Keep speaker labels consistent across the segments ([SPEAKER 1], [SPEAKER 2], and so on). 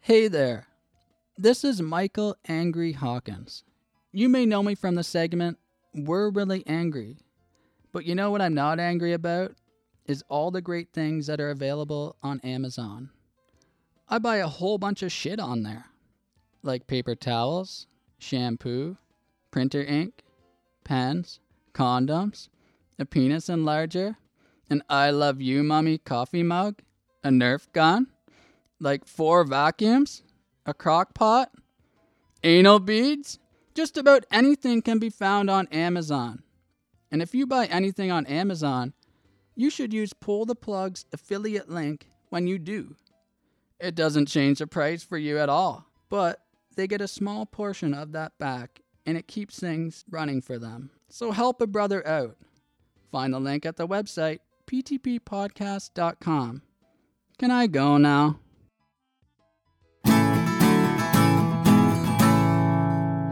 [SPEAKER 1] Hey there. This is Michael Angry Hawkins. You may know me from the segment We're Really Angry. But you know what I'm not angry about? Is all the great things that are available on Amazon. I buy a whole bunch of shit on there, like paper towels, shampoo, printer ink, pens, condoms, a penis enlarger, an I Love You Mommy coffee mug, a Nerf gun, like four vacuums, a crock pot, anal beads. Just about anything can be found on Amazon. And if you buy anything on Amazon, you should use Pull the Plug's affiliate link when you do. It doesn't change the price for you at all, but they get a small portion of that back and it keeps things running for them. So help a brother out. Find the link at the website ptppodcast.com. Can I go now?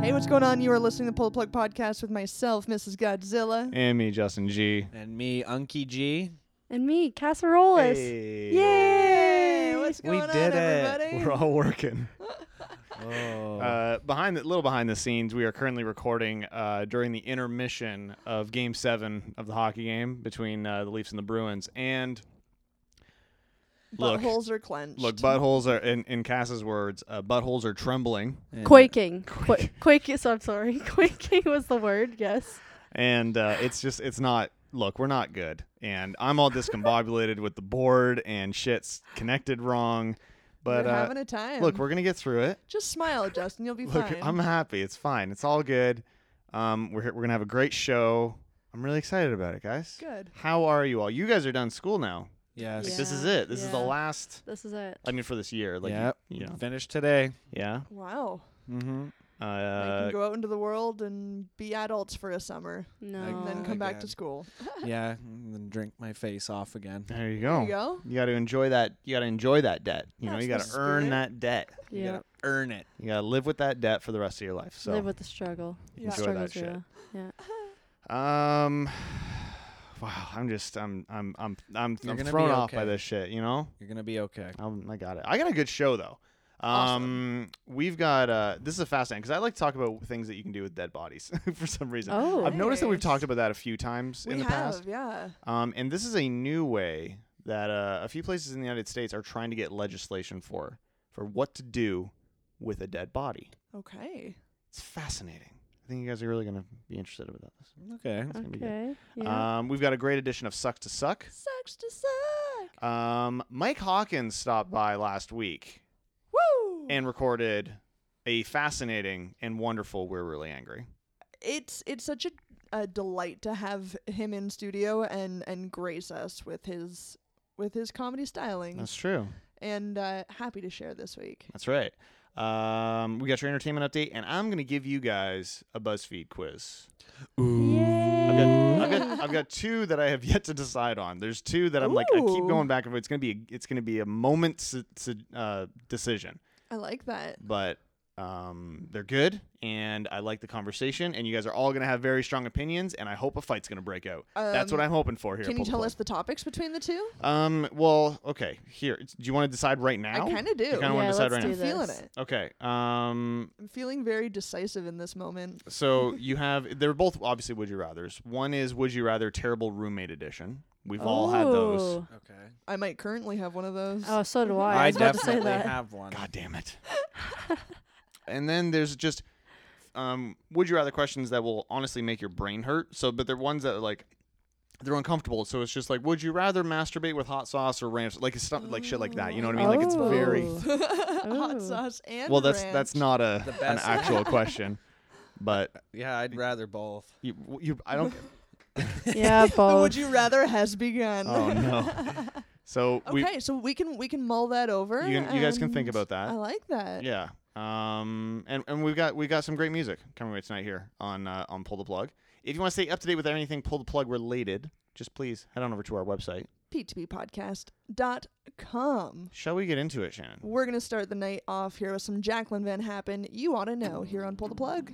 [SPEAKER 2] Hey, what's going on? You are listening to Pull the Plug Podcast with myself, Mrs. Godzilla.
[SPEAKER 3] And me, Justin G.
[SPEAKER 4] And me, Unky G.
[SPEAKER 5] And me, Casseroles.
[SPEAKER 2] Hey,
[SPEAKER 5] Yay!
[SPEAKER 2] what's
[SPEAKER 4] We
[SPEAKER 2] going on,
[SPEAKER 4] did it.
[SPEAKER 2] everybody?
[SPEAKER 3] We're all working.
[SPEAKER 4] Oh.
[SPEAKER 3] Uh, behind the little behind the scenes, we are currently recording uh, during the intermission of Game Seven of the hockey game between uh, the Leafs and the Bruins. And look,
[SPEAKER 2] Buttholes are clenched.
[SPEAKER 3] look, buttholes are in, in Cass's words, uh, buttholes are trembling.
[SPEAKER 4] And-
[SPEAKER 5] Quaking. Quaking. Quake. So I'm sorry. Quaking was the word. Yes.
[SPEAKER 3] and uh, it's just it's not look we're not good and i'm all discombobulated with the board and shit's connected wrong but
[SPEAKER 2] You're
[SPEAKER 3] uh,
[SPEAKER 2] having a time.
[SPEAKER 3] look we're gonna get through it
[SPEAKER 2] just smile, Justin. You'll be
[SPEAKER 3] look
[SPEAKER 2] fine.
[SPEAKER 3] i'm happy it's fine it's all good um, we're, we're gonna have a great show i'm really excited about it guys
[SPEAKER 2] Good.
[SPEAKER 3] how are you all you guys are done school now
[SPEAKER 4] Yes.
[SPEAKER 3] like
[SPEAKER 5] Yeah.
[SPEAKER 3] this is it this is the
[SPEAKER 5] yeah.
[SPEAKER 3] last
[SPEAKER 5] This is it.
[SPEAKER 3] i mean for this year like
[SPEAKER 4] Yep.
[SPEAKER 3] you, you know
[SPEAKER 4] Finished today.
[SPEAKER 3] yeah
[SPEAKER 2] Wow.
[SPEAKER 4] Mm-hmm.
[SPEAKER 2] Now you
[SPEAKER 3] uh,
[SPEAKER 2] can go out into the world and be adults for a summer,
[SPEAKER 5] No.
[SPEAKER 2] then
[SPEAKER 4] Oh,
[SPEAKER 2] come back to
[SPEAKER 4] again.
[SPEAKER 2] school.
[SPEAKER 4] yeah. And then drink my face off again.
[SPEAKER 3] there you
[SPEAKER 2] There
[SPEAKER 3] go
[SPEAKER 2] you go.
[SPEAKER 3] you got to enjoy that you got to enjoy that debt you know
[SPEAKER 2] That's
[SPEAKER 3] you
[SPEAKER 2] the
[SPEAKER 3] got to earn
[SPEAKER 2] spirit.
[SPEAKER 3] that debt
[SPEAKER 4] You
[SPEAKER 5] yeah.
[SPEAKER 4] gotta earn it.
[SPEAKER 3] you got to live with that debt for the rest of your life so
[SPEAKER 5] Live with the struggle.
[SPEAKER 2] Yeah.
[SPEAKER 3] Enjoy
[SPEAKER 5] Struggle's
[SPEAKER 3] that shit.
[SPEAKER 5] real. Yeah.
[SPEAKER 3] Um. Wow, I'm just I'm I'm I'm I'm,
[SPEAKER 4] You're
[SPEAKER 3] I'm
[SPEAKER 4] gonna
[SPEAKER 3] thrown
[SPEAKER 4] be
[SPEAKER 3] off by
[SPEAKER 4] okay.
[SPEAKER 3] this shit. You know.
[SPEAKER 4] You're gonna be okay.
[SPEAKER 3] Um, I got it. I got a good show though. Um,
[SPEAKER 2] Awesome.
[SPEAKER 3] we've got uh, this is a fascinating because I like to talk about things that you can do with dead bodies for some reason.
[SPEAKER 5] Oh.
[SPEAKER 3] I've noticed that we've
[SPEAKER 2] Nice.
[SPEAKER 3] talked about that a few times
[SPEAKER 2] We
[SPEAKER 3] in the
[SPEAKER 2] have,
[SPEAKER 3] past.
[SPEAKER 2] yeah.
[SPEAKER 3] Um, and this is a new way that uh, a few places in the United States are trying to get legislation for for what to do with a dead body.
[SPEAKER 2] Okay.
[SPEAKER 3] It's fascinating. I think you guys are really gonna be interested about this.
[SPEAKER 4] Okay.
[SPEAKER 3] It's gonna be good.
[SPEAKER 5] okay. Yeah.
[SPEAKER 3] Um, we've got a great edition of Suck to Suck.
[SPEAKER 2] Sucks to suck.
[SPEAKER 3] Um, Mike Hawkins stopped by last week
[SPEAKER 2] Woo!
[SPEAKER 3] and recorded a fascinating and wonderful We're Really Angry.
[SPEAKER 2] it's it's such a, a delight to have him in studio and and grace us with his with his comedy styling
[SPEAKER 3] true.
[SPEAKER 2] and uh happy to share this week
[SPEAKER 3] That's right. Um, we got your entertainment update, and I'm going to give you guys a BuzzFeed quiz. I've got, I've, got, I've got two that I have yet to decide on. There's two that I'm like I keep
[SPEAKER 2] Ooh.
[SPEAKER 3] going back and forth. It's gonna be a, it's gonna be a moment s- s- uh, decision,
[SPEAKER 2] i like that
[SPEAKER 3] but um, they're good, and I like the conversation. And you guys are all gonna have very strong opinions, and I hope a fight's gonna break out. That's what
[SPEAKER 2] Um,
[SPEAKER 3] I'm hoping for here.
[SPEAKER 2] can you
[SPEAKER 3] Pull the
[SPEAKER 2] tell
[SPEAKER 3] plug.
[SPEAKER 2] us the topics between the two
[SPEAKER 3] Um. Well. Okay. Here. it's- Do you want to decide right now?
[SPEAKER 2] i kind of do
[SPEAKER 3] You kinda
[SPEAKER 5] yeah,
[SPEAKER 3] wanna
[SPEAKER 5] let's
[SPEAKER 3] decide right
[SPEAKER 5] do
[SPEAKER 3] now.
[SPEAKER 2] i'm feeling
[SPEAKER 5] this.
[SPEAKER 2] it
[SPEAKER 3] Okay. Um.
[SPEAKER 2] i'm feeling very decisive in this moment
[SPEAKER 3] So you have they're both obviously would you rather's. One is would you rather terrible roommate edition. We've all had those.
[SPEAKER 5] Oh.
[SPEAKER 4] Okay.
[SPEAKER 2] i might currently have one of those
[SPEAKER 5] Oh, so do I. I,
[SPEAKER 4] I
[SPEAKER 5] was about to say
[SPEAKER 4] definitely
[SPEAKER 5] that.
[SPEAKER 4] have one.
[SPEAKER 3] God damn it. and then there's just um would you rather questions that will honestly make your brain hurt. So but they're ones that are like they're uncomfortable. So it's just like would you rather masturbate with hot sauce or ranch like it's stuff like shit like that. You know what I mean? Like it's very
[SPEAKER 5] Oh.
[SPEAKER 2] hot
[SPEAKER 5] Ooh.
[SPEAKER 2] sauce and
[SPEAKER 3] Well, that's
[SPEAKER 2] ranch.
[SPEAKER 3] that's not a
[SPEAKER 4] The
[SPEAKER 3] an
[SPEAKER 4] best.
[SPEAKER 3] actual question. But
[SPEAKER 4] Yeah, I'd rather both.
[SPEAKER 3] You, you, I don't.
[SPEAKER 5] yeah,
[SPEAKER 2] the
[SPEAKER 5] both.
[SPEAKER 2] would you rather has begun
[SPEAKER 3] oh no. So we,
[SPEAKER 2] okay so we can we can mull that over
[SPEAKER 3] you, can- you guys can think
[SPEAKER 2] and
[SPEAKER 3] about
[SPEAKER 2] i
[SPEAKER 3] that.
[SPEAKER 2] like that
[SPEAKER 3] Yeah. Um. And and we've got we got some great music coming away tonight here on uh, on pull the plug. If you want to stay up to date with anything pull the plug related, just please head on over to our website.
[SPEAKER 2] p2ppodcast.com.
[SPEAKER 3] Shall we get into it, Shannon?
[SPEAKER 2] We're going to start the night off here with some Jacqueline Van Happen. You ought to know here on Pull the Plug.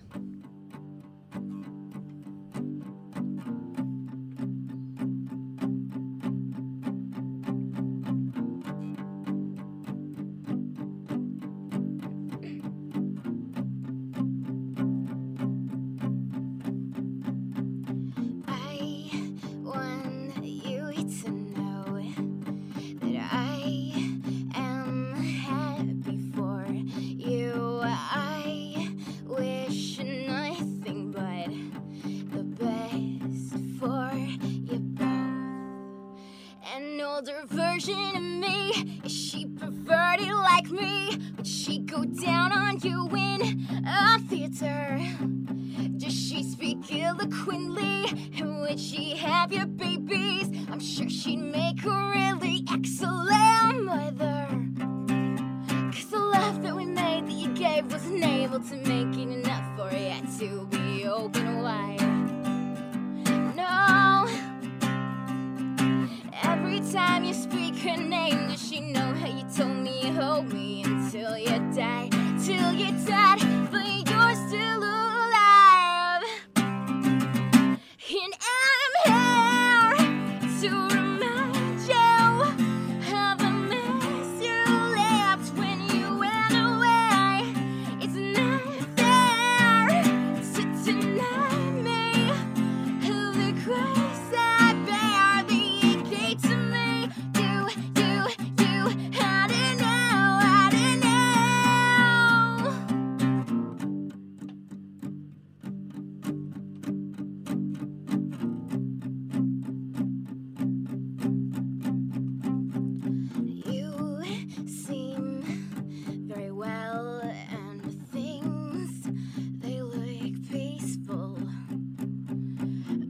[SPEAKER 6] eloquently. And would she have your babies? I'm sure she'd make a really excellent mother. Cause the love that we made that you gave wasn't able to make it enough for it to be open wide. No. Every time you speak her name, does she know how you told me you hold me until you die? Till you died, but you're still alive. And I'm here to remind you of the mess you left when you went away. It's not fair to deny me. The Christ I bear, the gate to me. You, you, you. How to know? How to know? You seem very well, and things they look peaceful.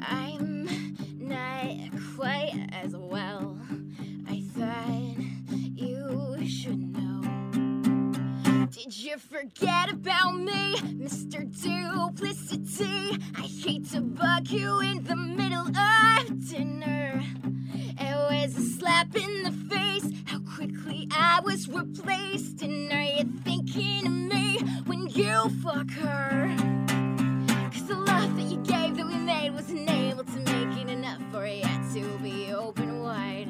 [SPEAKER 6] I'm not quite as well. I thought you should know. Did you forget about me, Mr. Duplicity? I hate to bug you in the middle of dinner. It was a slap in the face how quickly I was replaced. And are you thinking of me when you fuck her? Cause the love that you gave that we made wasn't able to make it enough for it to be open wide.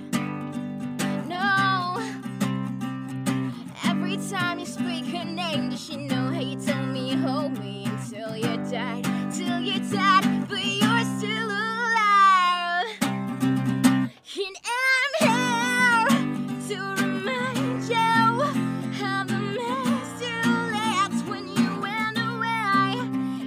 [SPEAKER 6] No. Every time you speak her name, does she know how you told me you hold me until you died? Till you died, but you're still alive. And I'm here to remind you of the mess you left when you went away.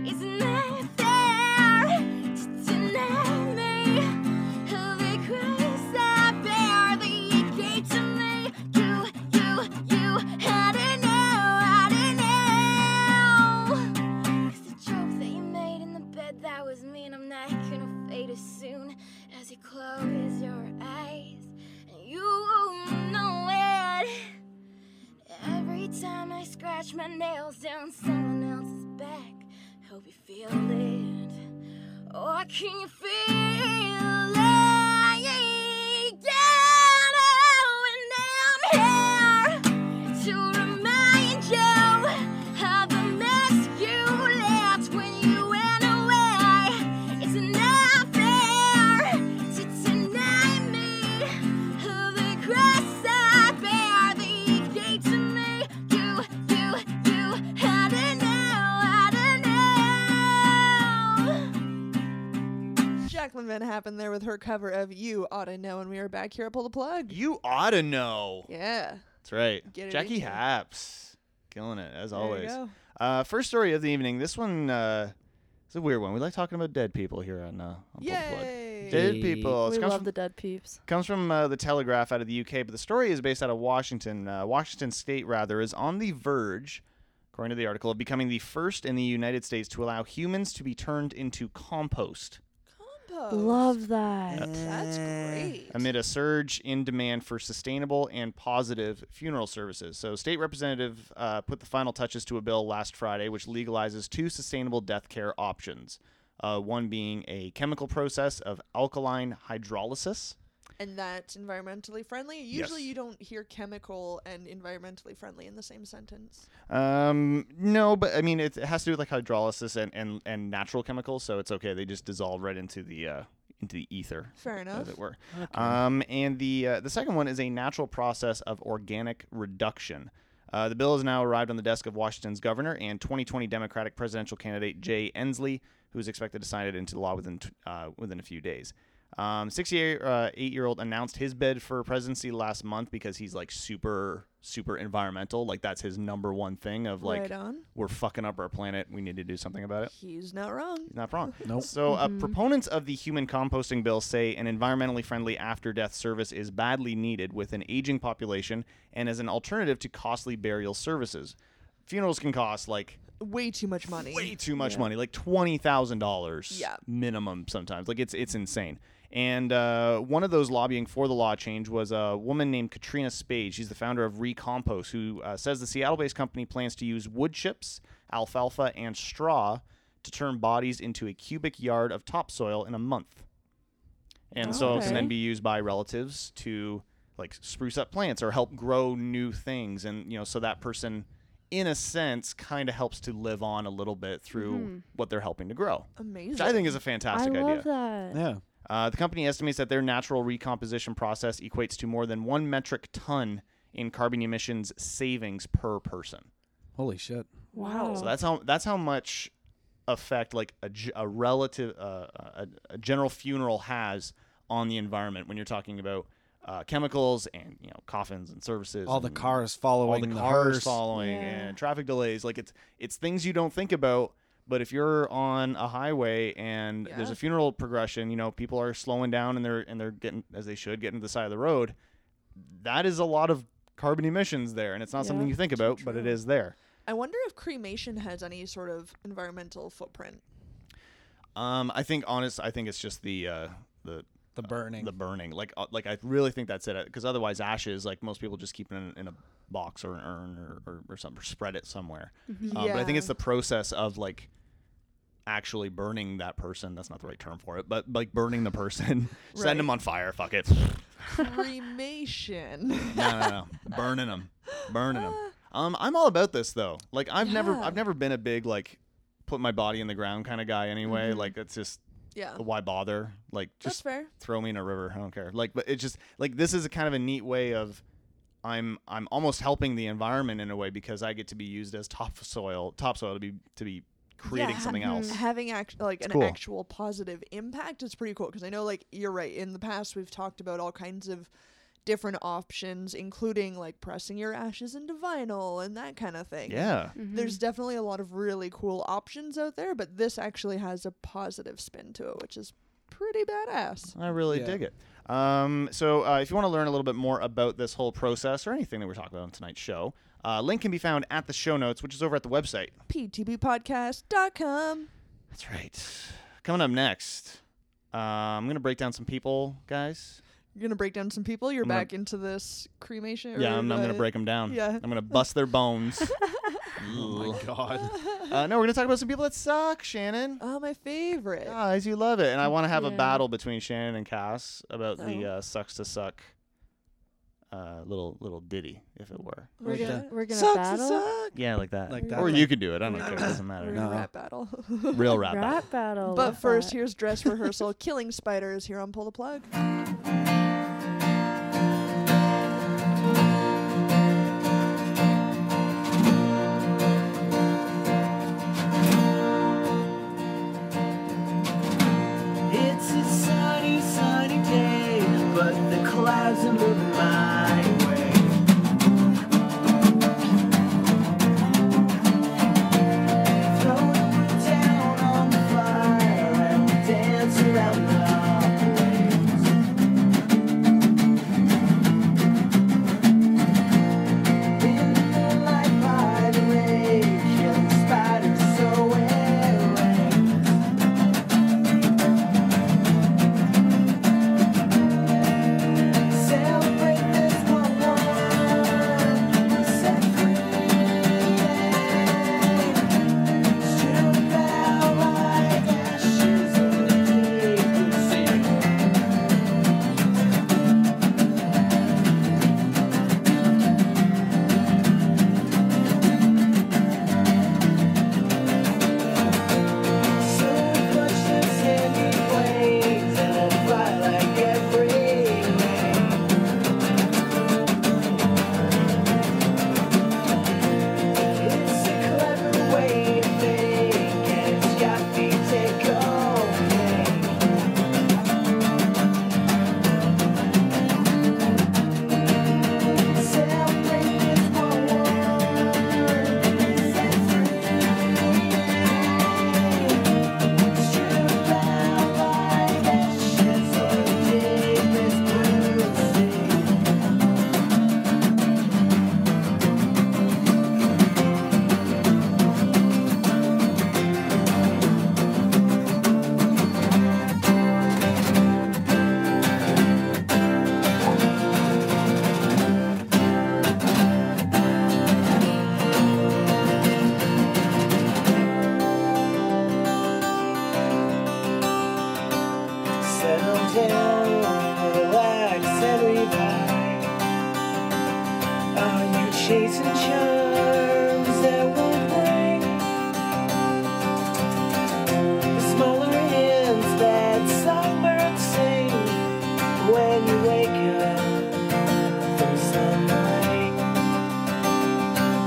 [SPEAKER 6] It's not fair to deny me the Christ I bear that you gave to me. You, you, you, I don't know, I don't know. 'Cause the joke that you made in the bed that was me, and I'm not gonna fade as soon as you close your eyes. And you know it. Every time I scratch my nails down someone else's back, hope you feel it. Or can you feel it? Yeah, and I'm here to remind you of the mess you left when you went away. It's not fair to deny me the cross I bear, the gate to me. You, you, you. I don't know, I don't know.
[SPEAKER 2] Jacqueline Van Happen there with her cover of You Oughta Know, and we are back here at Pull the Plug.
[SPEAKER 3] You oughta know.
[SPEAKER 2] Yeah.
[SPEAKER 3] That's right.
[SPEAKER 2] Get it
[SPEAKER 3] Jackie
[SPEAKER 2] in there.
[SPEAKER 3] Haps. Killing it, as
[SPEAKER 2] There you
[SPEAKER 3] always.
[SPEAKER 2] go.
[SPEAKER 3] Uh, first story of the evening. This one uh, is a weird one. We like talking about dead people here on, uh, on Pull the Plug.
[SPEAKER 2] Yay.
[SPEAKER 3] Dead
[SPEAKER 5] Hey.
[SPEAKER 3] people.
[SPEAKER 7] we
[SPEAKER 3] It comes
[SPEAKER 7] love
[SPEAKER 3] from,
[SPEAKER 7] the dead peeps.
[SPEAKER 3] comes from uh, the Telegraph out of the UK, but the story is based out of Washington. Uh, Washington State, rather, is on the verge, according to the article, of becoming the first in the United States to allow humans to be turned into compost
[SPEAKER 2] Compost.
[SPEAKER 7] Love that.
[SPEAKER 2] That's great.
[SPEAKER 3] amid a surge in demand for sustainable and positive funeral services. So, state representative uh, put the final touches to a bill last Friday, which legalizes two sustainable death care options. Uh, one being a chemical process of alkaline hydrolysis.
[SPEAKER 2] and that's environmentally friendly. Usually
[SPEAKER 3] Yes.
[SPEAKER 2] you don't hear chemical and environmentally friendly in the same sentence.
[SPEAKER 3] Um, no, but I mean, it, it has to do with like hydrolysis and, and, and natural chemicals, so it's okay. They just dissolve right into the uh, into the ether,
[SPEAKER 2] Fair enough.
[SPEAKER 3] as it were. Um, and the uh, the second one is a natural process of organic reduction. Uh, the bill has now arrived on the desk of Washington's governor and 2020 Democratic presidential candidate Jay Inslee, who is expected to sign it into law within t- uh, within a few days. Um, 68 uh, eight year old announced his bid for presidency last month because he's like super super environmental. Like that's his number one thing of like
[SPEAKER 2] right on.
[SPEAKER 3] we're fucking up our planet. We need to do something about it.
[SPEAKER 2] He's not wrong.
[SPEAKER 3] He's not wrong.
[SPEAKER 8] Nope.
[SPEAKER 3] So, uh, proponents of the human composting bill say an environmentally friendly after death service is badly needed with an aging population and as an alternative to costly burial services. funerals can cost like
[SPEAKER 2] Way too much money.
[SPEAKER 3] way too much money, like twenty thousand dollars
[SPEAKER 2] Yeah.
[SPEAKER 3] minimum sometimes. Like it's it's insane. And uh, one of those lobbying for the law change was a woman named Katrina Spade. She's the founder of Recompost, who uh, says the Seattle-based company plans to use wood chips, alfalfa, and straw to turn bodies into a cubic yard of topsoil in a month. And so it
[SPEAKER 5] Okay.
[SPEAKER 3] can then be used by relatives to like spruce up plants or help grow new things. And you know, so that person in a sense, kind of helps to live on a little bit through what they're helping to grow, which
[SPEAKER 2] Amazing.
[SPEAKER 3] I think is a
[SPEAKER 5] Mm-hmm. I
[SPEAKER 3] fantastic idea.
[SPEAKER 5] love that.
[SPEAKER 4] Yeah.
[SPEAKER 3] Uh, the company estimates that their natural recomposition process equates to more than one metric ton in carbon emissions savings per person.
[SPEAKER 4] Holy shit.
[SPEAKER 5] Wow.
[SPEAKER 3] So that's how that's how much effect like a, g- a relative uh, a, a general funeral has on the environment when you're talking about uh, chemicals and you know coffins and services
[SPEAKER 4] All the
[SPEAKER 3] and-
[SPEAKER 4] cars following
[SPEAKER 3] all the
[SPEAKER 4] the
[SPEAKER 3] cars
[SPEAKER 4] hearse.
[SPEAKER 3] following
[SPEAKER 5] Yeah.
[SPEAKER 3] and traffic delays. Like it's it's things you don't think about. But if you're on a highway and there's
[SPEAKER 2] Yeah.
[SPEAKER 3] a funeral progression, you know people are slowing down and they're and they're getting as they should getting to the side of the road. That is a lot of carbon emissions there, and it's not something
[SPEAKER 5] Yeah.
[SPEAKER 3] you think about, but it
[SPEAKER 2] true.
[SPEAKER 3] is there.
[SPEAKER 2] I wonder if cremation has any sort of environmental footprint.
[SPEAKER 3] Um, I think honest, I think it's just the uh, the
[SPEAKER 4] The burning.
[SPEAKER 3] the burning. Like uh, like I really think that's it. Because otherwise, ashes like most people just keep it in, in a box or an urn or, or, or something, or spread it somewhere. Um, But I think it's
[SPEAKER 2] Mm-hmm.
[SPEAKER 3] the
[SPEAKER 2] Yeah.
[SPEAKER 3] process of like actually burning that person. That's not the right term for it, but like burning the person,
[SPEAKER 2] Right.
[SPEAKER 3] send them on fire. Fuck it.
[SPEAKER 2] Cremation.
[SPEAKER 3] no, no, no, burning them, burning them. Um, I'm all about this though. Like I've never,
[SPEAKER 2] Uh. Yeah.
[SPEAKER 3] I've never been a big like put my body in the ground kind of guy. Anyway, like that's just
[SPEAKER 2] Mm-hmm.
[SPEAKER 3] uh,
[SPEAKER 2] yeah.
[SPEAKER 3] why bother. Like
[SPEAKER 2] That's
[SPEAKER 3] just
[SPEAKER 2] fair.
[SPEAKER 3] throw me in a river. I don't care. Like, but it's just like this is a kind of a neat way of I'm I'm almost helping the environment in a way because I get to be used as topsoil topsoil to be to be creating
[SPEAKER 2] Yeah, Mm-hmm.
[SPEAKER 3] something
[SPEAKER 5] mhm.
[SPEAKER 3] else.
[SPEAKER 2] having act- like an
[SPEAKER 3] cool.
[SPEAKER 2] actual positive impact is pretty cool because I know like you're right in the past we've talked about all kinds of different options including like pressing your ashes into vinyl and that kind of thing.
[SPEAKER 3] Yeah.
[SPEAKER 2] There's definitely a lot of really cool options out there but this actually has a positive spin to it which is pretty badass.
[SPEAKER 3] I really
[SPEAKER 4] Yeah.
[SPEAKER 3] dig it. Um, so, uh, if you want to learn a little bit more about this whole process or anything that we're talking about on tonight's show, uh, link can be found at the show notes, which is over at the website.
[SPEAKER 2] ptbpodcast.com.
[SPEAKER 3] That's right. Coming up next, uh, I'm going to break down some people, guys.
[SPEAKER 2] You're going to break down some people. You're
[SPEAKER 3] I'm gonna-
[SPEAKER 2] back into this cremation.
[SPEAKER 3] Yeah, I'm,
[SPEAKER 2] or,
[SPEAKER 3] I'm going
[SPEAKER 2] uh,
[SPEAKER 3] to break them down.
[SPEAKER 2] yeah.
[SPEAKER 3] I'm going to bust their bones. oh my God. Uh, no, we're going to talk about some people that suck, Shannon.
[SPEAKER 2] Oh, my favorite.
[SPEAKER 3] Guys, you love it. And I want to have a
[SPEAKER 5] Yeah.
[SPEAKER 3] battle between Shannon and Cass about the
[SPEAKER 2] Oh.
[SPEAKER 3] uh, sucks to suck uh, little little ditty, if it were.
[SPEAKER 5] We're
[SPEAKER 4] Like
[SPEAKER 5] gonna
[SPEAKER 4] that.
[SPEAKER 5] we're gonna
[SPEAKER 2] Sucks to
[SPEAKER 5] battle.
[SPEAKER 2] suck.
[SPEAKER 3] Yeah, like that.
[SPEAKER 4] Like that.
[SPEAKER 3] Or
[SPEAKER 4] Like-
[SPEAKER 3] you could do it. I don't care. It doesn't matter.
[SPEAKER 4] No.
[SPEAKER 2] Rap battle.
[SPEAKER 3] Real rap.
[SPEAKER 5] Rap,
[SPEAKER 3] battle.
[SPEAKER 5] battle.
[SPEAKER 2] But
[SPEAKER 5] love
[SPEAKER 2] first,
[SPEAKER 5] that.
[SPEAKER 2] here's dress rehearsal, killing spiders here on Pull the Plug.
[SPEAKER 9] It's a sunny, sunny day, but the clouds are moving my way. Throwing it down on the fire and we dance around the blaze.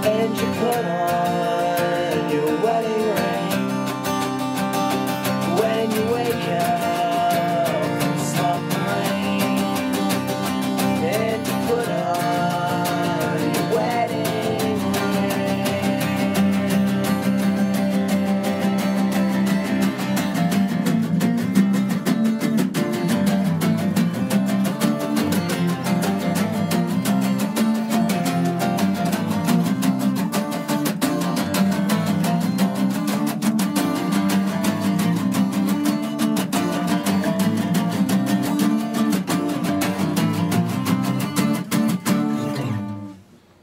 [SPEAKER 9] didn't you put on your wedding ring? When you wake up from slumbering, did you put on your wedding ring?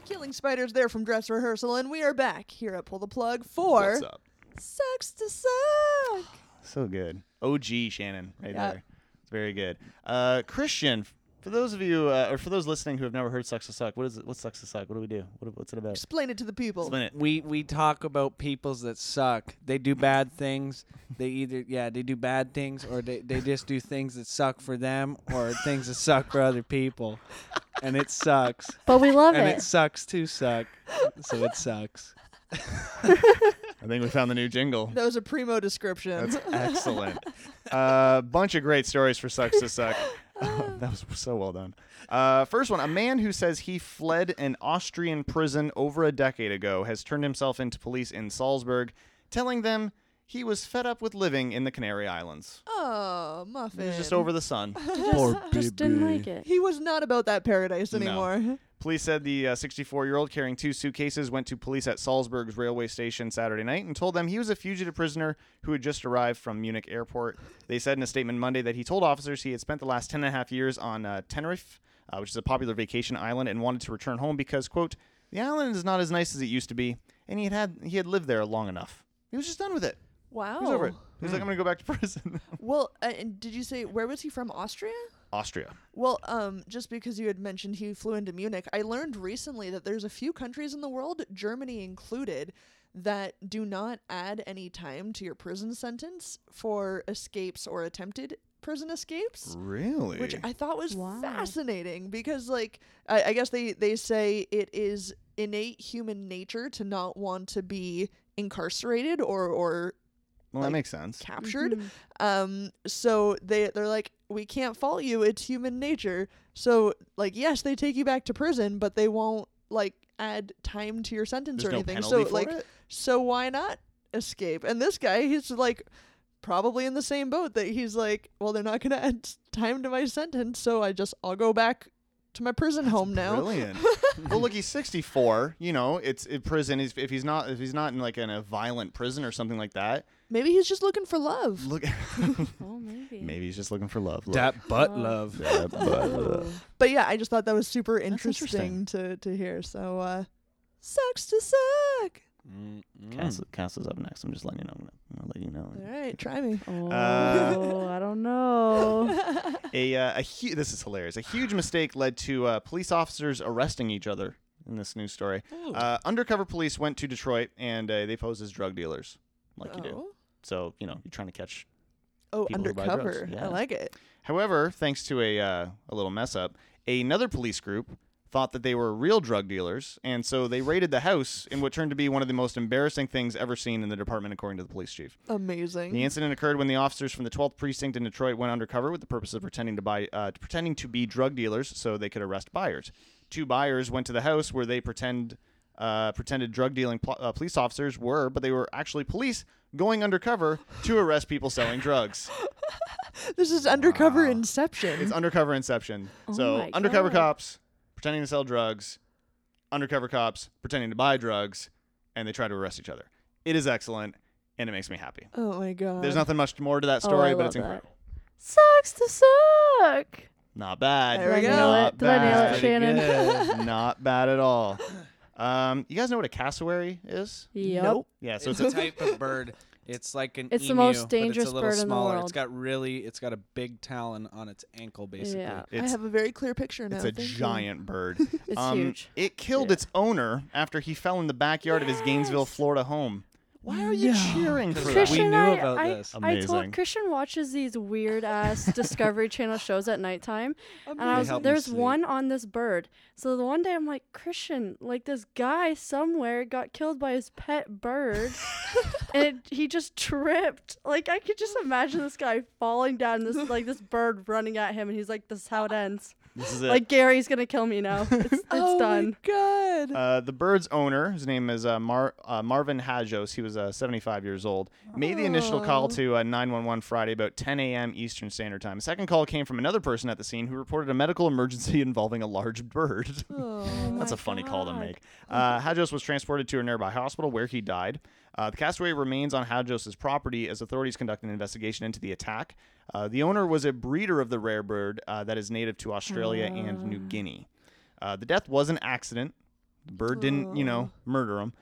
[SPEAKER 2] Killing Spiders there from dress rehearsal, and we are back here at Pull the Plug for
[SPEAKER 3] What's up? Oh.
[SPEAKER 2] Sucks to Suck.
[SPEAKER 3] So good. OG Shannon right
[SPEAKER 2] Yeah.
[SPEAKER 3] there. It's very good. Uh, Christian, for those of you uh, or for those listening who have never heard Sucks to Suck, what is it? What Sucks to Suck? What do we do? What, what's it about?
[SPEAKER 2] Explain it to the people.
[SPEAKER 3] Explain it.
[SPEAKER 4] We we talk about peoples that suck. They do bad things. They either yeah, they do bad things or they, they just do things that suck for them or things that suck for other people. And it sucks.
[SPEAKER 5] But we love
[SPEAKER 4] and
[SPEAKER 5] it.
[SPEAKER 4] it sucks to suck. So it sucks.
[SPEAKER 3] I think we found the new jingle.
[SPEAKER 2] That was a primo description.
[SPEAKER 3] That's excellent. A uh, bunch of great stories for Sucks to Suck. Oh, that was so well done. Uh, first one A man who says he fled an Austrian prison over a decade ago has turned himself into police in Salzburg, telling them he was fed up with living in the Canary Islands.
[SPEAKER 2] Oh, muffin.
[SPEAKER 3] He was just over the sun.
[SPEAKER 4] Poor
[SPEAKER 5] Just didn't like it.
[SPEAKER 2] He was not about that paradise
[SPEAKER 3] No.
[SPEAKER 2] anymore.
[SPEAKER 3] Police said the 64 year old carrying two suitcases went to police at Salzburg's railway station Saturday night and told them he was a fugitive prisoner who had just arrived from Munich airport. They said in a statement Monday that he told officers he had spent the last 10 and a half years on uh, Tenerife, uh, which is a popular vacation island, and wanted to return home because, quote, the island is not as nice as it used to be, and he had, had he had lived there long enough. He was just done with it.
[SPEAKER 2] Wow.
[SPEAKER 3] He was over it. He
[SPEAKER 2] Oh.
[SPEAKER 3] was like, I'm going to go back to prison.
[SPEAKER 2] Well, uh, and did you say where was he from? Austria?
[SPEAKER 3] Austria.
[SPEAKER 2] Well, um, just because you had mentioned he flew into Munich, I learned recently that there's a few countries in the world, Germany included, that do not add any time to your prison sentence for escapes or attempted prison escapes.
[SPEAKER 3] Really?
[SPEAKER 2] which I thought was
[SPEAKER 5] Wow.
[SPEAKER 2] fascinating because, like, I, I guess they they say it is innate human nature to not want to be incarcerated or or
[SPEAKER 3] well, that
[SPEAKER 2] like,
[SPEAKER 3] makes sense.
[SPEAKER 2] captured. Um, so they they're like, we can't fault you. It's human nature. So like, yes, they take you back to prison, but they won't like add time to your sentence
[SPEAKER 3] There's no
[SPEAKER 2] or anything.
[SPEAKER 3] penalty
[SPEAKER 2] so
[SPEAKER 3] for
[SPEAKER 2] like,
[SPEAKER 3] it?
[SPEAKER 2] so why not escape? And this guy, he's like. Probably in the same boat that he's like, well, they're not gonna add s- time to my sentence, so I just I'll go back to my prison home now.
[SPEAKER 3] Brilliant. well, look, he's 64. You know, it's in prison. He's, if he's not, if he's not in like in a violent prison or something like that,
[SPEAKER 2] Maybe he's just looking for love.
[SPEAKER 3] look.
[SPEAKER 5] Oh, maybe.
[SPEAKER 3] Maybe he's just looking for love. Look.
[SPEAKER 4] That butt love.
[SPEAKER 3] That butt.
[SPEAKER 5] Ooh.
[SPEAKER 2] But yeah, I just thought that was super
[SPEAKER 3] interesting.
[SPEAKER 2] interesting, to to hear. So uh sucks to suck.
[SPEAKER 3] Cass, Cass is up next. I'm just letting you know. I'm gonna let you know.
[SPEAKER 2] All right, try me.
[SPEAKER 5] Oh,
[SPEAKER 3] Uh,
[SPEAKER 5] I don't know.
[SPEAKER 3] A, uh, a hu- this is hilarious. A huge mistake led to uh, police officers arresting each other in this news story. Uh, undercover police went to Detroit and uh, they posed as drug dealers, like you do.
[SPEAKER 2] oh,
[SPEAKER 3] So you know you're trying to catch
[SPEAKER 2] oh
[SPEAKER 3] People who buy drugs,
[SPEAKER 2] undercover.
[SPEAKER 3] yeah.
[SPEAKER 2] I like it.
[SPEAKER 3] However, thanks to a uh, a little mess up, another police group thought that they were real drug dealers, and so they raided the house in what turned to be one of the most embarrassing things ever seen in the department, according to the police chief.
[SPEAKER 2] Amazing.
[SPEAKER 3] The incident occurred when the officers from the 12th precinct in Detroit went undercover with the purpose of pretending to buy, uh, pretending to be drug dealers, so they could arrest buyers. Two buyers went to the house where they pretend. Uh, pretended drug dealing pl- uh, police officers were, but they were actually police going undercover to arrest people selling drugs.
[SPEAKER 2] This is undercover inception.
[SPEAKER 3] It's undercover inception.
[SPEAKER 5] Oh
[SPEAKER 3] so
[SPEAKER 5] my
[SPEAKER 3] undercover
[SPEAKER 5] God.
[SPEAKER 3] cops pretending to sell drugs, undercover cops pretending to buy drugs, and they try to arrest each other. It is excellent, and it makes me happy.
[SPEAKER 2] oh my god.
[SPEAKER 3] There's nothing much more to that
[SPEAKER 5] Uh, Oh,
[SPEAKER 3] story,
[SPEAKER 5] I
[SPEAKER 3] but it's
[SPEAKER 5] love that.
[SPEAKER 3] incredible.
[SPEAKER 5] Sucks to suck.
[SPEAKER 3] Not bad.
[SPEAKER 2] There we
[SPEAKER 5] Did I
[SPEAKER 2] go.
[SPEAKER 5] nail
[SPEAKER 3] Not
[SPEAKER 5] it? Did I nail
[SPEAKER 3] bad.
[SPEAKER 5] it, Shannon?
[SPEAKER 3] Not bad at all. Um, you guys know what a cassowary is?
[SPEAKER 5] Yep.
[SPEAKER 2] Nope.
[SPEAKER 3] Yeah, so
[SPEAKER 4] it's
[SPEAKER 3] it's,
[SPEAKER 4] a
[SPEAKER 3] a,
[SPEAKER 4] type of bird. It's like an
[SPEAKER 5] It's the
[SPEAKER 4] emu,
[SPEAKER 5] most
[SPEAKER 4] but
[SPEAKER 5] dangerous
[SPEAKER 4] it's a little
[SPEAKER 5] bird in the
[SPEAKER 4] smaller. It's
[SPEAKER 5] world.
[SPEAKER 4] got really it's got a big talon on its ankle basically.
[SPEAKER 5] Yeah.
[SPEAKER 2] I
[SPEAKER 3] it's,
[SPEAKER 2] have a very clear picture now.
[SPEAKER 3] it's a
[SPEAKER 2] Thank you.
[SPEAKER 3] giant bird.
[SPEAKER 5] It's
[SPEAKER 3] Um,
[SPEAKER 5] huge.
[SPEAKER 3] It killed
[SPEAKER 5] Yeah.
[SPEAKER 3] its owner after he fell in the backyard of his Gainesville, Florida home. Why are you cheering for that?
[SPEAKER 5] Christian,
[SPEAKER 4] knew
[SPEAKER 5] I,
[SPEAKER 4] about
[SPEAKER 5] I,
[SPEAKER 4] this.
[SPEAKER 5] I told
[SPEAKER 3] Amazing.
[SPEAKER 5] Christian watches these weird ass Discovery Channel shows at nighttime, and I was
[SPEAKER 4] help you
[SPEAKER 5] there's
[SPEAKER 4] sleep.
[SPEAKER 5] one on this bird. So the one day I'm like Christian, like this guy somewhere got killed by his pet bird, and it, he just tripped. Like I could just imagine this guy falling down, this like this bird running at him, and he's like, "This is how it ends.
[SPEAKER 3] This is it.
[SPEAKER 5] Like Gary's gonna kill me now. It's, it's
[SPEAKER 2] oh
[SPEAKER 5] done."
[SPEAKER 2] My God.
[SPEAKER 3] Uh, the bird's owner, his name is uh, Mar- uh, Marvin Hajos. He was uh, 75 years old. Made the initial
[SPEAKER 2] Oh.
[SPEAKER 3] call to uh, 911 Friday about 10 a.m. Eastern Standard Time. A second call came from another person at the scene who reported a medical emergency involving a large bird. That's a funny call to make. Uh, Hajos was transported to a nearby hospital where he died. Uh, the castaway remains on Hajos' property as authorities conduct an investigation into the attack. Uh, the owner was a breeder of the rare bird uh, that is native to Australia and New Guinea. Uh, the death was an accident. The bird didn't, you know, murder him.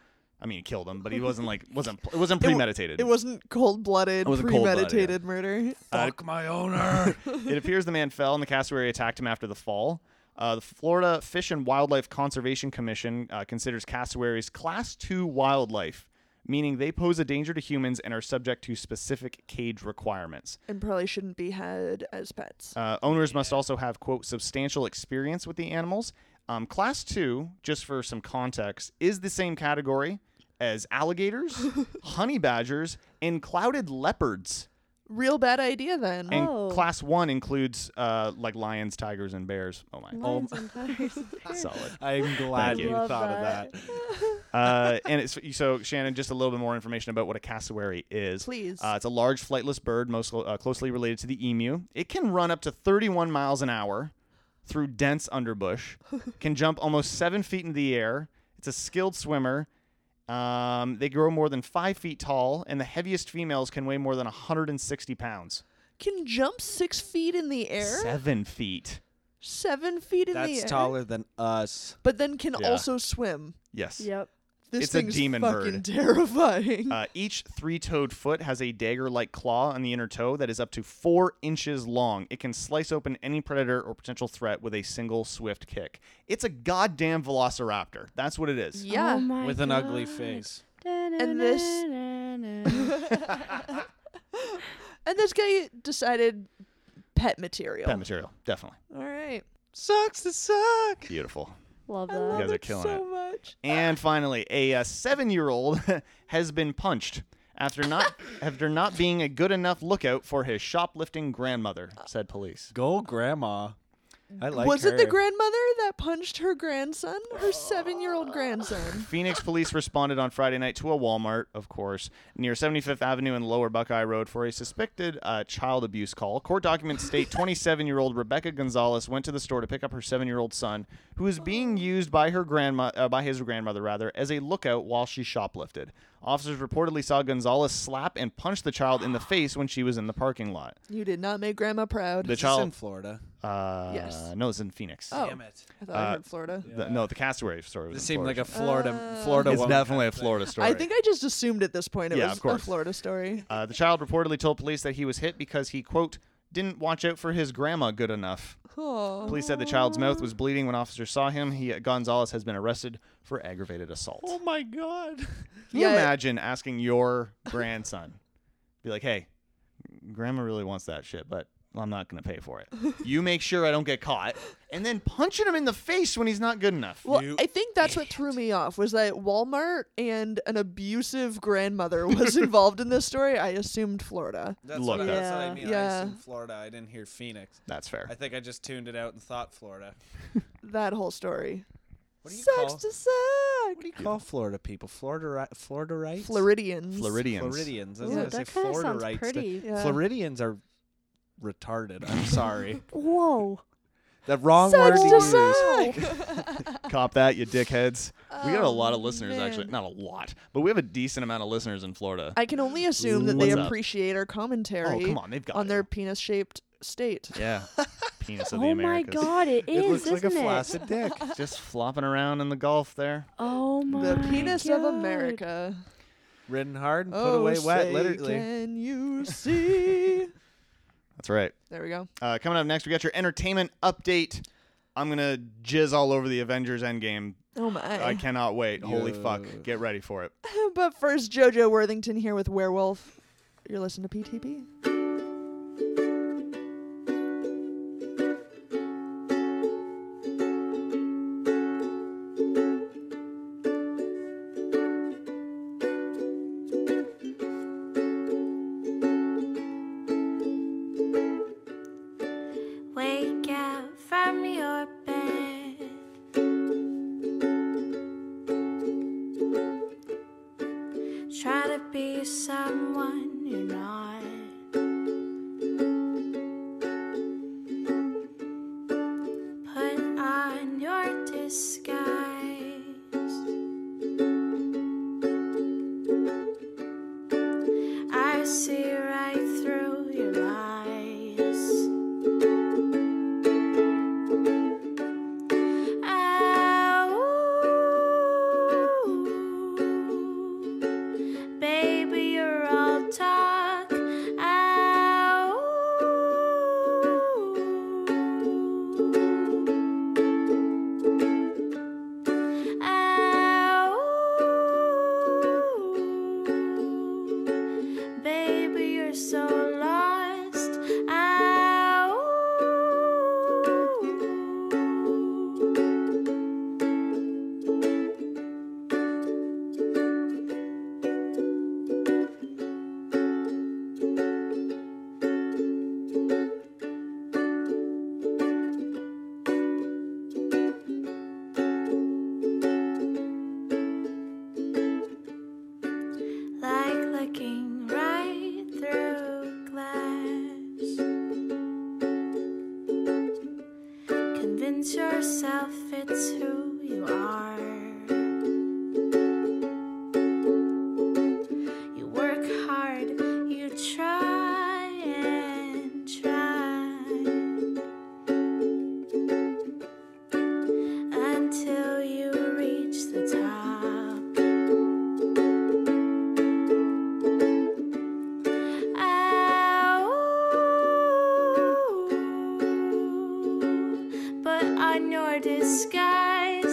[SPEAKER 3] I mean, he killed him, but he wasn't like wasn't it wasn't
[SPEAKER 2] It wa-
[SPEAKER 3] premeditated.
[SPEAKER 2] It wasn't cold blooded,
[SPEAKER 3] It wasn't cold-blooded, yeah. Uh,
[SPEAKER 2] premeditated murder.
[SPEAKER 4] Fuck my owner.
[SPEAKER 3] it appears the man fell and the cassowary attacked him after the fall. Uh, the Florida Fish and Wildlife Conservation Commission uh, considers cassowaries class two wildlife, meaning they pose a danger to humans and are subject to specific cage requirements.
[SPEAKER 2] And probably shouldn't be had as pets.
[SPEAKER 3] Uh, owners must also have, quote, substantial experience with the animals. Um, class two, just for some context, is the same category as alligators, honey badgers, and clouded leopards.
[SPEAKER 2] Real bad idea then.
[SPEAKER 3] And
[SPEAKER 5] Oh.
[SPEAKER 3] class one includes uh, like lions, tigers, and bears. Oh my.
[SPEAKER 5] Lions and tigers.
[SPEAKER 3] Solid.
[SPEAKER 4] I'm glad
[SPEAKER 3] Thank
[SPEAKER 4] you
[SPEAKER 3] you.
[SPEAKER 5] Love
[SPEAKER 4] thought of that.
[SPEAKER 3] Uh, and it's so Shannon, just a little bit more information about what a cassowary is.
[SPEAKER 2] Please.
[SPEAKER 3] Uh, it's a large flightless bird, most uh, closely related to the emu. It can run up to 31 miles an hour through dense underbush. can jump almost seven feet into the air. It's a skilled swimmer. Um, they grow more than five feet tall, and the heaviest females can weigh more than 160 pounds.
[SPEAKER 2] Can jump six feet in the air?
[SPEAKER 3] Seven feet.
[SPEAKER 2] Seven feet in the
[SPEAKER 4] That's
[SPEAKER 2] air.
[SPEAKER 4] taller than us.
[SPEAKER 2] But then can
[SPEAKER 3] Yeah.
[SPEAKER 2] also swim.
[SPEAKER 3] Yes.
[SPEAKER 5] yep.
[SPEAKER 2] This
[SPEAKER 3] It's a
[SPEAKER 2] thing's
[SPEAKER 3] demon
[SPEAKER 2] fucking
[SPEAKER 3] bird.
[SPEAKER 2] terrifying.
[SPEAKER 3] Uh, each three toed foot has a dagger like claw on the inner toe that is up to four inches long. It can slice open any predator or potential threat with a single swift kick. It's a goddamn velociraptor. That's what it is.
[SPEAKER 2] yeah.
[SPEAKER 5] Oh my
[SPEAKER 4] With an ugly
[SPEAKER 5] God.
[SPEAKER 4] face.
[SPEAKER 5] And
[SPEAKER 2] this-
[SPEAKER 5] this.
[SPEAKER 2] and this guy decided pet material.
[SPEAKER 3] Pet material, definitely.
[SPEAKER 2] All right.
[SPEAKER 4] Sucks to suck.
[SPEAKER 3] Beautiful.
[SPEAKER 5] Love
[SPEAKER 2] I love
[SPEAKER 5] that.
[SPEAKER 3] guys are
[SPEAKER 2] it
[SPEAKER 3] killing
[SPEAKER 2] so
[SPEAKER 3] it.
[SPEAKER 2] much.
[SPEAKER 3] And finally, a uh, seven-year-old has been punched after not after not being a good enough lookout for his shoplifting grandmother," said police.
[SPEAKER 4] Go, grandma. I like
[SPEAKER 2] was it
[SPEAKER 4] her.
[SPEAKER 2] the grandmother that punched her grandson, her seven-year-old grandson?
[SPEAKER 3] Phoenix police responded on Friday night to a Walmart, of course, near 75th Avenue and Lower Buckeye Road for a suspected uh, child abuse call. Court documents state 27 year old Rebecca Gonzalez went to the store to pick up her seven year old son, who is being used by her grandma, uh, by his grandmother rather, as a lookout while she shoplifted. Officers reportedly saw Gonzalez slap and punch the child in the face when she was in the parking lot.
[SPEAKER 2] You did not make grandma proud.
[SPEAKER 3] The
[SPEAKER 4] Is this in
[SPEAKER 3] child,
[SPEAKER 4] Florida.
[SPEAKER 3] uh,
[SPEAKER 2] Yes.
[SPEAKER 3] no, it's in Phoenix.
[SPEAKER 2] oh,
[SPEAKER 4] Damn it.
[SPEAKER 2] I thought I
[SPEAKER 3] Uh,
[SPEAKER 2] heard Florida.
[SPEAKER 3] The- no, the Castaway story. Was
[SPEAKER 4] This
[SPEAKER 3] in
[SPEAKER 4] seemed like
[SPEAKER 3] Florida.
[SPEAKER 4] a Florida,
[SPEAKER 2] Uh,
[SPEAKER 4] Florida
[SPEAKER 3] It's
[SPEAKER 4] woman.
[SPEAKER 3] definitely a Florida story.
[SPEAKER 2] I think I just assumed at this point it
[SPEAKER 3] Yeah,
[SPEAKER 2] was
[SPEAKER 3] of course.
[SPEAKER 2] a Florida story.
[SPEAKER 3] Uh, the child reportedly told police that he was hit because he, quote, didn't watch out for his grandma good enough.
[SPEAKER 2] Oh.
[SPEAKER 3] Police said the child's mouth was bleeding when officers saw him. He Gonzalez has been arrested for aggravated assault.
[SPEAKER 4] Oh my god.
[SPEAKER 3] Can you
[SPEAKER 2] Yeah.
[SPEAKER 3] imagine asking your grandson, be like, hey, grandma really wants that shit, but I'm not going to pay for it. You make sure I don't get caught. And then punching him in the face when he's not good enough.
[SPEAKER 2] Well,
[SPEAKER 4] You
[SPEAKER 2] I think that's what threw me off was that Walmart and an abusive grandmother was involved in this story. I assumed Florida.
[SPEAKER 4] That's
[SPEAKER 3] Look,
[SPEAKER 4] what, I- that's what
[SPEAKER 5] Yeah.
[SPEAKER 4] I mean.
[SPEAKER 2] Yeah.
[SPEAKER 4] I assumed Florida. I didn't hear Phoenix.
[SPEAKER 3] That's fair.
[SPEAKER 4] I think I just tuned it out and thought Florida.
[SPEAKER 2] That whole story.
[SPEAKER 4] What do you
[SPEAKER 2] Sucks
[SPEAKER 4] call?
[SPEAKER 2] to suck.
[SPEAKER 4] What do you call Florida people? Florida, ri- Florida rights.
[SPEAKER 2] Floridians.
[SPEAKER 3] Floridians.
[SPEAKER 4] Floridians. I was
[SPEAKER 5] Ooh,
[SPEAKER 4] gonna say
[SPEAKER 5] that kind of
[SPEAKER 4] Florida
[SPEAKER 5] sounds
[SPEAKER 4] rights.
[SPEAKER 5] pretty.
[SPEAKER 2] Yeah.
[SPEAKER 4] Floridians are retarded. I'm sorry.
[SPEAKER 5] Whoa.
[SPEAKER 4] the wrong word
[SPEAKER 2] Sucks
[SPEAKER 4] to
[SPEAKER 2] to
[SPEAKER 4] use.
[SPEAKER 2] suck.
[SPEAKER 3] Cop that, you dickheads. we got a
[SPEAKER 2] Oh,
[SPEAKER 3] lot of listeners,
[SPEAKER 2] man.
[SPEAKER 3] actually. Not a lot, but we have a decent amount of listeners in Florida.
[SPEAKER 2] I can only assume that they
[SPEAKER 3] What's up?
[SPEAKER 2] appreciate our commentary
[SPEAKER 3] Oh, come on, they've got
[SPEAKER 2] on
[SPEAKER 3] it.
[SPEAKER 2] their penis shaped state.
[SPEAKER 3] Yeah. Penis of the
[SPEAKER 5] Oh my
[SPEAKER 3] Americas.
[SPEAKER 5] god, it is,
[SPEAKER 4] It looks like
[SPEAKER 5] isn't
[SPEAKER 4] a
[SPEAKER 5] it?
[SPEAKER 4] flaccid dick.
[SPEAKER 3] Just flopping around in the Gulf there.
[SPEAKER 5] Oh my
[SPEAKER 2] The penis of
[SPEAKER 5] God.
[SPEAKER 2] America.
[SPEAKER 4] Ridden hard and put
[SPEAKER 2] oh,
[SPEAKER 4] away wet,
[SPEAKER 2] say
[SPEAKER 4] literally.
[SPEAKER 2] Can you see?
[SPEAKER 3] That's right.
[SPEAKER 2] there we go.
[SPEAKER 3] Uh, coming up next, we got your entertainment update. I'm going to jizz all over the Avengers Endgame
[SPEAKER 2] Oh my.
[SPEAKER 3] I cannot wait. Holy fuck.
[SPEAKER 4] Yes.
[SPEAKER 3] Get ready for it.
[SPEAKER 2] but first, JoJo Worthington here with Werewolf. You're listening to PTP.
[SPEAKER 7] Wake up from your bed. Try to be someone you're not. Put on your disguise. I see right through your lies. Ow. Baby, you're all talk. Ow. Ow. Baby, you're so lost. Ow. like looking right through glass. Convince yourself it's who you are. You work hard, you try and try. Until you reach the top. Ow. Put on your disguise.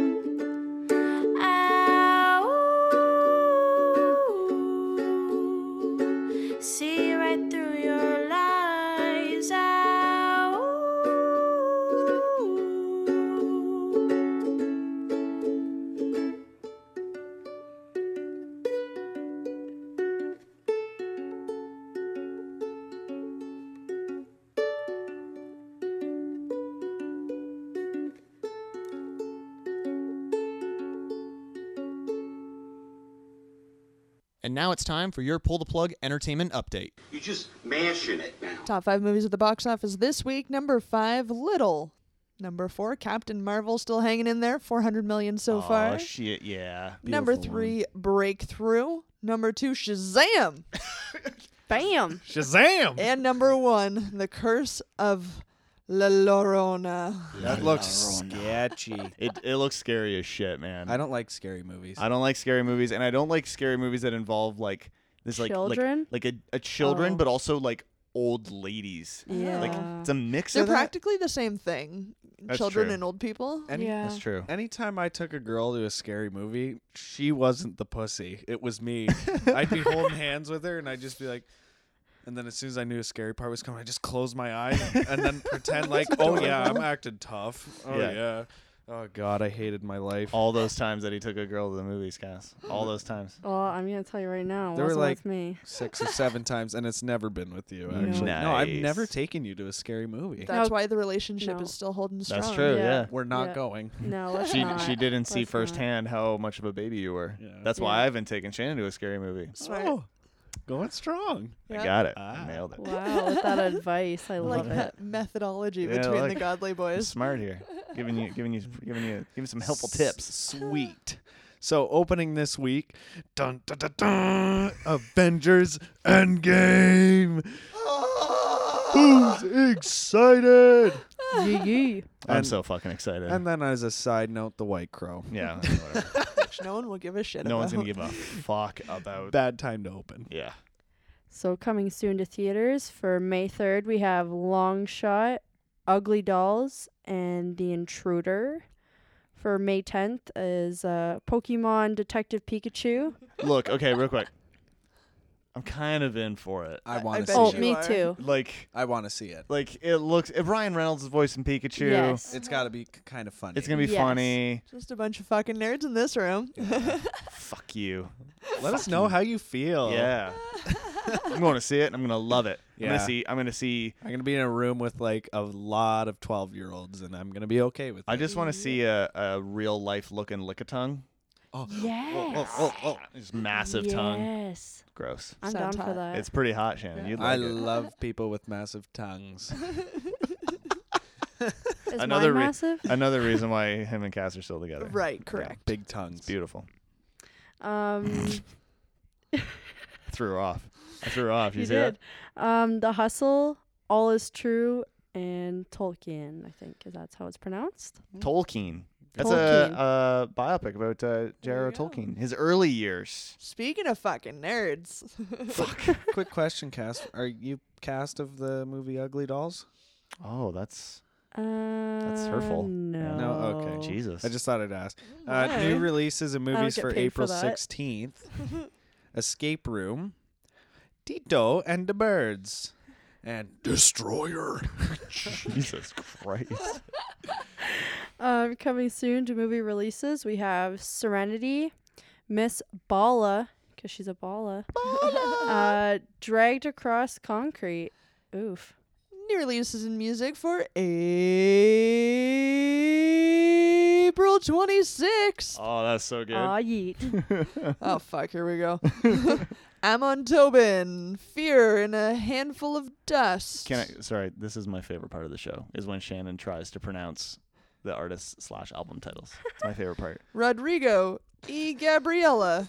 [SPEAKER 7] Ow. Ow. See right through your lies. Ow.
[SPEAKER 3] And now it's time for your pull the plug entertainment update.
[SPEAKER 9] You're just mashing it now.
[SPEAKER 2] Top five movies at the box office this week. Number five, Little. Number four, Captain Marvel, still hanging in there, 400 million so
[SPEAKER 3] Oh
[SPEAKER 2] far.
[SPEAKER 3] shit, yeah.
[SPEAKER 2] Number
[SPEAKER 4] Beautiful one.
[SPEAKER 2] three, Breakthrough. Number two, Shazam.
[SPEAKER 5] Bam.
[SPEAKER 3] Shazam!
[SPEAKER 2] and number one, The Curse of La Llorona.
[SPEAKER 4] That looks sketchy.
[SPEAKER 3] It it looks scary as shit, man.
[SPEAKER 4] I don't like scary movies.
[SPEAKER 3] I don't like scary movies, and I don't like scary movies that involve like this like
[SPEAKER 5] Children?
[SPEAKER 3] like, like a, a children,
[SPEAKER 5] Oh.
[SPEAKER 3] but also like old ladies.
[SPEAKER 2] Yeah.
[SPEAKER 3] Like
[SPEAKER 5] Yeah.
[SPEAKER 3] it's a mix
[SPEAKER 2] They're
[SPEAKER 3] of that.
[SPEAKER 2] practically the same thing
[SPEAKER 3] That's
[SPEAKER 2] children
[SPEAKER 3] true.
[SPEAKER 2] and old people.
[SPEAKER 4] Any-
[SPEAKER 5] yeah.
[SPEAKER 3] That's true.
[SPEAKER 4] Anytime I took a girl to a scary movie, she wasn't the pussy. It was me. I'd be holding hands with her and I'd just be like, and then as soon as I knew a scary part was coming, I just closed my eyes and then pretend like, oh yeah, I'm acting tough. Oh
[SPEAKER 3] Yeah.
[SPEAKER 4] yeah. Oh god, I hated my life.
[SPEAKER 3] All those times that he took a girl to the movies, Cass. All those times.
[SPEAKER 5] Well, I'm gonna tell you right now.
[SPEAKER 4] They
[SPEAKER 5] It
[SPEAKER 4] were
[SPEAKER 5] wasn't
[SPEAKER 4] like-
[SPEAKER 5] with me.
[SPEAKER 4] Six or seven times, and it's never been with you. Actually, no, I've
[SPEAKER 3] Nice.
[SPEAKER 4] never taken you to a scary movie.
[SPEAKER 2] That's
[SPEAKER 5] No.
[SPEAKER 2] why the relationship
[SPEAKER 5] No.
[SPEAKER 2] is still holding strong.
[SPEAKER 3] That's true.
[SPEAKER 5] Yeah.
[SPEAKER 3] Yeah.
[SPEAKER 4] We're not
[SPEAKER 5] Yeah.
[SPEAKER 4] going.
[SPEAKER 5] No, let's
[SPEAKER 3] She
[SPEAKER 5] not.
[SPEAKER 3] she didn't see
[SPEAKER 5] Let's not.
[SPEAKER 3] firsthand how much of a baby you were.
[SPEAKER 4] Yeah.
[SPEAKER 3] That's why I
[SPEAKER 5] Yeah.
[SPEAKER 3] haven't taken Shannon to a scary movie.
[SPEAKER 2] Smart.
[SPEAKER 4] Oh, going strong.
[SPEAKER 3] I
[SPEAKER 2] Yep.
[SPEAKER 3] got it.
[SPEAKER 4] Ah.
[SPEAKER 3] I nailed it.
[SPEAKER 5] Wow, with that advice, I
[SPEAKER 2] I like
[SPEAKER 5] love it.
[SPEAKER 2] that methodology
[SPEAKER 3] Yeah, I
[SPEAKER 2] between the
[SPEAKER 3] like-
[SPEAKER 2] Godly
[SPEAKER 3] I'm
[SPEAKER 2] boys.
[SPEAKER 3] smart here. Giving you giving you giving you giving some helpful tips.
[SPEAKER 4] S- Sweet. So opening this week, dun dun dun dun, Avengers Endgame. Who's excited?
[SPEAKER 5] Ah. Yee yee.
[SPEAKER 3] I'm
[SPEAKER 4] And-
[SPEAKER 3] so fucking excited.
[SPEAKER 4] And then as a side note, the White Crow.
[SPEAKER 3] yeah. whatever.
[SPEAKER 2] Which no one will give a shit
[SPEAKER 3] no
[SPEAKER 2] about.
[SPEAKER 3] one's gonna give a fuck about
[SPEAKER 4] Bad time to open.
[SPEAKER 3] Yeah.
[SPEAKER 5] So coming soon to theaters for May 3rd, we have Long Shot, Ugly Dolls, and The Intruder. For May 10th is uh, Pokemon Detective Pikachu.
[SPEAKER 3] Look, okay, real quick. I'm kind of in for it.
[SPEAKER 4] I
[SPEAKER 2] I-
[SPEAKER 4] want
[SPEAKER 2] I
[SPEAKER 4] to
[SPEAKER 2] bet
[SPEAKER 4] see
[SPEAKER 5] Oh,
[SPEAKER 4] it.
[SPEAKER 2] you
[SPEAKER 5] me
[SPEAKER 2] are.
[SPEAKER 5] too.
[SPEAKER 3] Like,
[SPEAKER 4] I want to see it.
[SPEAKER 3] like it looks. If Ryan Reynolds is voicing Pikachu,
[SPEAKER 5] Yes.
[SPEAKER 4] It's got to be kind of funny.
[SPEAKER 3] it's gonna be
[SPEAKER 5] Yes.
[SPEAKER 3] funny.
[SPEAKER 2] Just a bunch of fucking nerds in this room.
[SPEAKER 3] Fuck you.
[SPEAKER 4] Let us know how you feel.
[SPEAKER 3] Yeah. I'm going to see it. and I'm going to love it. I'm
[SPEAKER 4] Yeah.
[SPEAKER 3] gonna see. I'm gonna see.
[SPEAKER 4] I'm gonna be in a room with like a lot of 12 year olds, and I'm gonna be okay with.
[SPEAKER 3] I
[SPEAKER 4] it.
[SPEAKER 3] just want to see a, a real life looking lickitung.
[SPEAKER 5] Yes.
[SPEAKER 3] Oh, oh, oh, Just massive tongue.
[SPEAKER 5] Yes.
[SPEAKER 3] Gross.
[SPEAKER 5] I'm
[SPEAKER 2] Sounds
[SPEAKER 5] down for
[SPEAKER 2] hot.
[SPEAKER 5] that.
[SPEAKER 3] It's pretty hot, Shannon. You'd
[SPEAKER 4] I
[SPEAKER 3] like it.
[SPEAKER 4] love people with massive tongues.
[SPEAKER 5] Is mine
[SPEAKER 3] another re-
[SPEAKER 5] massive?
[SPEAKER 3] Another reason why him and Cass are still together.
[SPEAKER 2] right, correct.
[SPEAKER 4] Big tongues.
[SPEAKER 3] Beautiful.
[SPEAKER 5] Um,
[SPEAKER 3] Threw her off. I threw her off. You,
[SPEAKER 5] you
[SPEAKER 3] see that?
[SPEAKER 5] did. Um, The Hustle, All Is True, and Tolkien, I think, because that's how it's pronounced.
[SPEAKER 3] Tolkien. That's
[SPEAKER 5] Tolkien.
[SPEAKER 3] a uh, biopic about uh, J.R.R.
[SPEAKER 2] you go.
[SPEAKER 3] Tolkien, his early years.
[SPEAKER 2] Speaking of fucking nerds,
[SPEAKER 4] Quick question, cast. Are you cast of the movie Ugly Dolls?
[SPEAKER 3] Oh, that's
[SPEAKER 5] Uh, That's
[SPEAKER 3] hurtful.
[SPEAKER 5] Uh, No.
[SPEAKER 4] No? Okay.
[SPEAKER 3] Jesus.
[SPEAKER 4] I just thought I'd ask. Uh,
[SPEAKER 2] Why?
[SPEAKER 4] new releases and movies
[SPEAKER 5] get
[SPEAKER 4] for
[SPEAKER 5] paid for
[SPEAKER 4] April
[SPEAKER 5] that.
[SPEAKER 4] 16th Escape Room, Tito and the Birds, and Destroyer.
[SPEAKER 3] Jesus Christ.
[SPEAKER 5] Um, coming soon to movie releases, we have Serenity, Miss Bala, because she's a Bala, uh, Dragged Across Concrete. Oof.
[SPEAKER 2] new releases in music for April 26th.
[SPEAKER 3] Oh, that's so good.
[SPEAKER 5] Aw, yeet.
[SPEAKER 2] Oh fuck, here we go. Amon Tobin, Fear in a Handful of Dust.
[SPEAKER 3] Can I? Sorry, this is my favorite part of the show is when Shannon tries to pronounce the artist slash album titles. It's my favorite part.
[SPEAKER 2] Rodrigo, E. Gabriella,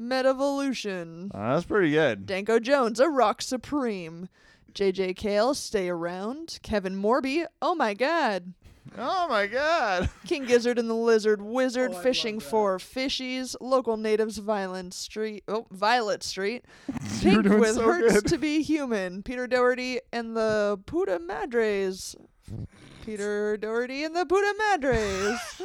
[SPEAKER 2] Metavolution,
[SPEAKER 3] Uh, that's pretty good.
[SPEAKER 2] Danko Jones, A Rock Supreme, JJ Cale, Stay Around, Kevin Morby, Oh My God,
[SPEAKER 3] Oh my God.
[SPEAKER 2] King Gizzard and the Lizard Wizard, Fishing for Fishies, Local Natives, Violent Street, oh, Violet Street,
[SPEAKER 3] You're
[SPEAKER 2] Pink
[SPEAKER 3] doing
[SPEAKER 2] with
[SPEAKER 3] so
[SPEAKER 2] Hurts
[SPEAKER 3] good.
[SPEAKER 2] to Be Human, Peter Doherty and the Puta Madres. Peter Doherty and the Puta Madres.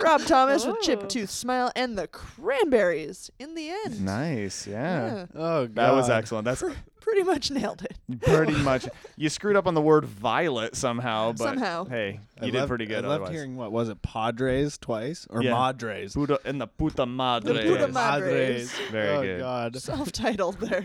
[SPEAKER 2] Rob Thomas with
[SPEAKER 5] Oh.
[SPEAKER 2] Chip Tooth Smile and the Cranberries in the end.
[SPEAKER 3] Nice. Yeah.
[SPEAKER 2] Yeah,
[SPEAKER 4] Oh, God.
[SPEAKER 3] That was excellent. That's
[SPEAKER 2] pretty much nailed it.
[SPEAKER 3] pretty much. You screwed up on the word violet somehow, but
[SPEAKER 2] Somehow.
[SPEAKER 3] hey,
[SPEAKER 4] I
[SPEAKER 3] you did
[SPEAKER 4] loved-
[SPEAKER 3] pretty good.
[SPEAKER 4] I loved
[SPEAKER 3] otherwise.
[SPEAKER 4] hearing what was it, Padres twice or
[SPEAKER 3] Yeah.
[SPEAKER 4] Madres?
[SPEAKER 3] Puta and the puta madre.
[SPEAKER 2] The Puta Madres.
[SPEAKER 3] Very
[SPEAKER 4] oh,
[SPEAKER 3] good.
[SPEAKER 4] God.
[SPEAKER 2] Self titled there.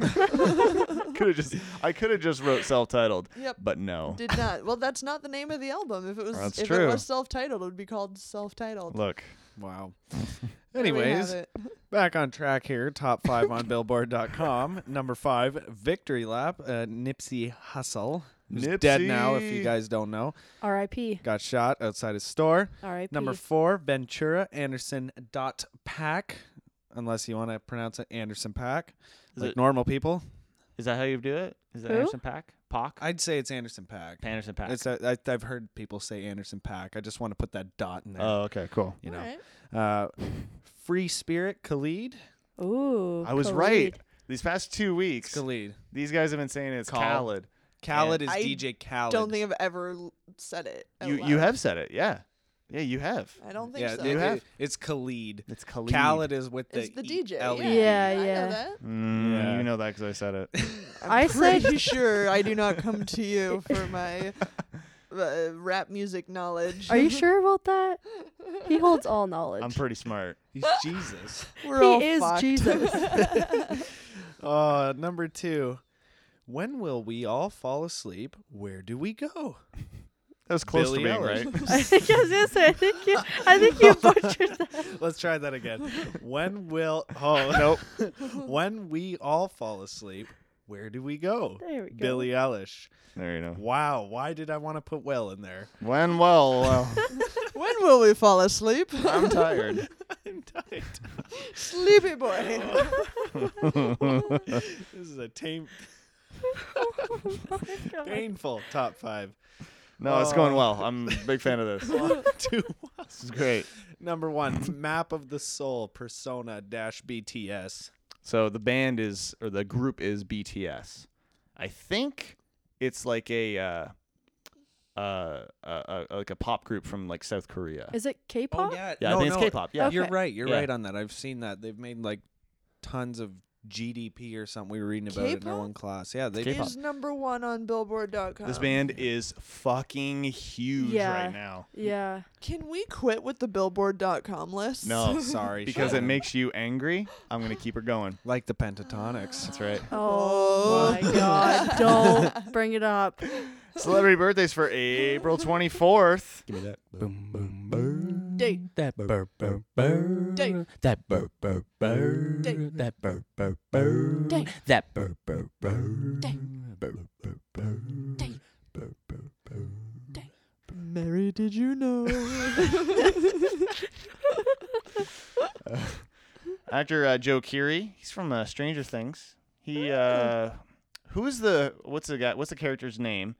[SPEAKER 3] could have just I could have just wrote self-titled,
[SPEAKER 2] Yep.
[SPEAKER 3] but no.
[SPEAKER 2] Did not. Well, that's not the name of the album. If it was
[SPEAKER 3] That's
[SPEAKER 2] if
[SPEAKER 3] true.
[SPEAKER 2] it was self titled, it would be called self titled.
[SPEAKER 3] Look,
[SPEAKER 4] Wow.
[SPEAKER 2] There we have
[SPEAKER 4] Anyways,
[SPEAKER 2] it.
[SPEAKER 4] back on track here. Top five on Billboard.com. Number five, Victory Lap. Uh, Nipsey Hussle. Who's dead now, if you
[SPEAKER 3] Nipsey.
[SPEAKER 4] guys don't know.
[SPEAKER 5] R.I.P.
[SPEAKER 4] Got shot outside his store.
[SPEAKER 5] R.I.P.
[SPEAKER 4] Number four, Ventura Anderson dot Pack. Unless you want to pronounce it Anderson Pack,
[SPEAKER 3] Is
[SPEAKER 4] like
[SPEAKER 3] it-
[SPEAKER 4] normal people.
[SPEAKER 3] is that how you do it? Is it
[SPEAKER 5] Who?
[SPEAKER 3] Anderson Pack? Pock?
[SPEAKER 4] I'd say it's Anderson Pack.
[SPEAKER 3] Anderson Pack.
[SPEAKER 4] It's a, I, I've heard people say Anderson Pack. I just want to put that dot in there.
[SPEAKER 3] oh, okay, cool.
[SPEAKER 4] you know, uh, Free Spirit Khalid.
[SPEAKER 5] Ooh.
[SPEAKER 3] I was
[SPEAKER 5] Khalid.
[SPEAKER 3] right. These past two weeks,
[SPEAKER 4] Khalid.
[SPEAKER 3] these guys have been saying it's
[SPEAKER 4] Call.
[SPEAKER 3] Khaled.
[SPEAKER 4] Khalid
[SPEAKER 3] And-
[SPEAKER 4] is
[SPEAKER 2] I
[SPEAKER 4] DJ Khalid.
[SPEAKER 2] Don't think I've ever l- said it. out
[SPEAKER 3] You
[SPEAKER 2] loud.
[SPEAKER 3] you have said it, yeah, yeah, you have.
[SPEAKER 2] Oh, I don't think
[SPEAKER 4] yeah,
[SPEAKER 2] so.
[SPEAKER 4] it-
[SPEAKER 3] You
[SPEAKER 4] it-
[SPEAKER 3] have?
[SPEAKER 4] it's Khalid.
[SPEAKER 3] It's Khalid.
[SPEAKER 4] Khalid is with the,
[SPEAKER 2] It's the
[SPEAKER 4] E-
[SPEAKER 2] DJ.
[SPEAKER 4] L-E-D.
[SPEAKER 5] Yeah,
[SPEAKER 2] I
[SPEAKER 5] yeah.
[SPEAKER 2] know that.
[SPEAKER 3] Mm,
[SPEAKER 4] Yeah.
[SPEAKER 3] You know that because I said it.
[SPEAKER 2] I'm
[SPEAKER 5] I said-
[SPEAKER 2] pretty sure I do not come to you for my uh, rap music knowledge.
[SPEAKER 5] Are you sure about that? He holds all knowledge.
[SPEAKER 3] I'm pretty smart.
[SPEAKER 4] He's Jesus.
[SPEAKER 2] We're
[SPEAKER 5] he
[SPEAKER 2] all
[SPEAKER 5] is
[SPEAKER 2] fucked.
[SPEAKER 5] Jesus.
[SPEAKER 4] Uh, number two. When will we all fall asleep? Where do we go?
[SPEAKER 3] That was close
[SPEAKER 4] Billy
[SPEAKER 3] to being
[SPEAKER 4] Ellis.
[SPEAKER 3] right.
[SPEAKER 5] I think I was gonna
[SPEAKER 7] é,
[SPEAKER 5] say. I think you. I think you butchered that.
[SPEAKER 4] Let's try that again. When will oh nope. when we all fall asleep, where do we go?
[SPEAKER 5] There we go.
[SPEAKER 4] Billie Eilish.
[SPEAKER 3] There you know.
[SPEAKER 4] Wow, why did I want to put well in there?
[SPEAKER 3] When well, well
[SPEAKER 2] When will we fall asleep?
[SPEAKER 3] I'm tired.
[SPEAKER 4] I'm tired.
[SPEAKER 2] Sleepy boy.
[SPEAKER 4] This is a tame,
[SPEAKER 5] Oh my God.
[SPEAKER 4] painful top five. Uh,
[SPEAKER 3] No, it's going well. I'm a big fan of this.
[SPEAKER 4] One, two, one.
[SPEAKER 3] This is great.
[SPEAKER 4] Number one, Map of the Soul, Persona dash BTS.
[SPEAKER 3] So the band is or the group is BTS. I think it's like a uh, uh, uh, uh like a pop group from like South Korea.
[SPEAKER 5] Is it K-pop?
[SPEAKER 4] Oh yeah,
[SPEAKER 3] yeah,
[SPEAKER 4] no,
[SPEAKER 3] I think it's
[SPEAKER 4] no,
[SPEAKER 3] K-pop. Yeah,
[SPEAKER 5] Okay.
[SPEAKER 4] You're right. You're
[SPEAKER 3] Yeah.
[SPEAKER 4] right on that. I've seen that. They've made like tons of GDP or something. We were reading about it in our
[SPEAKER 2] K-pop?
[SPEAKER 4] one class. Yeah, they
[SPEAKER 3] K-pop.
[SPEAKER 2] Is number one on Billboard.com.
[SPEAKER 3] this band is fucking huge
[SPEAKER 5] Yeah.
[SPEAKER 3] right now.
[SPEAKER 5] Yeah.
[SPEAKER 2] Can we quit with the Billboard.com list?
[SPEAKER 3] No,
[SPEAKER 4] sorry
[SPEAKER 3] because it
[SPEAKER 4] Shannon.
[SPEAKER 3] makes you angry. I'm gonna keep her going.
[SPEAKER 4] like the pentatonics.
[SPEAKER 3] That's right.
[SPEAKER 5] Oh, my god. Don't bring it up.
[SPEAKER 3] Celebrity birthdays for April 24th.
[SPEAKER 10] Give me that boom boom bird. That bird bird bird.
[SPEAKER 2] Date.
[SPEAKER 10] That bird bird bird.
[SPEAKER 2] Date.
[SPEAKER 10] That bird bird bird.
[SPEAKER 2] Date.
[SPEAKER 10] That bird bird bird.
[SPEAKER 2] Date.
[SPEAKER 10] Bird bird bird.
[SPEAKER 2] Date.
[SPEAKER 10] Bird bird bird.
[SPEAKER 2] Mary, did you know?
[SPEAKER 3] Actor uh, Joe Keery. He's from uh, Stranger Things. He uh, who's the what's the guy? What's the character's name?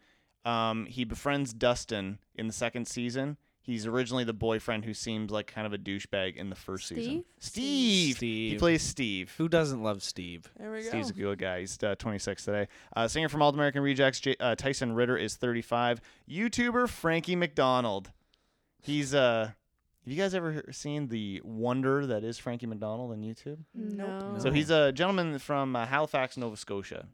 [SPEAKER 3] Um, he befriends Dustin in the second season. He's originally the boyfriend who seems like kind of a douchebag in the first season. Steve. He
[SPEAKER 4] Steve.
[SPEAKER 3] plays Steve.
[SPEAKER 4] Who doesn't love Steve?
[SPEAKER 2] there we go.
[SPEAKER 3] Steve's a good guy. He's uh, 26 today. Uh, singer from All American Rejects, J- uh, Tyson Ritter is 35. YouTuber Frankie McDonald. He's uh, have you guys ever seen the wonder that is Frankie McDonald on YouTube?
[SPEAKER 5] No.
[SPEAKER 3] So
[SPEAKER 4] No.
[SPEAKER 3] he's a gentleman from uh, Halifax, Nova Scotia,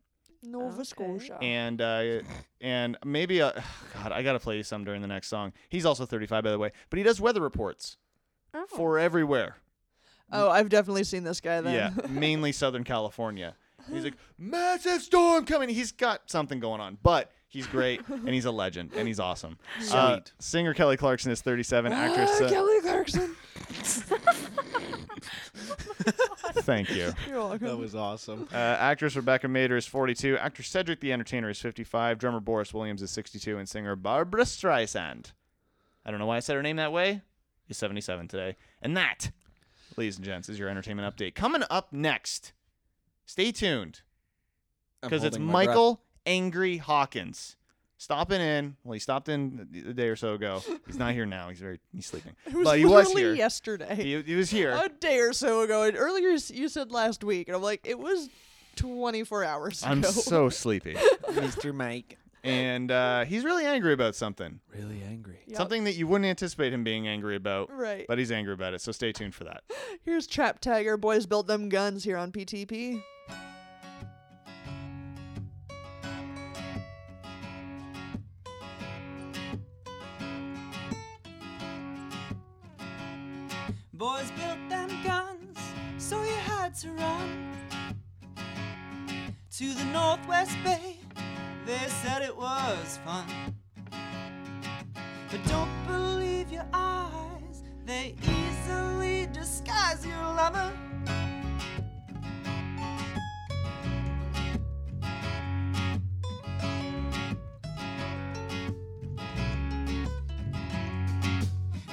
[SPEAKER 2] Nova
[SPEAKER 5] Okay.
[SPEAKER 2] Scotia.
[SPEAKER 3] and uh, and maybe uh, God, I gotta play you some during the next song. He's also 35, by the way, but he does weather reports
[SPEAKER 5] Oh.
[SPEAKER 3] for everywhere.
[SPEAKER 2] oh, I've definitely seen this guy then.
[SPEAKER 3] Yeah, mainly Southern California. He's like massive storm coming. He's got something going on, but he's great and he's a legend and he's awesome. Uh,
[SPEAKER 4] Sweet.
[SPEAKER 3] singer Kelly Clarkson is 37. Actress.
[SPEAKER 2] Ah,
[SPEAKER 3] uh,
[SPEAKER 2] Kelly Clarkson.
[SPEAKER 3] thank you.
[SPEAKER 2] You're welcome.
[SPEAKER 4] was awesome.
[SPEAKER 3] Uh, actress Rebecca Mader is 42. Actor Cedric the Entertainer is 55. Drummer Boris Williams is 62. And singer Barbara Streisand. I don't know why I said her name that way. Is 77 today. And that, ladies and gents, is your entertainment update. Coming up next, stay tuned because it's Michael Angry Hawkins. Stopping in. Well, he stopped in a day or so ago. He's not here now. He's very he's sleeping.
[SPEAKER 2] it was
[SPEAKER 3] but he was
[SPEAKER 2] literally
[SPEAKER 3] here.
[SPEAKER 2] yesterday.
[SPEAKER 3] He, he was here.
[SPEAKER 2] A day or so ago. And earlier s- you said last week, and I'm like, it was 24 hours
[SPEAKER 3] I'm
[SPEAKER 2] ago.
[SPEAKER 3] so sleepy.
[SPEAKER 4] Mr. Mike.
[SPEAKER 3] And uh, he's really angry about something.
[SPEAKER 4] Really angry.
[SPEAKER 2] Yep.
[SPEAKER 3] Something that you wouldn't anticipate him being angry about,
[SPEAKER 2] Right.
[SPEAKER 3] but he's angry about it. So stay tuned for that.
[SPEAKER 2] Here's Trap Tiger. Boys build them guns here on PTP.
[SPEAKER 10] Boys built them guns, so you had to run to the Northwest Bay. They said it was fun, but don't believe your eyes. They easily disguise your lover.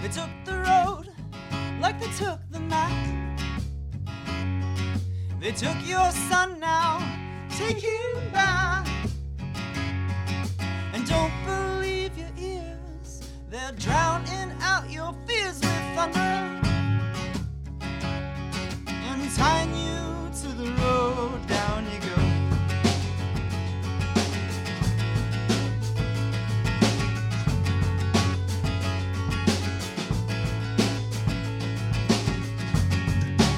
[SPEAKER 10] They took the road like they took the night. They took your son now, take him back. And don't believe your ears, they're drowning out your fears with thunder. And tying you to the road, down you go.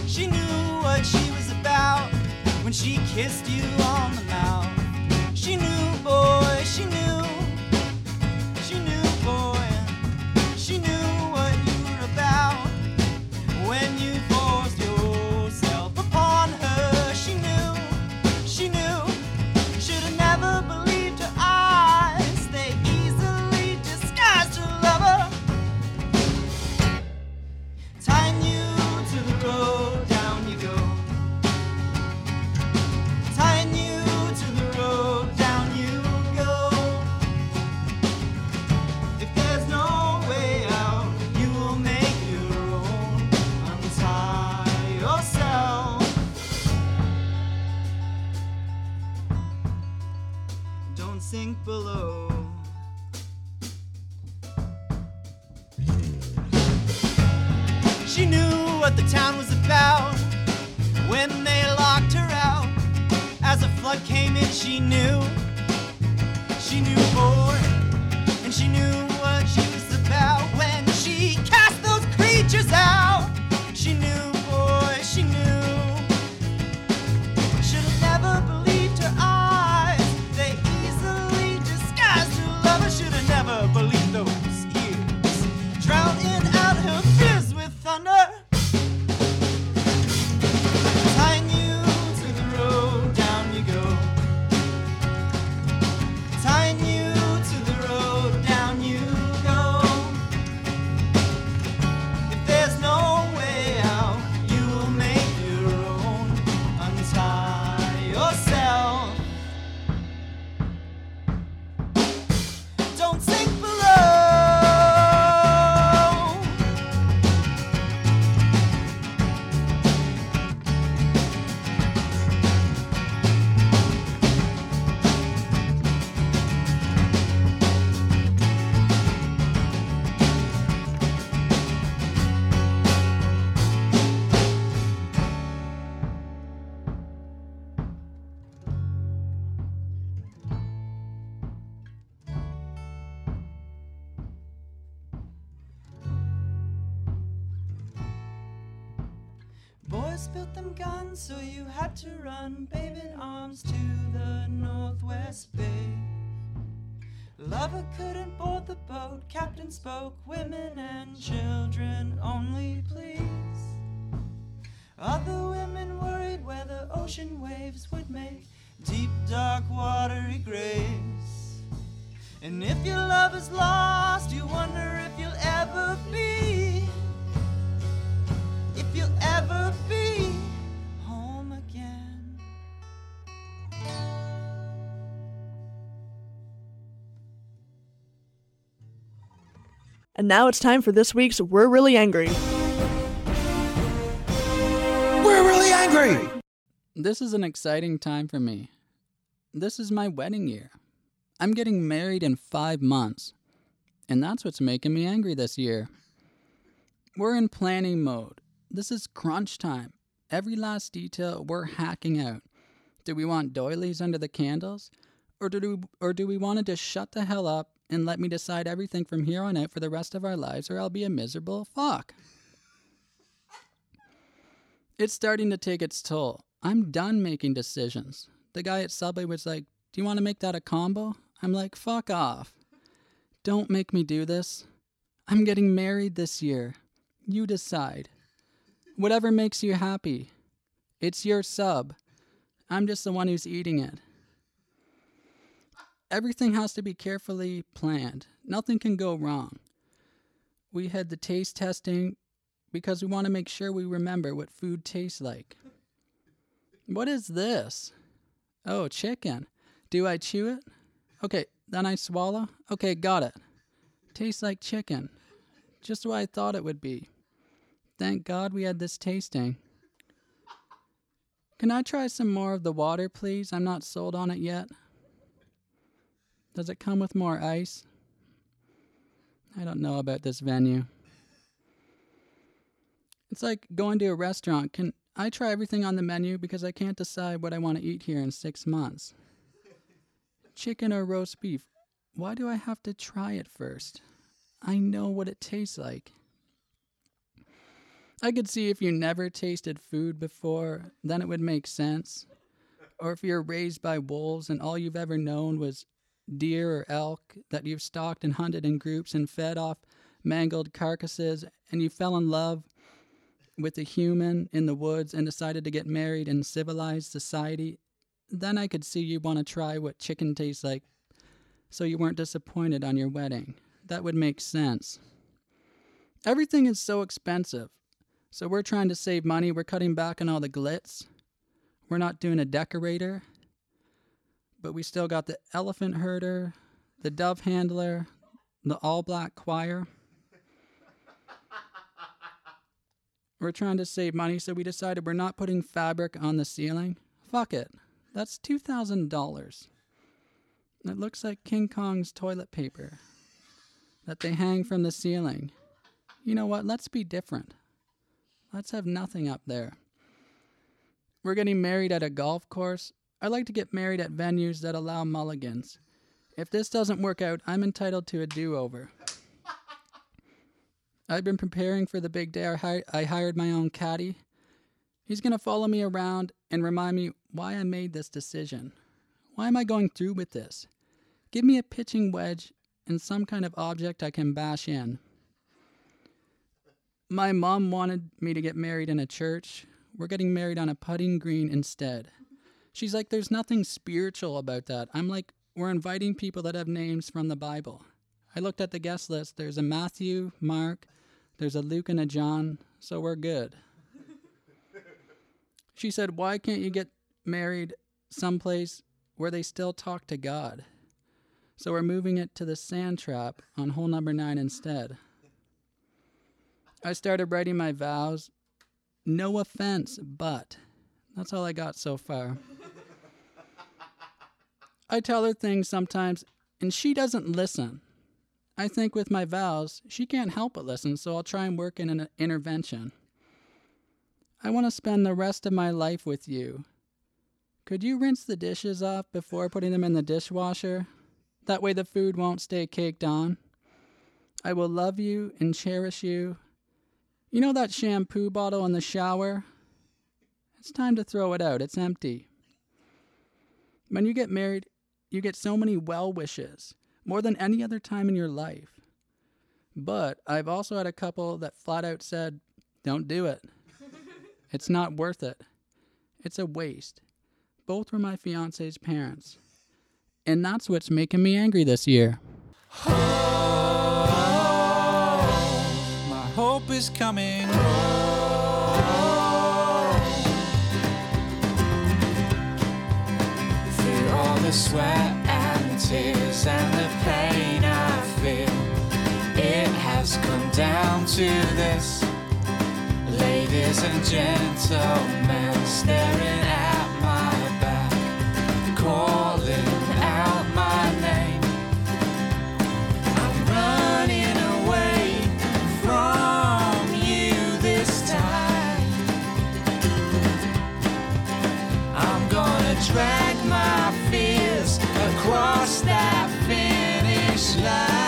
[SPEAKER 10] She knew what she was about when she kissed you on the mouth. She knew, boy, she knew. She knew, boy. She knew what you were about when you forced yourself upon her. She knew, she knew. Should have never believed her eyes. They easily disguised her lover tying you to the road, down you go. Tying you to the road, down you go. If there's no way out, you will make your own. Untie yourself. Don't sink below. She knew what the town was about when they locked her out. As a flood came in, she knew. She knew boy, and she knew what she was about when she cast those creatures out. She knew, boy, she knew. Should have never believed her eyes. They easily disguised her love. I should have never believed those ears. Drowning out her fears with thunder. Tying you to the road, down you go. Tying you to the road, down you go. If there's no way out, you will make your own. Untie yourself. Don't sink below. Boys built them guns, so you had to run, babe in arms to the Northwest Bay. Lover couldn't board the boat, captain spoke, women and children only, please. Other women worried whether ocean waves would make deep, dark, watery graves. And if your love is lost, you wonder if you'll ever be if you'll ever be home again.
[SPEAKER 2] And now it's time for this week's We're Really Angry.
[SPEAKER 1] This is an exciting time for me. This is my wedding year. I'm getting married in five months, and that's what's making me angry this year. We're in planning mode. This is crunch time. Every last detail we're hacking out. Do we want doilies under the candles? Or do, we, or do we want to just shut the hell up and let me decide everything from here on out for the rest of our lives, or I'll be a miserable fuck? It's starting to take its toll. I'm done making decisions. The guy at Subway was like, Do you want to make that a combo? I'm like, Fuck off. Don't make me do this. I'm getting married this year. You decide. Whatever makes you happy. It's your sub. I'm just the one who's eating it. Everything has to be carefully planned. Nothing can go wrong. We had the taste testing because we want to make sure we remember what food tastes like. What is this? Oh, chicken. Do I chew it? Okay, then I swallow? Okay, got it. Tastes like chicken. Just what I thought it would be. Thank God we had this tasting. Can I try some more of the water, please? I'm not sold on it yet. Does it come with more ice? I don't know about this venue. It's like going to a restaurant. Can I try everything on the menu because I can't decide what I want to eat here in six months? Chicken or roast beef? Why do I have to try it first? I know what it tastes like. I could see if you never tasted food before, then it would make sense. Or if you're raised by wolves and all you've ever known was deer or elk that you've stalked and hunted in groups and fed off mangled carcasses, and you fell in love with a human in the woods and decided to get married in civilized society, then I could see you want to try what chicken tastes like so you weren't disappointed on your wedding. That would make sense. Everything is so expensive. So we're trying to save money. We're cutting back on all the glitz. We're not doing a decorator. But we still got the elephant herder, the dove handler, the all black choir. We're trying to save money, so we decided we're not putting fabric on the ceiling. Fuck it. That's $2,000. It looks like King Kong's toilet paper that they hang from the ceiling. You know what? Let's be different. Let's have nothing up there. We're getting married at a golf course. I like to get married at venues that allow mulligans. If this doesn't work out, I'm entitled to a do over. I've been preparing for the big day. I, hi- I hired my own caddy. He's going to follow me around and remind me why I made this decision. Why am I going through with this? Give me a pitching wedge and some kind of object I can bash in. My mom wanted me to get married in a church. We're getting married on a putting green instead. She's like, there's nothing spiritual about that. I'm like, we're inviting people that have names from the Bible. I looked at the guest list. There's a Matthew, Mark, there's a Luke, and a John, so we're good. She said, Why can't you get married someplace where they still talk to God? So we're moving it to the sand trap on hole number nine instead. I started writing my vows. No offense, but that's all I got so far. I tell her things sometimes, and she doesn't listen. I think with my vows, she can't help but listen, so I'll try and work in an intervention. I want to spend the rest of my life with you. Could you rinse the dishes off before putting them in the dishwasher? That way the food won't stay caked on. I will love you and cherish you. You know that shampoo bottle in the shower? It's time to throw it out. It's empty. When you get married, you get so many well wishes, more than any other time in your life. But I've also had a couple that flat out said, Don't do it. it's not worth it. It's a waste. Both were my fiance's parents. And that's what's making me angry this year.
[SPEAKER 9] My hope is coming. Through all the sweat and the tears and the pain I feel, it has come down to this. Ladies and gentlemen, staring at my back, calling out my name. I'm running away from you this time. I'm gonna drag my fears across that finish line.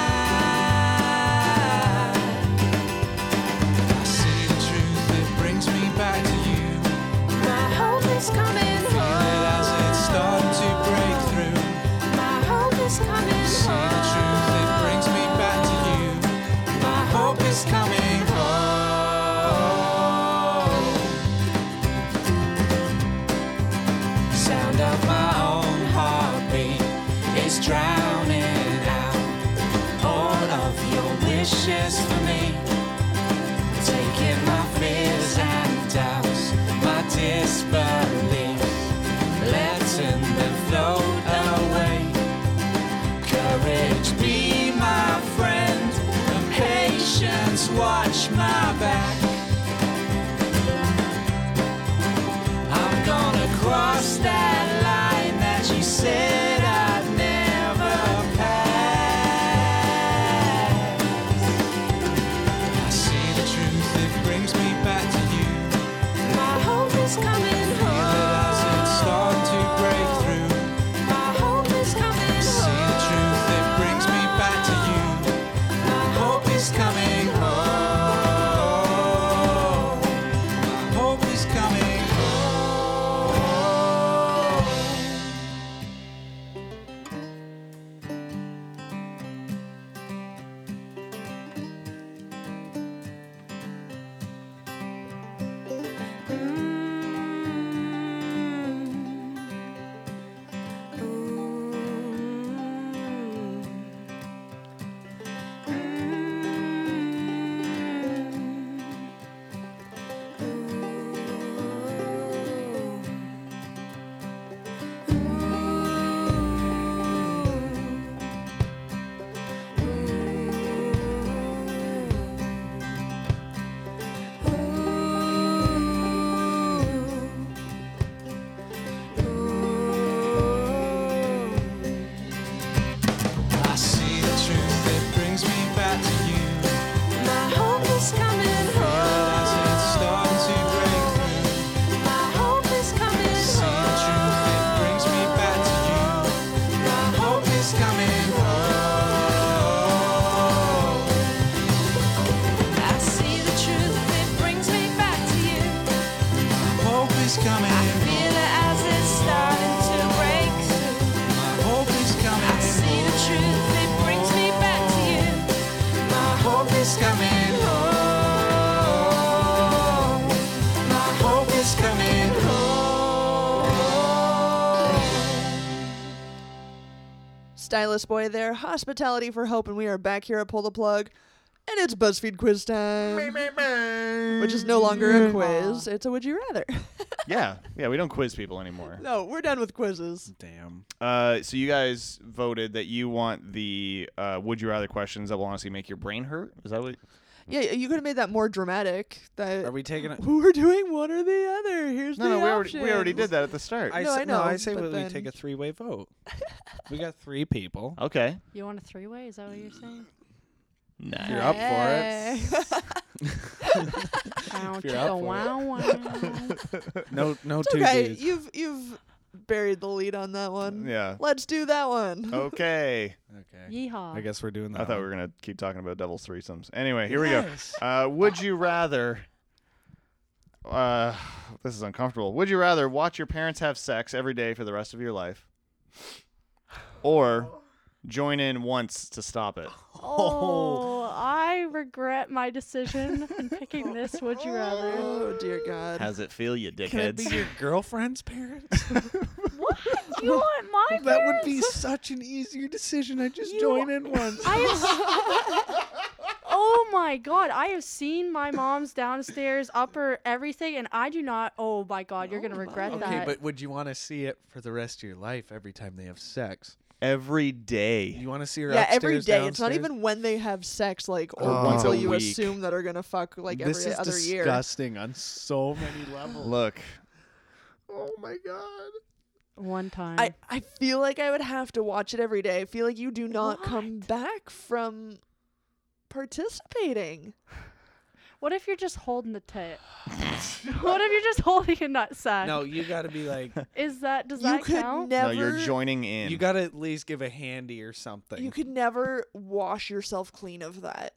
[SPEAKER 9] I see the truth that brings me back to you.
[SPEAKER 11] My hope is coming
[SPEAKER 9] Feel it as it's starting to break through.
[SPEAKER 11] My hope is coming
[SPEAKER 9] See the truth that brings me back to you. My hope is coming home. Sound of my own heartbeat is drowning out all of your wishes for me. Taking my fears and doubts, my disbelief, letting them float away. Courage be my friend, and patience watch my back. I'm gonna cross that line that you said I'd never pass. I see the truth that brings me back to you.
[SPEAKER 11] My hope is coming
[SPEAKER 9] Feel it as it's starting to break through.
[SPEAKER 11] My hope is coming
[SPEAKER 9] See the truth that brings me back to you. My hope is coming home.
[SPEAKER 10] hope is coming
[SPEAKER 5] Oh.
[SPEAKER 10] home. My hope is coming
[SPEAKER 5] Oh.
[SPEAKER 10] home.
[SPEAKER 2] Stylist Boy there, Hospitality for Hope, and we are back here at Pull the Plug, and it's BuzzFeed quiz time. Which is no longer a quiz, it's a would you rather.
[SPEAKER 3] Yeah, yeah, we don't quiz people anymore.
[SPEAKER 2] no, we're done with quizzes.
[SPEAKER 4] Damn.
[SPEAKER 3] Uh, so you guys voted that you want the uh, would you rather questions that will honestly make your brain hurt. Is that what?
[SPEAKER 2] Yeah, you could have made that more dramatic. That
[SPEAKER 4] Are we taking? A,
[SPEAKER 2] we're doing one or the other. Here's
[SPEAKER 3] No,
[SPEAKER 2] the
[SPEAKER 3] no, we already
[SPEAKER 2] options.
[SPEAKER 3] we already did that at the start.
[SPEAKER 4] I
[SPEAKER 2] No,
[SPEAKER 4] say,
[SPEAKER 2] I
[SPEAKER 4] no, I
[SPEAKER 2] know,
[SPEAKER 4] say
[SPEAKER 2] but
[SPEAKER 4] we, we
[SPEAKER 2] then-
[SPEAKER 4] take a three-way vote. we got three people.
[SPEAKER 3] okay.
[SPEAKER 5] You want a three way? Is that what you're saying?
[SPEAKER 3] Nice.
[SPEAKER 4] You're up for it.
[SPEAKER 2] it.
[SPEAKER 5] Ouch,
[SPEAKER 4] you're up
[SPEAKER 5] the
[SPEAKER 4] for it.
[SPEAKER 5] wow wow.
[SPEAKER 4] No, no
[SPEAKER 2] it's
[SPEAKER 4] two
[SPEAKER 2] okay.
[SPEAKER 4] dudes.
[SPEAKER 2] You've you've buried the lead on that one.
[SPEAKER 3] Yeah.
[SPEAKER 2] Let's do that one.
[SPEAKER 3] Okay.
[SPEAKER 4] Okay.
[SPEAKER 5] Yeehaw.
[SPEAKER 4] I guess we're doing that.
[SPEAKER 3] I thought we were
[SPEAKER 4] one.
[SPEAKER 3] gonna keep talking about devil's threesomes. Anyway, here we go. Uh, would you rather? Uh, this is uncomfortable. Would you rather watch your parents have sex every day for the rest of your life, or join in once to stop it?
[SPEAKER 5] Oh, I regret my decision in picking this. Would you rather?
[SPEAKER 2] Oh dear God.
[SPEAKER 3] How's it feel, you
[SPEAKER 4] Can it be your girlfriend's parents?
[SPEAKER 5] What? You want my
[SPEAKER 4] that would be
[SPEAKER 5] parents?
[SPEAKER 4] such an easier decision. I just
[SPEAKER 5] You-
[SPEAKER 4] join in once.
[SPEAKER 5] I have. oh my god! I have seen my mom's downstairs, upper, everything, and I do not. Oh my god! You're gonna regret
[SPEAKER 2] Okay,
[SPEAKER 5] that.
[SPEAKER 4] okay, but would you want to see it for the rest of your life? Every time they have sex,
[SPEAKER 3] every day?
[SPEAKER 4] you want to see her
[SPEAKER 2] yeah,
[SPEAKER 4] upstairs,
[SPEAKER 2] every day. It's not
[SPEAKER 4] downstairs?
[SPEAKER 2] even when they have sex, like or
[SPEAKER 4] Oh.
[SPEAKER 2] people
[SPEAKER 4] Once a
[SPEAKER 2] you
[SPEAKER 3] week.
[SPEAKER 2] assume that are gonna fuck like
[SPEAKER 4] this
[SPEAKER 2] every
[SPEAKER 4] is
[SPEAKER 2] other year.
[SPEAKER 4] disgusting on so many levels.
[SPEAKER 3] Look,
[SPEAKER 4] oh my god.
[SPEAKER 5] One time.
[SPEAKER 2] I, I feel like I would have to watch it every day. I feel like you do not come
[SPEAKER 5] What?
[SPEAKER 2] back from participating.
[SPEAKER 5] what if you're just holding the tit? what if you're just holding a nut sack?
[SPEAKER 4] No, you got to be like,
[SPEAKER 5] Is that does
[SPEAKER 2] you
[SPEAKER 5] that
[SPEAKER 2] could
[SPEAKER 5] count?
[SPEAKER 2] never
[SPEAKER 3] no, you're joining in.
[SPEAKER 4] you got to at least give a handy or something.
[SPEAKER 2] you could never wash yourself clean of that.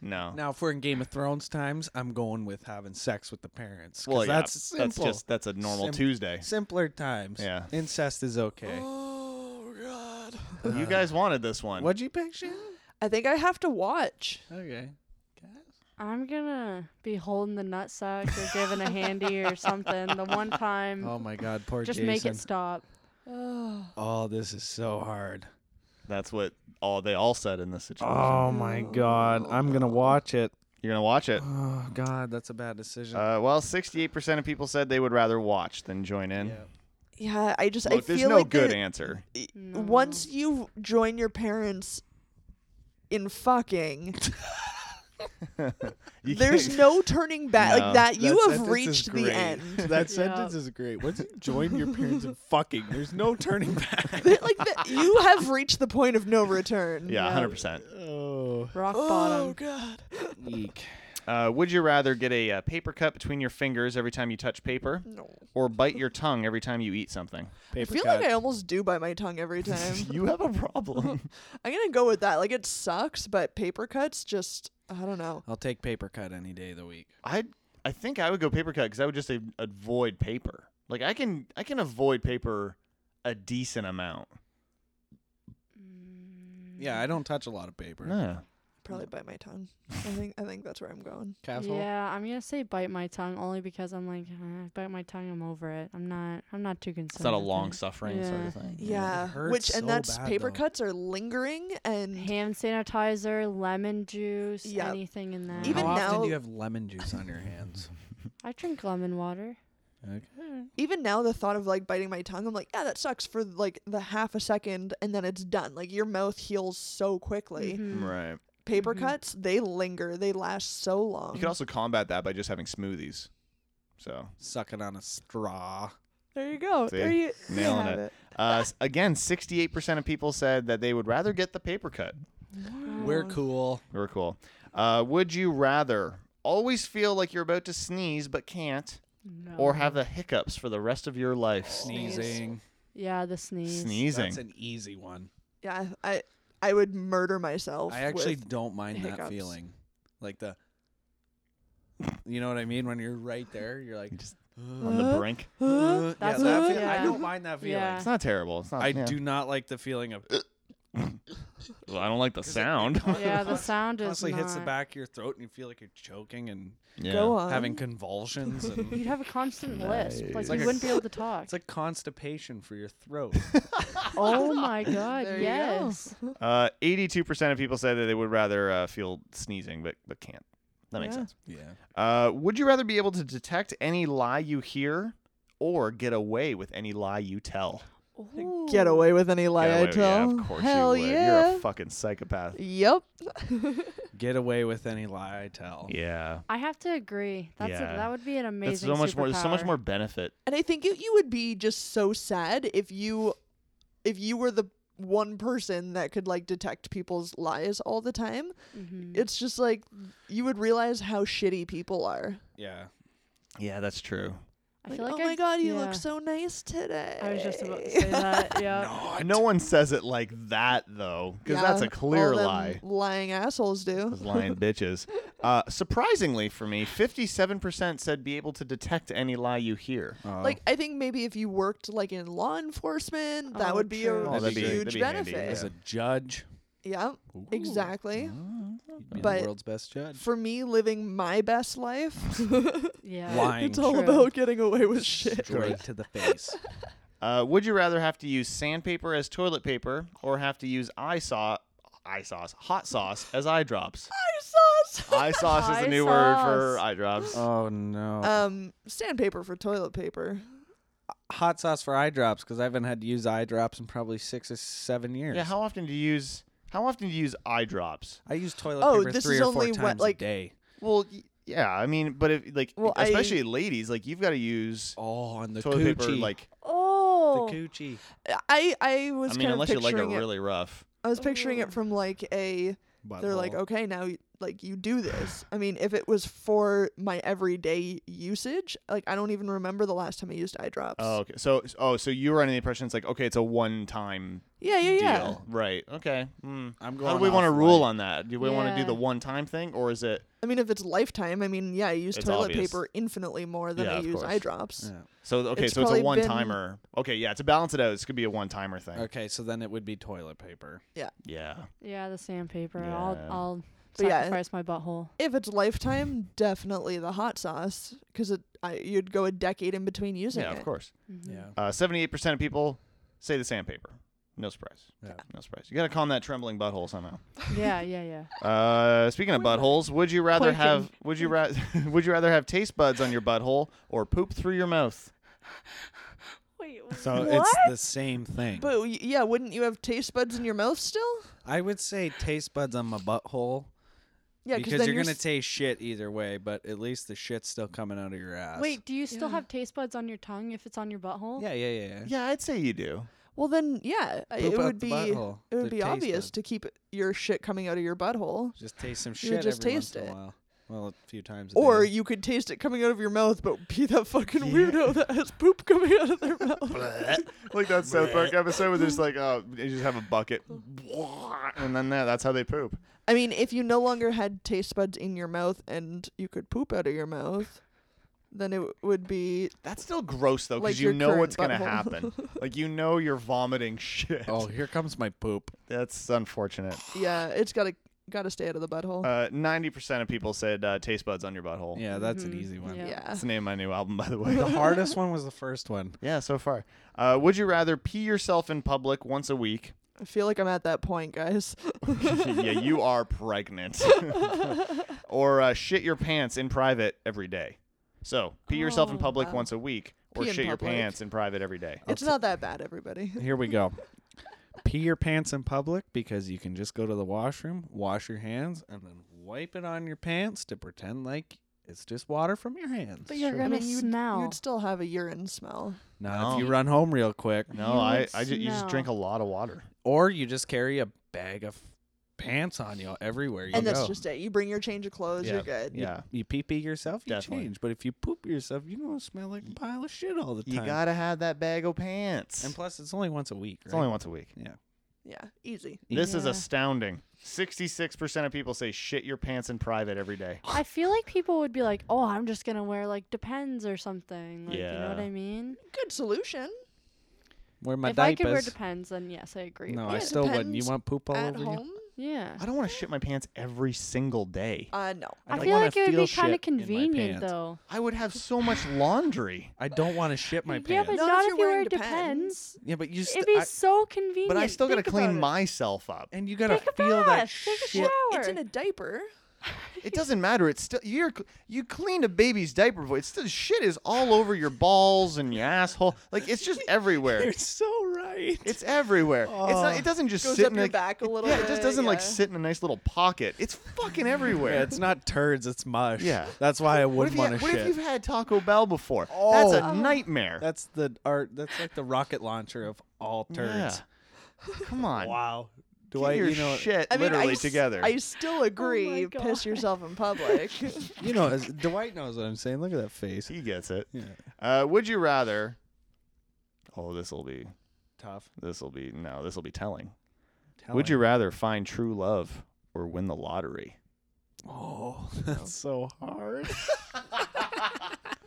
[SPEAKER 3] no.
[SPEAKER 4] Now, if we're in Game of Thrones times, I'm going with having sex with the parents. 'cause
[SPEAKER 3] well, yeah,
[SPEAKER 4] that's
[SPEAKER 3] that's,
[SPEAKER 4] simple.
[SPEAKER 3] just that's a normal
[SPEAKER 4] Sim-
[SPEAKER 3] Tuesday.
[SPEAKER 4] Simpler times.
[SPEAKER 3] Yeah.
[SPEAKER 4] Incest is okay.
[SPEAKER 2] Oh god.
[SPEAKER 3] you guys wanted this one.
[SPEAKER 4] What'd you picture?
[SPEAKER 2] I think I have to watch.
[SPEAKER 4] Okay.
[SPEAKER 5] I'm gonna be holding the nut sack or giving a handy or something. The one time,
[SPEAKER 4] Oh my God, poor
[SPEAKER 5] just
[SPEAKER 4] Jason.
[SPEAKER 5] make it stop.
[SPEAKER 4] oh, this is so hard.
[SPEAKER 3] That's what all they all said in this situation.
[SPEAKER 4] Oh my God, I'm gonna watch it.
[SPEAKER 3] You're gonna watch it.
[SPEAKER 4] Oh God, that's a bad decision.
[SPEAKER 3] Uh, well, 68% of people said they would rather watch than join in.
[SPEAKER 2] Yeah, I just
[SPEAKER 3] Look,
[SPEAKER 2] I
[SPEAKER 3] there's
[SPEAKER 2] feel
[SPEAKER 3] no
[SPEAKER 2] like
[SPEAKER 3] good
[SPEAKER 2] the-
[SPEAKER 3] answer.
[SPEAKER 2] i- once you join your parents in fucking
[SPEAKER 3] You
[SPEAKER 2] there's
[SPEAKER 3] can't-
[SPEAKER 2] no turning back
[SPEAKER 3] No.
[SPEAKER 2] like that you
[SPEAKER 4] That
[SPEAKER 2] have
[SPEAKER 4] sentence is
[SPEAKER 2] reached the
[SPEAKER 4] great.
[SPEAKER 2] end
[SPEAKER 4] That
[SPEAKER 5] Yeah.
[SPEAKER 4] sentence is great. Once you join your parents in fucking, there's no turning back.
[SPEAKER 2] That- like that you have reached the point of no return
[SPEAKER 3] Yeah,
[SPEAKER 5] Yeah.
[SPEAKER 3] 100%.
[SPEAKER 4] Oh,
[SPEAKER 5] Rock
[SPEAKER 2] oh
[SPEAKER 5] bottom.
[SPEAKER 2] god
[SPEAKER 4] eek.
[SPEAKER 3] Uh, would you rather get a uh, paper cut between your fingers every time you touch paper
[SPEAKER 2] no
[SPEAKER 3] or bite your tongue every time you eat something?
[SPEAKER 2] I
[SPEAKER 4] Paper
[SPEAKER 2] feel
[SPEAKER 4] cut.
[SPEAKER 2] like I almost do bite my tongue every time.
[SPEAKER 3] you have a problem.
[SPEAKER 2] I'm gonna go with that. Like it sucks, but paper cuts just I don't know.
[SPEAKER 4] I'll take paper cut any day of the week.
[SPEAKER 3] I I think I would go paper cut because I would just a- avoid paper. Like I can I can avoid paper a decent amount.
[SPEAKER 4] Yeah, I don't touch a lot of paper.
[SPEAKER 3] Yeah.
[SPEAKER 2] Probably bite my tongue. I think I think that's where I'm going.
[SPEAKER 4] Castle.
[SPEAKER 5] Yeah, I'm gonna say bite my tongue only because I'm like, eh, if I bite my tongue. I'm over it. I'm not. I'm not too concerned.
[SPEAKER 3] It's not a
[SPEAKER 5] with
[SPEAKER 3] long
[SPEAKER 5] it.
[SPEAKER 3] suffering sort of
[SPEAKER 5] Yeah.
[SPEAKER 3] thing.
[SPEAKER 2] Yeah,
[SPEAKER 4] hurts
[SPEAKER 2] which
[SPEAKER 4] so
[SPEAKER 2] and that's
[SPEAKER 4] bad,
[SPEAKER 2] paper
[SPEAKER 4] though.
[SPEAKER 2] cuts are lingering and
[SPEAKER 5] Hand sanitizer, lemon juice,
[SPEAKER 2] Yeah.
[SPEAKER 5] anything in that.
[SPEAKER 2] Even
[SPEAKER 4] How often
[SPEAKER 2] now-
[SPEAKER 4] do you have lemon juice on your hands?
[SPEAKER 5] I drink lemon water.
[SPEAKER 4] Okay.
[SPEAKER 2] Hmm. even now the thought of like biting my tongue, I'm like, yeah, that sucks for like the half a second and then it's done. Like your mouth heals so quickly.
[SPEAKER 5] Mhm.
[SPEAKER 3] Mm-hmm. Right.
[SPEAKER 2] Paper cuts they linger, they last so long.
[SPEAKER 3] You can also combat that by just having smoothies. So
[SPEAKER 4] Suck it on a straw.
[SPEAKER 2] there you go. Oh, There
[SPEAKER 3] See?
[SPEAKER 2] you there you
[SPEAKER 3] Nailing
[SPEAKER 2] have
[SPEAKER 3] it. Uh, s- again, 68% of people said that they would rather get the paper cut.
[SPEAKER 4] We're cool.
[SPEAKER 3] We were cool. Uh, would you rather always feel like you're about to sneeze but can't, or have the hiccups for the rest of your life?
[SPEAKER 4] Sneezing.
[SPEAKER 5] Yeah, the sneeze.
[SPEAKER 3] Sneezing.
[SPEAKER 4] That's an easy one.
[SPEAKER 2] Yeah, I I would murder myself.
[SPEAKER 4] I actually
[SPEAKER 2] with-
[SPEAKER 4] don't mind that
[SPEAKER 2] hiccups.
[SPEAKER 4] feeling. Like the You know what I mean? When you're right there, you're like
[SPEAKER 3] Just on the brink.
[SPEAKER 4] "Uh," yeah,
[SPEAKER 5] That's
[SPEAKER 4] that
[SPEAKER 5] what-
[SPEAKER 4] feel- I
[SPEAKER 5] yeah.
[SPEAKER 4] don't mind that feeling.
[SPEAKER 5] Yeah.
[SPEAKER 3] It's not terrible. It's not.
[SPEAKER 4] I
[SPEAKER 3] yeah.
[SPEAKER 4] do not like the feeling of
[SPEAKER 3] Well, I don't like the sound.
[SPEAKER 5] Yeah, the sound is
[SPEAKER 4] Honestly, hits the
[SPEAKER 5] not-
[SPEAKER 4] back of your throat and you feel like you're choking and
[SPEAKER 3] yeah.
[SPEAKER 2] Go on.
[SPEAKER 4] having convulsions. and
[SPEAKER 5] You'd have a constant lisp. Like,
[SPEAKER 4] Like
[SPEAKER 5] you
[SPEAKER 4] a-
[SPEAKER 5] wouldn't be able to talk.
[SPEAKER 4] It's like constipation for your throat.
[SPEAKER 5] oh my god,
[SPEAKER 2] There you go.
[SPEAKER 5] yes.
[SPEAKER 3] Uh, 82% of people said that they would rather uh, feel sneezing, but, but can't. That makes
[SPEAKER 2] Yeah.
[SPEAKER 3] sense.
[SPEAKER 4] yeah.
[SPEAKER 3] Uh, would you rather be able to detect any lie you hear or get away with any lie you tell?
[SPEAKER 2] Get away with any lie
[SPEAKER 3] Get away
[SPEAKER 2] I
[SPEAKER 3] with-
[SPEAKER 2] tell.
[SPEAKER 3] Yeah, of course
[SPEAKER 2] Hell
[SPEAKER 3] you would.
[SPEAKER 2] yeah.
[SPEAKER 3] You're a fucking psychopath.
[SPEAKER 2] yep.
[SPEAKER 4] Get away with any lie I tell.
[SPEAKER 3] Yeah.
[SPEAKER 5] I have to agree. That's
[SPEAKER 3] Yeah.
[SPEAKER 5] a, that would be an
[SPEAKER 3] That's
[SPEAKER 5] amazing.
[SPEAKER 3] so much more. There's so much
[SPEAKER 5] superpower.
[SPEAKER 3] more benefit.
[SPEAKER 2] and I think it, you would be just so sad if you if you were the one person that could like detect people's lies all the time.
[SPEAKER 5] Mhm.
[SPEAKER 2] It's just like you would realize how shitty people are.
[SPEAKER 4] Yeah.
[SPEAKER 3] Yeah, that's true.
[SPEAKER 5] I
[SPEAKER 2] Like,
[SPEAKER 5] feel like
[SPEAKER 2] oh my
[SPEAKER 5] I-
[SPEAKER 2] god, you look
[SPEAKER 5] yeah.
[SPEAKER 2] so nice today.
[SPEAKER 5] I was just about to say that. Yeah.
[SPEAKER 3] No one says it like that though, because that's
[SPEAKER 2] Yeah,
[SPEAKER 3] a clear
[SPEAKER 2] all them
[SPEAKER 3] lie.
[SPEAKER 2] Lying assholes do.
[SPEAKER 3] Those lying bitches. Uh, surprisingly for me, 57% said be able to detect any lie you hear.
[SPEAKER 4] Oh.
[SPEAKER 2] Like I think maybe if you worked like in law enforcement, that
[SPEAKER 5] Oh,
[SPEAKER 2] would be
[SPEAKER 5] true.
[SPEAKER 2] a
[SPEAKER 5] Oh,
[SPEAKER 3] that'd be-
[SPEAKER 2] huge
[SPEAKER 3] that'd be handy,
[SPEAKER 2] benefit.
[SPEAKER 4] as a judge.
[SPEAKER 2] Yeah, exactly.
[SPEAKER 4] You'd be
[SPEAKER 2] But-
[SPEAKER 4] the world's best judge.
[SPEAKER 2] For me, living my best life,
[SPEAKER 5] Yeah.
[SPEAKER 4] Lying.
[SPEAKER 2] it's all
[SPEAKER 5] True.
[SPEAKER 2] about getting away with shit.
[SPEAKER 4] Straight to the face.
[SPEAKER 3] Uh, would you rather have to use sandpaper as toilet paper or have to use eye sauce, eye sauce, hot sauce as eye drops? eye sauce is
[SPEAKER 5] Eye
[SPEAKER 3] the new word for
[SPEAKER 5] sauce.
[SPEAKER 3] eye drops.
[SPEAKER 4] oh no.
[SPEAKER 2] um, sandpaper for toilet paper.
[SPEAKER 4] Hot sauce for eye drops because I haven't had to use eye drops in probably six or seven years.
[SPEAKER 3] yeah. How often do you use? How often do you use eye drops?
[SPEAKER 4] I use toilet
[SPEAKER 2] Oh,
[SPEAKER 4] paper
[SPEAKER 2] this
[SPEAKER 4] three
[SPEAKER 2] is
[SPEAKER 4] or
[SPEAKER 2] only
[SPEAKER 4] four
[SPEAKER 2] what,
[SPEAKER 4] times
[SPEAKER 2] like-
[SPEAKER 4] a day.
[SPEAKER 3] Well, y- yeah. I mean, but if like,
[SPEAKER 2] Well, I-
[SPEAKER 3] especially ladies, like you've got to use
[SPEAKER 4] Oh, on the
[SPEAKER 3] toilet
[SPEAKER 4] coochie.
[SPEAKER 3] paper. Like,
[SPEAKER 4] the
[SPEAKER 5] Oh.
[SPEAKER 4] coochie.
[SPEAKER 2] I I was
[SPEAKER 3] I mean,
[SPEAKER 2] kind
[SPEAKER 3] unless
[SPEAKER 2] of
[SPEAKER 3] you like it
[SPEAKER 2] picturing it.
[SPEAKER 3] really rough.
[SPEAKER 2] I was picturing
[SPEAKER 5] Oh.
[SPEAKER 2] it from like a. They're like,
[SPEAKER 4] Butthole.
[SPEAKER 2] okay, now y- like you do this. I mean, if it was for my everyday usage, like I don't even remember the last time I used eye drops.
[SPEAKER 3] Oh, okay. So, oh, so you were under the impression it's like, okay, it's a one-time
[SPEAKER 2] yeah, yeah, yeah.
[SPEAKER 3] deal, right? Okay. Mm.
[SPEAKER 4] I'm going
[SPEAKER 3] How do we want to rule on that? Do we want to do
[SPEAKER 5] Yeah.
[SPEAKER 3] the one-time thing, or is it?
[SPEAKER 2] I mean, if it's lifetime, I mean, yeah, I use
[SPEAKER 3] It's
[SPEAKER 2] toilet
[SPEAKER 3] obvious.
[SPEAKER 2] paper infinitely more than
[SPEAKER 3] Yeah,
[SPEAKER 2] I
[SPEAKER 3] of
[SPEAKER 2] use
[SPEAKER 3] course.
[SPEAKER 2] eye drops.
[SPEAKER 4] Yeah.
[SPEAKER 3] So okay,
[SPEAKER 2] It's
[SPEAKER 3] so it's a
[SPEAKER 2] probably been-
[SPEAKER 3] one timer. Okay, yeah, to balance it out, it's gonna be a one timer thing.
[SPEAKER 4] Okay, so then it would be toilet paper.
[SPEAKER 3] Yeah.
[SPEAKER 5] Yeah, the sandpaper. I'll
[SPEAKER 3] Yeah.
[SPEAKER 5] I'll
[SPEAKER 2] But yeah,
[SPEAKER 5] sacrifice my butthole.
[SPEAKER 2] If it's lifetime, definitely the hot sauce, because it I, you'd go a decade in between using
[SPEAKER 3] Yeah,
[SPEAKER 2] it.
[SPEAKER 3] of course.
[SPEAKER 5] Mhm.
[SPEAKER 4] Yeah.
[SPEAKER 3] Uh, Seventy-eight percent of people say the sandpaper. No surprise.
[SPEAKER 4] Yeah.
[SPEAKER 3] No surprise. You gotta calm that trembling butthole somehow.
[SPEAKER 5] Yeah, yeah, yeah.
[SPEAKER 3] Uh, speaking of buttholes, would you rather
[SPEAKER 5] Quaking.
[SPEAKER 3] have would you ra- would you rather have taste buds on your butthole or poop through your mouth?
[SPEAKER 5] Wait,
[SPEAKER 4] So it's the same thing.
[SPEAKER 2] But y- yeah, wouldn't you have taste buds in your mouth still?
[SPEAKER 4] I would say taste buds on my butthole
[SPEAKER 2] Yeah,
[SPEAKER 4] because
[SPEAKER 2] then
[SPEAKER 4] you're gonna
[SPEAKER 2] s-
[SPEAKER 4] taste shit either way. But at least the shit's still coming out of your ass.
[SPEAKER 5] wait, do you still have taste buds on your tongue if it's on your butthole?
[SPEAKER 4] Yeah, yeah, yeah. yeah.
[SPEAKER 3] Yeah, I'd say you do.
[SPEAKER 2] well then yeah, I-
[SPEAKER 4] Poop
[SPEAKER 2] it
[SPEAKER 4] out
[SPEAKER 2] would
[SPEAKER 4] the
[SPEAKER 2] be
[SPEAKER 4] butthole.
[SPEAKER 2] it would
[SPEAKER 4] The
[SPEAKER 2] be
[SPEAKER 4] taste
[SPEAKER 2] obvious
[SPEAKER 4] bud.
[SPEAKER 2] to keep your shit coming out of your butthole.
[SPEAKER 4] Just taste some
[SPEAKER 2] You would
[SPEAKER 4] shit
[SPEAKER 2] just
[SPEAKER 4] every
[SPEAKER 2] taste
[SPEAKER 4] once
[SPEAKER 2] it.
[SPEAKER 4] in a while. Well, a few times. A
[SPEAKER 2] Or
[SPEAKER 4] day.
[SPEAKER 2] you could taste it coming out of your mouth, but be that fucking weirdo that has poop coming out of their mouth.
[SPEAKER 3] like that South Park episode where there's like, oh, they just have a bucket, and then that, that's how they poop.
[SPEAKER 2] I mean, if you no longer had taste buds in your mouth and you could poop out of your mouth, then it w- would be
[SPEAKER 3] That's still gross though, because
[SPEAKER 2] Like
[SPEAKER 3] you
[SPEAKER 2] your
[SPEAKER 3] know
[SPEAKER 2] current
[SPEAKER 3] what's gonna
[SPEAKER 2] butthole.
[SPEAKER 3] happen. like you know you're vomiting shit.
[SPEAKER 4] Oh, here comes my poop.
[SPEAKER 3] That's unfortunate. Uh,
[SPEAKER 2] yeah, it's gotta gotta stay out of the butthole.
[SPEAKER 3] Ninety percent of people said uh, taste buds on your butthole.
[SPEAKER 4] Yeah, that's an
[SPEAKER 5] Mhm.
[SPEAKER 4] easy one.
[SPEAKER 5] Yeah.
[SPEAKER 2] Mm-hmm. yeah.
[SPEAKER 3] That's the name of my new album, by the
[SPEAKER 4] The
[SPEAKER 3] way.
[SPEAKER 4] hardest one was the first one.
[SPEAKER 3] yeah, so far. Uh, would you rather pee yourself in public once a week?
[SPEAKER 2] I feel like I'm at that point, guys.
[SPEAKER 3] yeah, you are pregnant. or uh, shit your pants in private every day. So pee yourself in
[SPEAKER 2] Oh,
[SPEAKER 3] public
[SPEAKER 2] wow.
[SPEAKER 3] once a week, or
[SPEAKER 2] Pee in
[SPEAKER 3] shit your
[SPEAKER 2] public.
[SPEAKER 3] pants in private every day.
[SPEAKER 2] It's not that bad, everybody.
[SPEAKER 4] Here we go. Pee your pants in public because you can just go to the washroom, wash your hands, and then wipe it on your pants to pretend like it's just water from your hands.
[SPEAKER 5] But you're
[SPEAKER 2] I
[SPEAKER 5] gonna
[SPEAKER 2] mean, you'd,
[SPEAKER 5] smell.
[SPEAKER 2] you'd still have a urine smell.
[SPEAKER 4] Now, if you
[SPEAKER 3] No.
[SPEAKER 4] run home real quick,
[SPEAKER 3] No,
[SPEAKER 5] You
[SPEAKER 3] I,
[SPEAKER 5] would
[SPEAKER 3] I ju- you just
[SPEAKER 5] smell.
[SPEAKER 3] drink a lot of water.
[SPEAKER 4] or you just carry a bag of pants on you everywhere you
[SPEAKER 2] and
[SPEAKER 4] go.
[SPEAKER 2] that's just it. You bring your change of clothes,
[SPEAKER 3] Yeah.
[SPEAKER 2] you're good.
[SPEAKER 3] Yeah.
[SPEAKER 4] You pee pee yourself, you
[SPEAKER 3] Definitely.
[SPEAKER 4] change. But if you poop yourself, you're gonna smell like a pile of shit all the time.
[SPEAKER 3] You gotta have that bag of pants.
[SPEAKER 4] and plus, it's only once a week.
[SPEAKER 3] it's
[SPEAKER 4] right?
[SPEAKER 3] only once a week.
[SPEAKER 4] Yeah.
[SPEAKER 2] Yeah, easy.
[SPEAKER 3] This is
[SPEAKER 5] Yeah.
[SPEAKER 3] astounding. 66% of people say shit your pants in private every day.
[SPEAKER 5] I feel like people would be like, "Oh, I'm just gonna wear like Depends or something." Like, you know what
[SPEAKER 3] Yeah.
[SPEAKER 5] I mean?
[SPEAKER 2] Good solution.
[SPEAKER 4] Wear my
[SPEAKER 5] if I could wear
[SPEAKER 4] diapers.
[SPEAKER 5] depends, then yes, I agree.
[SPEAKER 4] no,
[SPEAKER 5] but-
[SPEAKER 4] I
[SPEAKER 2] Yeah,
[SPEAKER 4] still wouldn't. You
[SPEAKER 2] depends
[SPEAKER 4] want poop all
[SPEAKER 2] At
[SPEAKER 4] over you?
[SPEAKER 2] home?
[SPEAKER 5] yeah.
[SPEAKER 3] I don't want to shit my pants every single day.
[SPEAKER 2] Uh, no.
[SPEAKER 4] I
[SPEAKER 5] I
[SPEAKER 4] don't
[SPEAKER 5] feel
[SPEAKER 4] wanna
[SPEAKER 5] like it would
[SPEAKER 4] feel
[SPEAKER 5] be kind
[SPEAKER 4] shit
[SPEAKER 5] of
[SPEAKER 4] in my
[SPEAKER 5] convenient
[SPEAKER 4] pants.
[SPEAKER 5] though.
[SPEAKER 3] I would have so much laundry.
[SPEAKER 4] I don't want to shit my
[SPEAKER 5] yeah,
[SPEAKER 4] pants.
[SPEAKER 5] but
[SPEAKER 2] Not if you're
[SPEAKER 5] not if you
[SPEAKER 2] wearing
[SPEAKER 5] wear
[SPEAKER 2] Depends.
[SPEAKER 5] depends.
[SPEAKER 4] yeah, but you. St-
[SPEAKER 5] It'd be
[SPEAKER 4] I-
[SPEAKER 5] so convenient.
[SPEAKER 3] But I still gotta
[SPEAKER 5] Think
[SPEAKER 3] clean
[SPEAKER 5] about it.
[SPEAKER 3] myself up.
[SPEAKER 4] and you gotta
[SPEAKER 5] Think
[SPEAKER 4] feel
[SPEAKER 5] about
[SPEAKER 4] that
[SPEAKER 5] us. Take a
[SPEAKER 4] shit.
[SPEAKER 5] shower.
[SPEAKER 2] It's in a diaper.
[SPEAKER 3] It doesn't matter. It's still you're cl- you cleaned a baby's diaper, but it's still shit is all over your balls and your asshole. Like it's just everywhere.
[SPEAKER 4] You're so right.
[SPEAKER 3] It's everywhere. It's not, it doesn't just
[SPEAKER 2] Goes
[SPEAKER 3] sit
[SPEAKER 2] up
[SPEAKER 3] in
[SPEAKER 2] your
[SPEAKER 3] a,
[SPEAKER 2] back a
[SPEAKER 3] it-
[SPEAKER 2] little
[SPEAKER 3] Yeah, it just
[SPEAKER 2] bit,
[SPEAKER 3] doesn't like
[SPEAKER 2] yeah.
[SPEAKER 3] sit in a nice little pocket. It's fucking everywhere.
[SPEAKER 4] Yeah, it's not turds. It's mush.
[SPEAKER 3] Yeah.
[SPEAKER 4] that's why I
[SPEAKER 3] what if,
[SPEAKER 4] wouldn't
[SPEAKER 3] you,
[SPEAKER 4] want to
[SPEAKER 3] what if
[SPEAKER 4] shit.
[SPEAKER 3] you've had Taco Bell before? That's a
[SPEAKER 4] Oh.
[SPEAKER 3] nightmare.
[SPEAKER 4] That's the art. That's like the rocket launcher of all turds.
[SPEAKER 3] Yeah. Come on.
[SPEAKER 4] Wow. Do
[SPEAKER 3] Get
[SPEAKER 4] I?
[SPEAKER 3] your
[SPEAKER 4] You know.
[SPEAKER 3] shit
[SPEAKER 2] I mean, I
[SPEAKER 3] literally
[SPEAKER 2] s-
[SPEAKER 3] together.
[SPEAKER 2] I still agree. piss
[SPEAKER 5] Oh God.
[SPEAKER 2] yourself in public.
[SPEAKER 4] You know. As Dwight knows what I'm saying. Look at that face.
[SPEAKER 3] he gets it.
[SPEAKER 4] Yeah.
[SPEAKER 3] Uh, would you rather? Oh, this will be
[SPEAKER 4] Tough.
[SPEAKER 3] this will be no, this will be telling.
[SPEAKER 4] Telling.
[SPEAKER 3] Would you rather find true love or win the lottery?
[SPEAKER 4] Oh, that's so hard.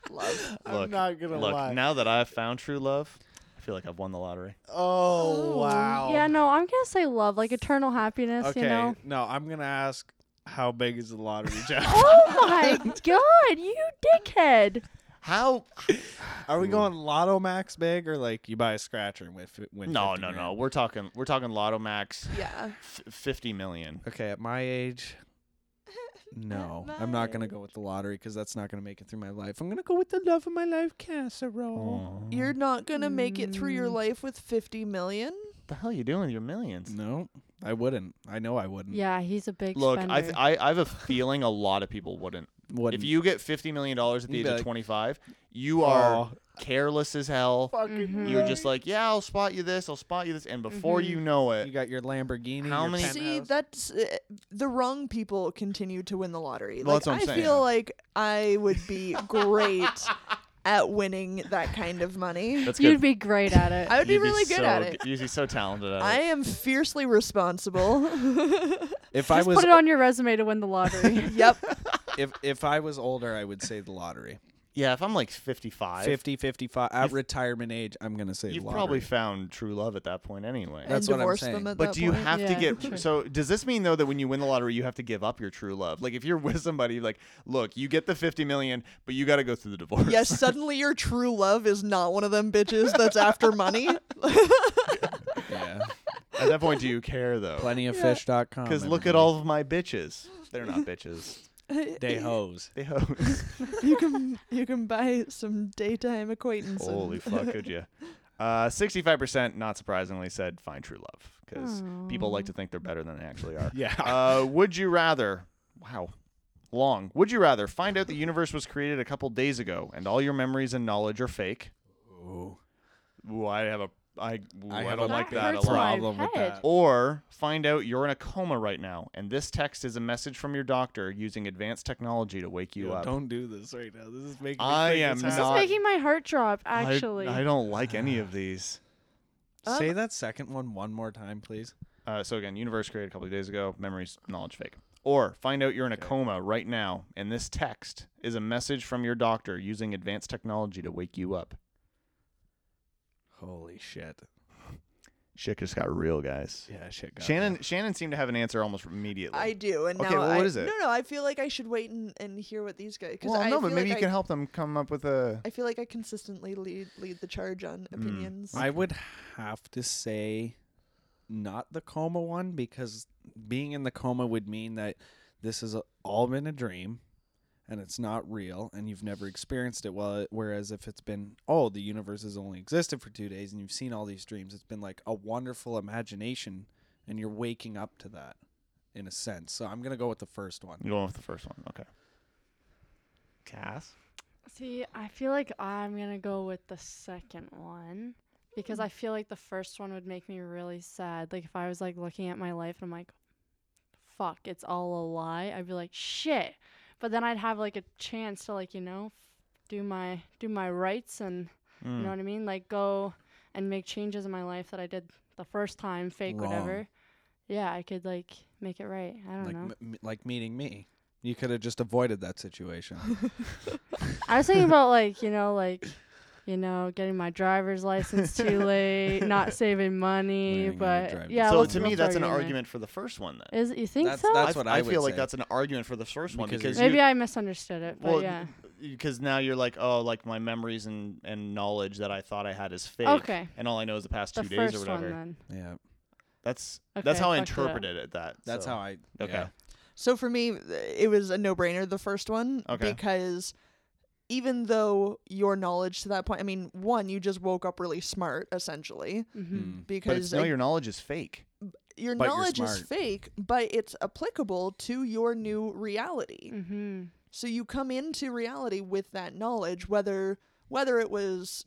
[SPEAKER 2] Love.
[SPEAKER 3] Look,
[SPEAKER 4] I'm not gonna
[SPEAKER 3] Look,
[SPEAKER 4] lie.
[SPEAKER 3] now that I've found true love, I feel like I've won the lottery.
[SPEAKER 4] oh wow.
[SPEAKER 5] Yeah, no, I'm gonna say love, like eternal happiness.
[SPEAKER 4] Okay.
[SPEAKER 5] You know.
[SPEAKER 4] No, I'm gonna ask. How big is the lottery, Jeff?
[SPEAKER 5] Oh my god, you dickhead!
[SPEAKER 3] How?
[SPEAKER 4] Are
[SPEAKER 3] Hmm.
[SPEAKER 4] we going Lotto Max big or like you buy a scratcher and win? fi- win
[SPEAKER 3] No,
[SPEAKER 4] 50
[SPEAKER 3] no,
[SPEAKER 4] grand?
[SPEAKER 3] no. We're talking we're talking Lotto Max
[SPEAKER 2] Yeah.
[SPEAKER 3] f- 50 million.
[SPEAKER 4] Okay, at my age, no,
[SPEAKER 2] At
[SPEAKER 4] I'm
[SPEAKER 2] my
[SPEAKER 4] not gonna go with the lottery because that's not gonna make it through my life. I'm gonna go with the love of my life casserole.
[SPEAKER 2] You're not gonna make it through
[SPEAKER 5] Mm.
[SPEAKER 2] your life with fifty million.
[SPEAKER 3] What the hell are you doing with your millions?
[SPEAKER 4] No, I wouldn't. I know I
[SPEAKER 3] Mm.
[SPEAKER 4] wouldn't.
[SPEAKER 5] Yeah, he's a big
[SPEAKER 3] Look,
[SPEAKER 5] spender.
[SPEAKER 3] I, th- I I have a feeling a lot of people wouldn't.
[SPEAKER 4] Wouldn't.
[SPEAKER 3] If you get 50 million dollars at the
[SPEAKER 4] You'd
[SPEAKER 3] age
[SPEAKER 4] be
[SPEAKER 3] of
[SPEAKER 4] like,
[SPEAKER 3] 25, you are
[SPEAKER 4] "Oh,
[SPEAKER 3] careless as hell.
[SPEAKER 5] Mhm.
[SPEAKER 3] You're just like, "Yeah, I'll spot you this, I'll spot you this." And before
[SPEAKER 2] Mm-hmm.
[SPEAKER 3] you know
[SPEAKER 4] you
[SPEAKER 3] it,
[SPEAKER 4] got your Lamborghini.
[SPEAKER 3] How
[SPEAKER 4] your
[SPEAKER 3] many-
[SPEAKER 4] penthouse.
[SPEAKER 2] See, that's uh, the wrong people continue to win the lottery.
[SPEAKER 3] Well,
[SPEAKER 2] like
[SPEAKER 3] that's what I'm
[SPEAKER 2] I
[SPEAKER 3] saying.
[SPEAKER 2] feel like I would be great at winning that kind of money.
[SPEAKER 3] that's
[SPEAKER 5] You'd
[SPEAKER 3] good.
[SPEAKER 5] be great at it.
[SPEAKER 2] I would be really good
[SPEAKER 3] so
[SPEAKER 2] at it.
[SPEAKER 3] g- You'd be so talented at
[SPEAKER 2] I
[SPEAKER 3] it.
[SPEAKER 2] am fiercely responsible.
[SPEAKER 4] If I
[SPEAKER 5] Just
[SPEAKER 4] was
[SPEAKER 5] put it on your resume to win the lottery.
[SPEAKER 2] yep.
[SPEAKER 4] if if I was older, I would say the lottery.
[SPEAKER 3] Yeah, if I'm like 55,
[SPEAKER 4] 50, 55 at retirement age, I'm gonna say
[SPEAKER 3] you've
[SPEAKER 4] the lottery.
[SPEAKER 3] probably found true love at that point anyway.
[SPEAKER 4] That's
[SPEAKER 2] and
[SPEAKER 4] what I'm
[SPEAKER 2] divorce
[SPEAKER 4] saying.
[SPEAKER 2] them at
[SPEAKER 3] But
[SPEAKER 2] that
[SPEAKER 3] do you
[SPEAKER 2] point.
[SPEAKER 3] have to
[SPEAKER 5] Yeah,
[SPEAKER 3] get
[SPEAKER 5] sure.
[SPEAKER 3] so does this mean though that when you win the lottery you have to give up your true love? Like if you're with somebody like, look, you get the 50 million, but you got to go through the divorce.
[SPEAKER 2] Yes, suddenly your true love is not one of them bitches that's after money.
[SPEAKER 4] yeah.
[SPEAKER 3] At that point do you care though?
[SPEAKER 4] Plentyoffish.com.
[SPEAKER 3] Cuz look at all of my bitches. They're not bitches.
[SPEAKER 4] day hoes.
[SPEAKER 3] They hoes.
[SPEAKER 2] you can you can buy some daytime acquaintances.
[SPEAKER 3] Holy fuck, could you? Uh, 65% not surprisingly said find true love cuz people like to think they're better than they actually are.
[SPEAKER 4] Yeah.
[SPEAKER 3] Uh, would you rather? Wow. Long. Would you rather find out the universe was created a couple days ago and all your memories and knowledge are fake? Ooh, I have a I ooh, I,
[SPEAKER 4] have
[SPEAKER 3] don't
[SPEAKER 4] a
[SPEAKER 3] like
[SPEAKER 5] big
[SPEAKER 3] that a
[SPEAKER 5] hurts
[SPEAKER 3] lot.
[SPEAKER 5] my
[SPEAKER 4] problem with
[SPEAKER 5] head.
[SPEAKER 4] that.
[SPEAKER 3] Or find out you're in a coma right now and this text is a message from your doctor using advanced technology to wake you
[SPEAKER 4] Yo,
[SPEAKER 3] up.
[SPEAKER 4] Don't do this right now. This is making. me
[SPEAKER 3] I
[SPEAKER 4] think
[SPEAKER 3] am
[SPEAKER 4] it's
[SPEAKER 3] not-
[SPEAKER 5] This is
[SPEAKER 4] happening.
[SPEAKER 5] making my heart drop.
[SPEAKER 3] I-
[SPEAKER 5] Actually,
[SPEAKER 3] I, don't like any of these.
[SPEAKER 4] Say that second one one more time, please.
[SPEAKER 3] Uh, so again, universe created a couple of days ago, memories, knowledge fake. Or find out you're in a coma right now, and this text is a message from your doctor using advanced technology to wake you up.
[SPEAKER 4] Holy shit.
[SPEAKER 3] Shit just got real, guys.
[SPEAKER 4] Yeah, shit. Got
[SPEAKER 3] Shannon Shannon seemed to have an answer almost immediately.
[SPEAKER 2] I do, and
[SPEAKER 3] Okay,
[SPEAKER 2] now
[SPEAKER 3] well,
[SPEAKER 2] I,
[SPEAKER 3] what is it?
[SPEAKER 2] No, no, I feel like I should wait and, and hear what these guys. 'cause
[SPEAKER 3] well,
[SPEAKER 2] I
[SPEAKER 3] no, but
[SPEAKER 2] feel
[SPEAKER 3] maybe
[SPEAKER 2] like
[SPEAKER 3] you can
[SPEAKER 2] I,
[SPEAKER 3] help them come up with a.
[SPEAKER 2] I feel like I consistently lead lead the charge on
[SPEAKER 3] Mm,
[SPEAKER 2] opinions.
[SPEAKER 4] I would have to say, not the coma one because being in the coma would mean that this has all been a dream, and it's not real, and you've never experienced it. Well, whereas if it's been, oh, the universe has only existed for two days, and you've seen all these dreams, it's been like a wonderful imagination, and you're waking up to that, in a sense. So I'm gonna go with the first one.
[SPEAKER 3] You're going with the first one, okay? Cass.
[SPEAKER 5] See, I feel like I'm gonna go with the second one because
[SPEAKER 4] Hmm.
[SPEAKER 5] I feel like the first one would make me really sad. Like if I was like looking at my life and I'm like, "Fuck, it's all a lie," I'd be like, "Shit," but then I'd have like a chance to like you know, do my do my rights and
[SPEAKER 4] Hmm.
[SPEAKER 5] you know what I mean, like go and make changes in my life that I did the first time, fake
[SPEAKER 4] Wrong.
[SPEAKER 5] whatever. Yeah, I could like make it right. I don't
[SPEAKER 4] like
[SPEAKER 5] know.
[SPEAKER 4] m- m- like meeting me. You could have just avoided that situation.
[SPEAKER 5] I was thinking about like you know like you know, getting my driver's license too late, not saving
[SPEAKER 4] Learning
[SPEAKER 5] money,
[SPEAKER 4] how to
[SPEAKER 5] but
[SPEAKER 4] drive.
[SPEAKER 5] yeah.
[SPEAKER 3] so
[SPEAKER 5] let's-
[SPEAKER 3] to me,
[SPEAKER 5] let's
[SPEAKER 3] that's an
[SPEAKER 5] throw it in there.
[SPEAKER 3] argument for the first one then.
[SPEAKER 5] Is it, you think
[SPEAKER 4] That's-
[SPEAKER 5] so?
[SPEAKER 4] that's what I
[SPEAKER 3] I
[SPEAKER 4] would
[SPEAKER 3] feel like
[SPEAKER 4] say.
[SPEAKER 3] that's an argument for the first one
[SPEAKER 4] Because
[SPEAKER 3] because
[SPEAKER 4] it's-
[SPEAKER 5] Maybe
[SPEAKER 3] you,
[SPEAKER 5] I misunderstood it, but
[SPEAKER 3] well,
[SPEAKER 5] yeah.
[SPEAKER 3] because now you're like, oh, like my memories and, and knowledge that I thought I had is fake.
[SPEAKER 5] Okay.
[SPEAKER 3] And all I know is the past
[SPEAKER 5] The
[SPEAKER 3] two days or
[SPEAKER 5] first
[SPEAKER 3] whatever.
[SPEAKER 5] one then.
[SPEAKER 4] Yeah,
[SPEAKER 3] That's
[SPEAKER 5] Okay,
[SPEAKER 3] that's how I
[SPEAKER 5] fucked it up.
[SPEAKER 3] interpreted it. That
[SPEAKER 4] that's
[SPEAKER 3] so.
[SPEAKER 4] how I.
[SPEAKER 3] Okay.
[SPEAKER 4] yeah.
[SPEAKER 2] So for me, th- it was a no-brainer the first one
[SPEAKER 3] Okay.
[SPEAKER 2] because even though your knowledge to that point, I mean, one, you just woke up really smart essentially
[SPEAKER 5] Mm-hmm.
[SPEAKER 3] But it's,
[SPEAKER 2] because
[SPEAKER 3] no,
[SPEAKER 2] like,
[SPEAKER 3] your knowledge is fake.
[SPEAKER 2] your
[SPEAKER 4] but you're
[SPEAKER 2] knowledge is
[SPEAKER 4] smart.
[SPEAKER 2] fake, but it's applicable to your new reality.
[SPEAKER 5] Mm-hmm.
[SPEAKER 2] So you come into reality with that knowledge, whether whether it was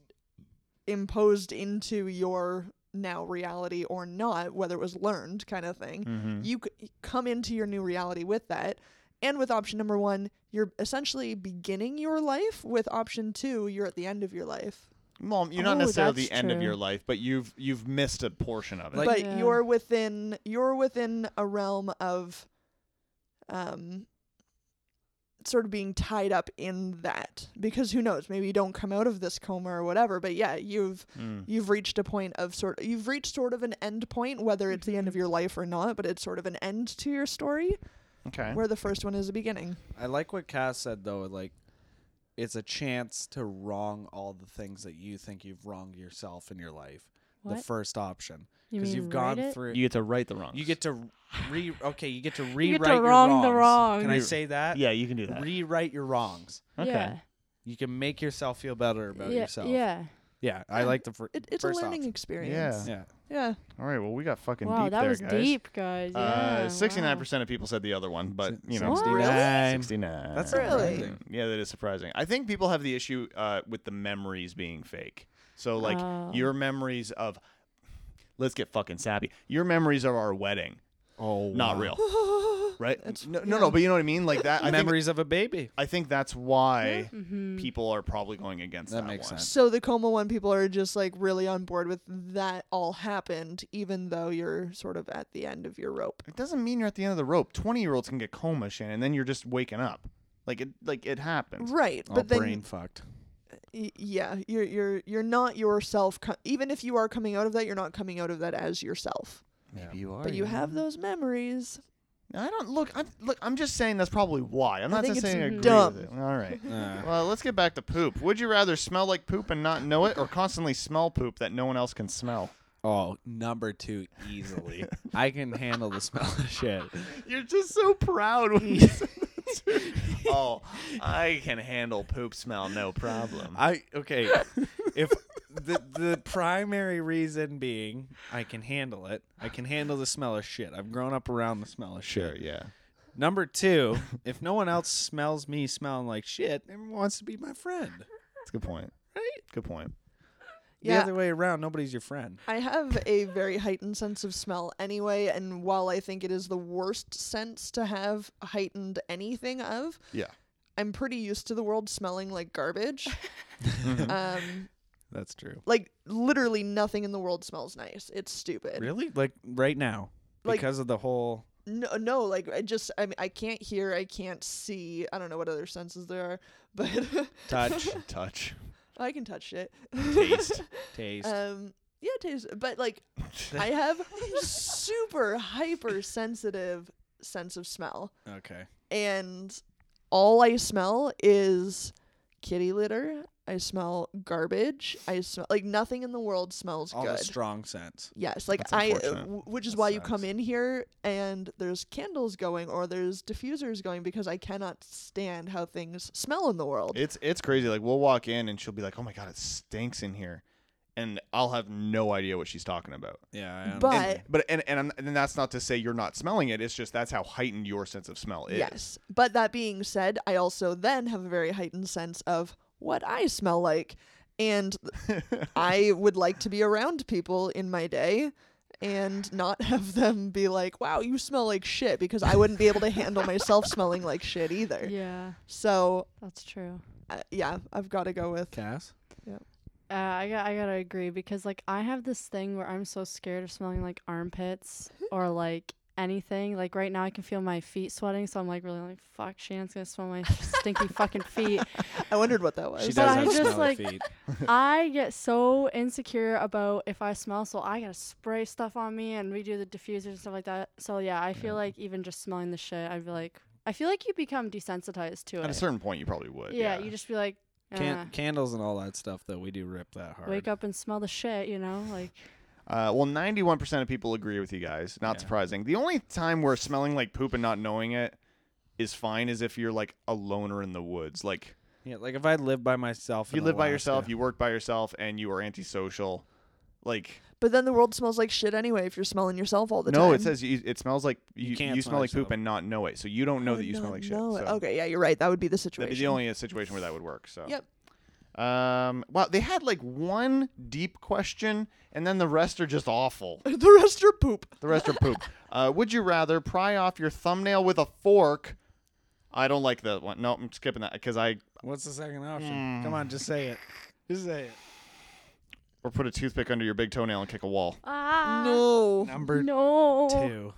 [SPEAKER 2] imposed into your now reality or not, whether it was learned kind of thing. You c- come into your new reality with that. And with option number one, you're essentially beginning your life. With option two, you're at the end of your life.
[SPEAKER 3] Mom, you're not
[SPEAKER 5] Oh,
[SPEAKER 3] necessarily the
[SPEAKER 5] that's
[SPEAKER 3] end of
[SPEAKER 5] true.
[SPEAKER 3] your life, but you've you've missed a portion of it.
[SPEAKER 4] Like-
[SPEAKER 2] but
[SPEAKER 5] Yeah.
[SPEAKER 2] you're within you're within a realm of um sort of being tied up in that because who knows maybe you don't come out of this coma or whatever but yeah you've
[SPEAKER 3] Mm.
[SPEAKER 2] you've reached a point of sort you've reached sort of an end point whether it's the end of your life or not but it's sort of an end to your story
[SPEAKER 3] Okay.
[SPEAKER 2] where the first one is a beginning
[SPEAKER 4] I like what Cass said though. Like, it's a chance to wrong all the things that you think you've wronged yourself in your life. The
[SPEAKER 5] What?
[SPEAKER 4] first option,
[SPEAKER 5] You mean
[SPEAKER 4] you've
[SPEAKER 5] write
[SPEAKER 4] gone
[SPEAKER 5] it?
[SPEAKER 4] through.
[SPEAKER 3] You get to right the wrongs.
[SPEAKER 4] you get to re. Okay, you get to rewrite
[SPEAKER 5] get to
[SPEAKER 4] your
[SPEAKER 5] wrong the
[SPEAKER 4] wrongs.
[SPEAKER 5] wrong.
[SPEAKER 4] Can I
[SPEAKER 5] Re-
[SPEAKER 4] say that?
[SPEAKER 3] Yeah, you can do that.
[SPEAKER 4] Rewrite your wrongs.
[SPEAKER 3] Okay.
[SPEAKER 5] Yeah.
[SPEAKER 4] You can make yourself feel better about
[SPEAKER 5] yeah,
[SPEAKER 4] yourself.
[SPEAKER 5] Yeah.
[SPEAKER 4] Yeah, I like the fir-
[SPEAKER 2] it, it's
[SPEAKER 4] first
[SPEAKER 2] a learning
[SPEAKER 4] option.
[SPEAKER 2] experience
[SPEAKER 4] Yeah.
[SPEAKER 2] yeah
[SPEAKER 3] All right. Well, we got fucking
[SPEAKER 5] Wow,
[SPEAKER 3] deep
[SPEAKER 5] that
[SPEAKER 3] there,
[SPEAKER 5] was
[SPEAKER 3] guys.
[SPEAKER 5] deep, guys. Yeah.
[SPEAKER 3] Uh,
[SPEAKER 5] wow.
[SPEAKER 3] 69% of people said the other one, but you know,
[SPEAKER 5] What?
[SPEAKER 4] 69.
[SPEAKER 3] 69.
[SPEAKER 4] That's
[SPEAKER 2] Really?
[SPEAKER 4] surprising.
[SPEAKER 3] Yeah, that is surprising. I think people have the issue uh, with the memories being fake. So like
[SPEAKER 5] Oh.
[SPEAKER 3] your memories of let's get fucking sappy. Your memories of our wedding,
[SPEAKER 4] Oh,
[SPEAKER 3] not real, right? no, no,
[SPEAKER 2] yeah.
[SPEAKER 3] no, but you know what I mean. Like that. I think,
[SPEAKER 4] Memories of a baby.
[SPEAKER 3] I think that's why
[SPEAKER 5] Mhm.
[SPEAKER 3] people are probably going against that.
[SPEAKER 4] That makes
[SPEAKER 3] one.
[SPEAKER 4] sense.
[SPEAKER 2] So the coma one people are just like really on board with that all happened, even though you're sort of at the end of your rope.
[SPEAKER 3] It doesn't mean you're at the end of the rope. Twenty-year-olds can get coma, Shannon, and then you're just waking up. Like it, like it happens.
[SPEAKER 2] Right,
[SPEAKER 4] All
[SPEAKER 2] but then
[SPEAKER 4] brain fucked.
[SPEAKER 2] y- yeah, you're you're you're not yourself. Co- even if you are coming out of that, you're not coming out of that as yourself.
[SPEAKER 3] Maybe you are.
[SPEAKER 2] but you have those memories.
[SPEAKER 3] I don't look. I'm look. I'm just saying that's probably why. I'm
[SPEAKER 2] I
[SPEAKER 3] not
[SPEAKER 2] think
[SPEAKER 3] just
[SPEAKER 2] it's
[SPEAKER 3] saying I agree
[SPEAKER 2] dumb.
[SPEAKER 3] with it. All right.
[SPEAKER 4] Uh,
[SPEAKER 3] Well, let's get back to poop. Would you rather smell like poop and not know it, or constantly smell poop that no one else can smell?
[SPEAKER 4] Oh, number two easily. I can handle the smell of shit.
[SPEAKER 3] You're just so proud when you said that. oh, I can handle poop smell, no problem.
[SPEAKER 4] I okay. If the the primary reason being I can handle it. I can handle the smell of shit. I've grown up around the smell of
[SPEAKER 3] Sure,
[SPEAKER 4] shit.
[SPEAKER 3] yeah.
[SPEAKER 4] Number two, if no one else smells me smelling like shit, everyone wants to be my friend.
[SPEAKER 3] That's a good point. Right? Good point.
[SPEAKER 4] The
[SPEAKER 2] Yeah.
[SPEAKER 4] other way around, nobody's your friend.
[SPEAKER 2] I have a very heightened sense of smell anyway, and while I think it is the worst sense to have heightened anything of,
[SPEAKER 3] Yeah.
[SPEAKER 2] I'm pretty used to the world smelling like garbage.
[SPEAKER 3] Mm-hmm.
[SPEAKER 2] um,
[SPEAKER 4] That's true.
[SPEAKER 2] like literally nothing in the world smells nice. It's stupid.
[SPEAKER 4] Really? Like right now.
[SPEAKER 2] Like-
[SPEAKER 4] Because of the whole
[SPEAKER 2] No, no, like I just I mean I can't hear, I can't see. I don't know what other senses there are, but
[SPEAKER 4] touch,
[SPEAKER 3] Touch.
[SPEAKER 2] I can touch shit.
[SPEAKER 3] Taste.
[SPEAKER 4] taste.
[SPEAKER 2] um yeah, taste. But like I have super hypersensitive sense of smell
[SPEAKER 4] okay.
[SPEAKER 2] and all I smell is kitty litter. I smell garbage. I smell like nothing in the world smells
[SPEAKER 4] All the
[SPEAKER 2] good.
[SPEAKER 4] strong sense.
[SPEAKER 2] Yes, like
[SPEAKER 3] That's
[SPEAKER 2] I, uh,
[SPEAKER 3] unfortunate.
[SPEAKER 2] w- which is
[SPEAKER 4] That
[SPEAKER 2] why you come
[SPEAKER 4] sucks.
[SPEAKER 2] in here and there's candles going or there's diffusers going because I cannot stand how things smell in the world.
[SPEAKER 3] It's it's crazy. Like we'll walk in and she'll be like, "Oh my god, it stinks in here," and I'll have no idea what she's talking about.
[SPEAKER 4] Yeah. I am.
[SPEAKER 2] But-
[SPEAKER 3] And- but and and, I'm, and that's not to say you're not smelling it. It's just that's how heightened your sense of smell is.
[SPEAKER 2] yes, but that being said, I also then have a very heightened sense of what I smell like, and I would like to be around people in my day. And not have them be like, wow, you smell like shit, because I wouldn't be able to handle myself smelling like shit
[SPEAKER 3] eh,
[SPEAKER 2] either.
[SPEAKER 5] Yeah,
[SPEAKER 2] So,
[SPEAKER 5] that's true.
[SPEAKER 2] uh, yeah, I've got to go with
[SPEAKER 4] Cass?
[SPEAKER 5] Uh, I got I gotta agree because like I have this thing where I'm so scared of smelling like armpits or like anything. Like right now, I can feel my feet sweating, so I'm like really like fuck. Shannon's gonna smell my stinky fucking feet.
[SPEAKER 2] I wondered what that was.
[SPEAKER 4] She
[SPEAKER 5] But
[SPEAKER 4] does
[SPEAKER 5] I
[SPEAKER 4] have
[SPEAKER 5] just,
[SPEAKER 4] smelly
[SPEAKER 5] like-
[SPEAKER 4] feet.
[SPEAKER 5] I get so insecure about if I smell, so I gotta spray stuff on me and redo the diffuser and stuff like that. So yeah, I feel like even just smelling the shit, I'd be like, I feel like you become desensitized to
[SPEAKER 3] At a
[SPEAKER 5] it.
[SPEAKER 3] certain point, you probably would.
[SPEAKER 5] yeah, you just be like,
[SPEAKER 4] Can-
[SPEAKER 5] uh,
[SPEAKER 4] candles and all that stuff though, we do rip that hard.
[SPEAKER 5] wake up and smell the shit, you know, like.
[SPEAKER 3] Uh, well, 91% of people agree with you guys. Not surprising. The only time where smelling like poop and not knowing it is fine is if you're like a loner in the woods. Like
[SPEAKER 4] Yeah, like if I live by myself.
[SPEAKER 3] if you
[SPEAKER 4] in
[SPEAKER 3] live by
[SPEAKER 4] Alaska-
[SPEAKER 3] yourself, you work by yourself, and you are antisocial. Like
[SPEAKER 2] But then the world smells like shit anyway if you're smelling yourself all the time.
[SPEAKER 3] no, it says you, it smells like you, you,
[SPEAKER 4] can't
[SPEAKER 3] smell like
[SPEAKER 4] smell
[SPEAKER 3] poop and not know it. So you don't know
[SPEAKER 2] I
[SPEAKER 3] that you
[SPEAKER 2] would
[SPEAKER 3] smell
[SPEAKER 2] not
[SPEAKER 3] like
[SPEAKER 2] know it.
[SPEAKER 3] shit. So
[SPEAKER 2] Okay, yeah, you're right. That would be the
[SPEAKER 3] That'd
[SPEAKER 2] situation.
[SPEAKER 3] be the only situation where that would work. So
[SPEAKER 2] Yep.
[SPEAKER 3] Um. Wow. They had like one deep question, and then the rest are just awful.
[SPEAKER 2] the rest are poop.
[SPEAKER 3] The rest are poop. Uh, would you rather pry off your thumbnail with a fork? I don't like that one. No, I'm skipping that because I
[SPEAKER 4] What's the second option?
[SPEAKER 3] Hmm.
[SPEAKER 4] Come on, just say it. Just say it.
[SPEAKER 3] or put a toothpick under your big toenail and kick a wall.
[SPEAKER 5] Ah,
[SPEAKER 2] No.
[SPEAKER 4] Number
[SPEAKER 5] no,
[SPEAKER 4] two.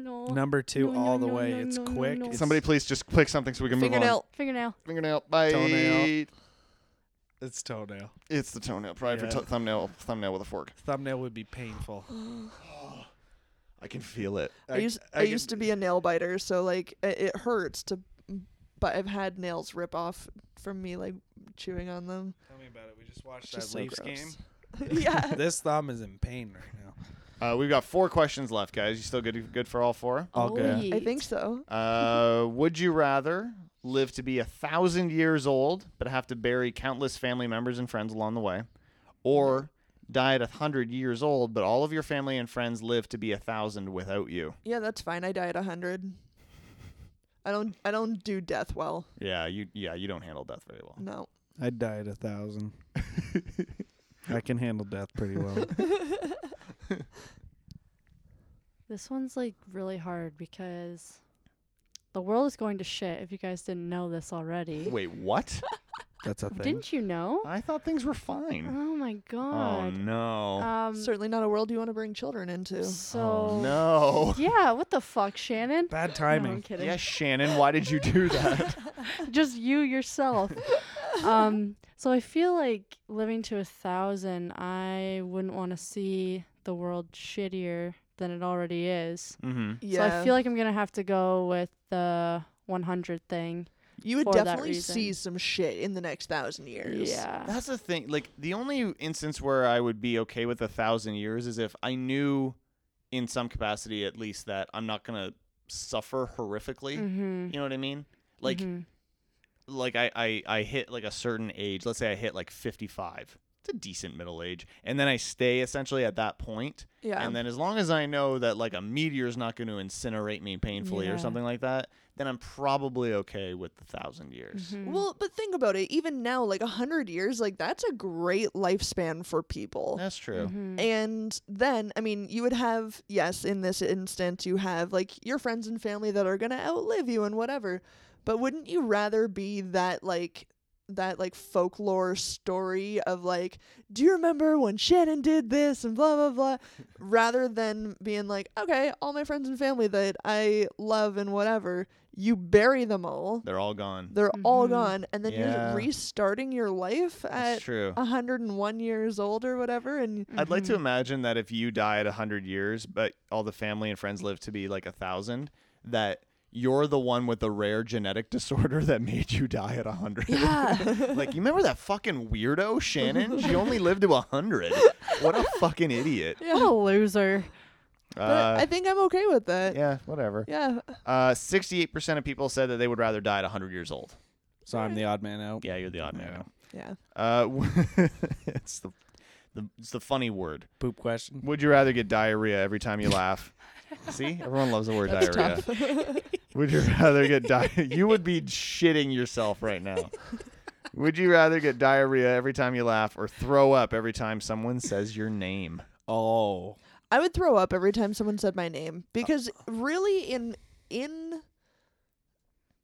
[SPEAKER 5] no,
[SPEAKER 4] Number two,
[SPEAKER 5] No,
[SPEAKER 4] all the
[SPEAKER 5] no, no,
[SPEAKER 4] way.
[SPEAKER 5] no,
[SPEAKER 4] it's
[SPEAKER 5] no, no,
[SPEAKER 4] quick.
[SPEAKER 5] no.
[SPEAKER 4] It's
[SPEAKER 3] Somebody please just click something so we can move on.
[SPEAKER 2] Fingernail.
[SPEAKER 5] fingernail.
[SPEAKER 3] Fingernail. Bye.
[SPEAKER 4] Toenail. It's toenail.
[SPEAKER 3] It's the toenail. Pry off your
[SPEAKER 4] Yeah.
[SPEAKER 3] to- thumbnail. Thumbnail with a fork.
[SPEAKER 4] Thumbnail would be painful.
[SPEAKER 3] Oh, I can feel it.
[SPEAKER 2] I, used I, used to be a nail biter, so like it, it hurts to, but I've had nails rip off from me like chewing on them.
[SPEAKER 4] Tell me about it. We just watched
[SPEAKER 2] It's just so
[SPEAKER 4] that Leafs
[SPEAKER 2] gross.
[SPEAKER 4] game.
[SPEAKER 2] yeah.
[SPEAKER 4] This thumb is in pain right now.
[SPEAKER 3] Uh, we've got four questions left, guys. You still good? Good for all four?
[SPEAKER 4] All good.
[SPEAKER 2] I think so.
[SPEAKER 3] Uh, would you rather live to be a thousand years old but have to bury countless family members and friends along the way, or die at a hundred years old but all of your family and friends live to be a thousand without you?
[SPEAKER 2] Yeah, that's fine. I die at a hundred. I don't. I don't do death well.
[SPEAKER 3] Yeah, you yeah you don't handle death very well.
[SPEAKER 2] No.
[SPEAKER 4] I'd die at a thousand. I can handle death pretty well.
[SPEAKER 5] This one's like really hard because the world is going to shit. If you guys didn't know this already,
[SPEAKER 3] Wait, what?
[SPEAKER 4] That's a thing.
[SPEAKER 5] didn't you know?
[SPEAKER 3] I thought things were fine.
[SPEAKER 5] Oh my
[SPEAKER 3] Oh
[SPEAKER 5] god.
[SPEAKER 2] Uh,
[SPEAKER 3] no!
[SPEAKER 5] Um.
[SPEAKER 2] Certainly not a world you want to bring children into.
[SPEAKER 5] so.
[SPEAKER 3] Oh no!
[SPEAKER 5] Yeah. What the fuck, Shannon?
[SPEAKER 4] Bad
[SPEAKER 5] No, I'm
[SPEAKER 4] timing.
[SPEAKER 5] kidding.
[SPEAKER 3] Yes, Shannon, why did you do that?
[SPEAKER 5] Just you yourself. um. So I feel like living to a thousand, I wouldn't want to see the world shittier than it already is.
[SPEAKER 3] mm-hmm.
[SPEAKER 2] Yeah.
[SPEAKER 5] So I feel like I'm gonna have to go with the 100 thing.
[SPEAKER 2] you would
[SPEAKER 5] for that
[SPEAKER 2] definitely see
[SPEAKER 5] reason.
[SPEAKER 2] some shit in the next thousand years.
[SPEAKER 5] Yeah.
[SPEAKER 3] That's the thing. Like the only instance where I would be okay with a thousand years is if I knew, in some capacity at least, that I'm not gonna suffer horrifically.
[SPEAKER 5] Mm-hmm.
[SPEAKER 3] You know what I mean? Like like I, I I hit like a certain age. Let's say I hit like 55. It's a decent middle age, and then I stay essentially at that point.
[SPEAKER 2] Yeah.
[SPEAKER 3] And then as long as I know that like a meteor's not going to incinerate me painfully
[SPEAKER 5] Yeah.
[SPEAKER 3] or something like that, then I'm probably okay with the thousand years.
[SPEAKER 2] Well, but think about it. Even now, like a hundred years, like that's a great lifespan for people.
[SPEAKER 3] That's true.
[SPEAKER 2] And then, I mean, you would have, yes, in this instance, you have like your friends and family that are going to outlive you and whatever. But wouldn't you rather be that like, that like folklore story of like, do you remember when Shannon did this and blah, blah, blah, rather than being like, okay, all my friends and family that I love and whatever, you bury them
[SPEAKER 5] Mm-hmm.
[SPEAKER 2] all.
[SPEAKER 3] They're all gone.
[SPEAKER 2] They're all
[SPEAKER 5] Mhm.
[SPEAKER 2] gone. And then
[SPEAKER 3] Yeah.
[SPEAKER 2] you're restarting your life
[SPEAKER 3] That's
[SPEAKER 2] at
[SPEAKER 3] true.
[SPEAKER 2] 101 years old or whatever. And
[SPEAKER 5] Mm-hmm.
[SPEAKER 3] I'd like to
[SPEAKER 2] Mm-hmm.
[SPEAKER 3] imagine that if you die at 100 years, but all the family and friends live to be like a 1,000, that you're the one with the rare genetic disorder that made you die at 100.
[SPEAKER 2] Yeah.
[SPEAKER 3] like, you remember that fucking weirdo, Shannon? She only lived to 100. What a fucking idiot.
[SPEAKER 5] What a loser.
[SPEAKER 3] Uh,
[SPEAKER 2] I think I'm okay with that. Yeah.
[SPEAKER 3] yeah, whatever. Uh, 68% of people said that they would rather die at 100 years old.
[SPEAKER 4] So I'm the odd man out.
[SPEAKER 3] Yeah, you're the odd man. out.
[SPEAKER 2] Yeah.
[SPEAKER 3] Uh, it's, the, the, it's the funny word.
[SPEAKER 4] Poop question.
[SPEAKER 3] Would you rather get diarrhea every time you laugh? See, everyone loves the word diarrhea. Would you rather get diarrhea? You would be shitting yourself right now. Would you rather get diarrhea every time you laugh or throw up every time someone says your name?
[SPEAKER 4] Oh.
[SPEAKER 2] I would throw up every time someone said my name because really in in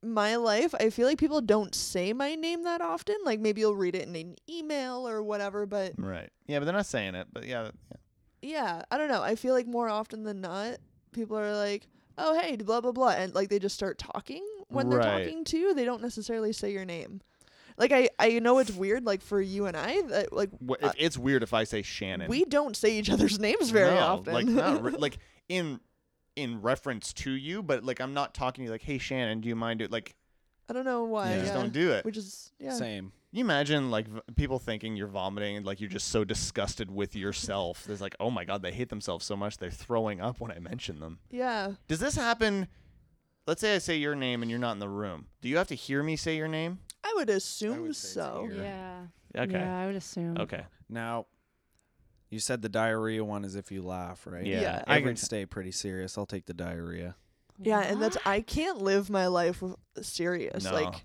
[SPEAKER 2] my life, I feel like people don't say my name that often. Like maybe you'll read it in an email or whatever, but
[SPEAKER 3] Right. Yeah, but they're not saying it. But yeah,
[SPEAKER 2] yeah, I don't know. I feel like more often than not people are like, "Oh, hey, blah blah blah," and like they just start talking when they're
[SPEAKER 12] Right.
[SPEAKER 2] talking to you. They don't necessarily say your name. Like I, I know it's weird. Like for you and I, that like
[SPEAKER 3] Wha-
[SPEAKER 2] uh,
[SPEAKER 3] it- it's weird if I say Shannon.
[SPEAKER 2] we don't say each other's names very
[SPEAKER 3] No,
[SPEAKER 2] often.
[SPEAKER 3] Like not re- like in in reference to you, but like I'm not talking to you like, hey Shannon, do you mind do like
[SPEAKER 2] I don't know why.
[SPEAKER 3] you
[SPEAKER 2] Yeah.
[SPEAKER 3] just don't do it.
[SPEAKER 2] Which is yeah.
[SPEAKER 4] Same.
[SPEAKER 3] you imagine like v- people thinking you're vomiting and like you're just so disgusted with yourself. There's like, oh my god, they hate themselves so much they're throwing up when I mention them.
[SPEAKER 2] Yeah.
[SPEAKER 3] Does this happen? Let's say I say your name and you're not in the room. Do you have to hear me say your name?
[SPEAKER 2] I would assume
[SPEAKER 3] would say it's
[SPEAKER 2] so.
[SPEAKER 3] ear.
[SPEAKER 5] Yeah.
[SPEAKER 12] Okay.
[SPEAKER 5] Yeah, I would assume.
[SPEAKER 12] Okay.
[SPEAKER 4] Now, you said the diarrhea one is if you laugh, right?
[SPEAKER 12] Yeah.
[SPEAKER 2] Yeah.
[SPEAKER 4] I
[SPEAKER 12] Every
[SPEAKER 4] can
[SPEAKER 12] ti-
[SPEAKER 4] stay pretty serious. I'll take the diarrhea.
[SPEAKER 2] Yeah, and that's I can't live my life with serious.
[SPEAKER 3] No. Uh,
[SPEAKER 2] Like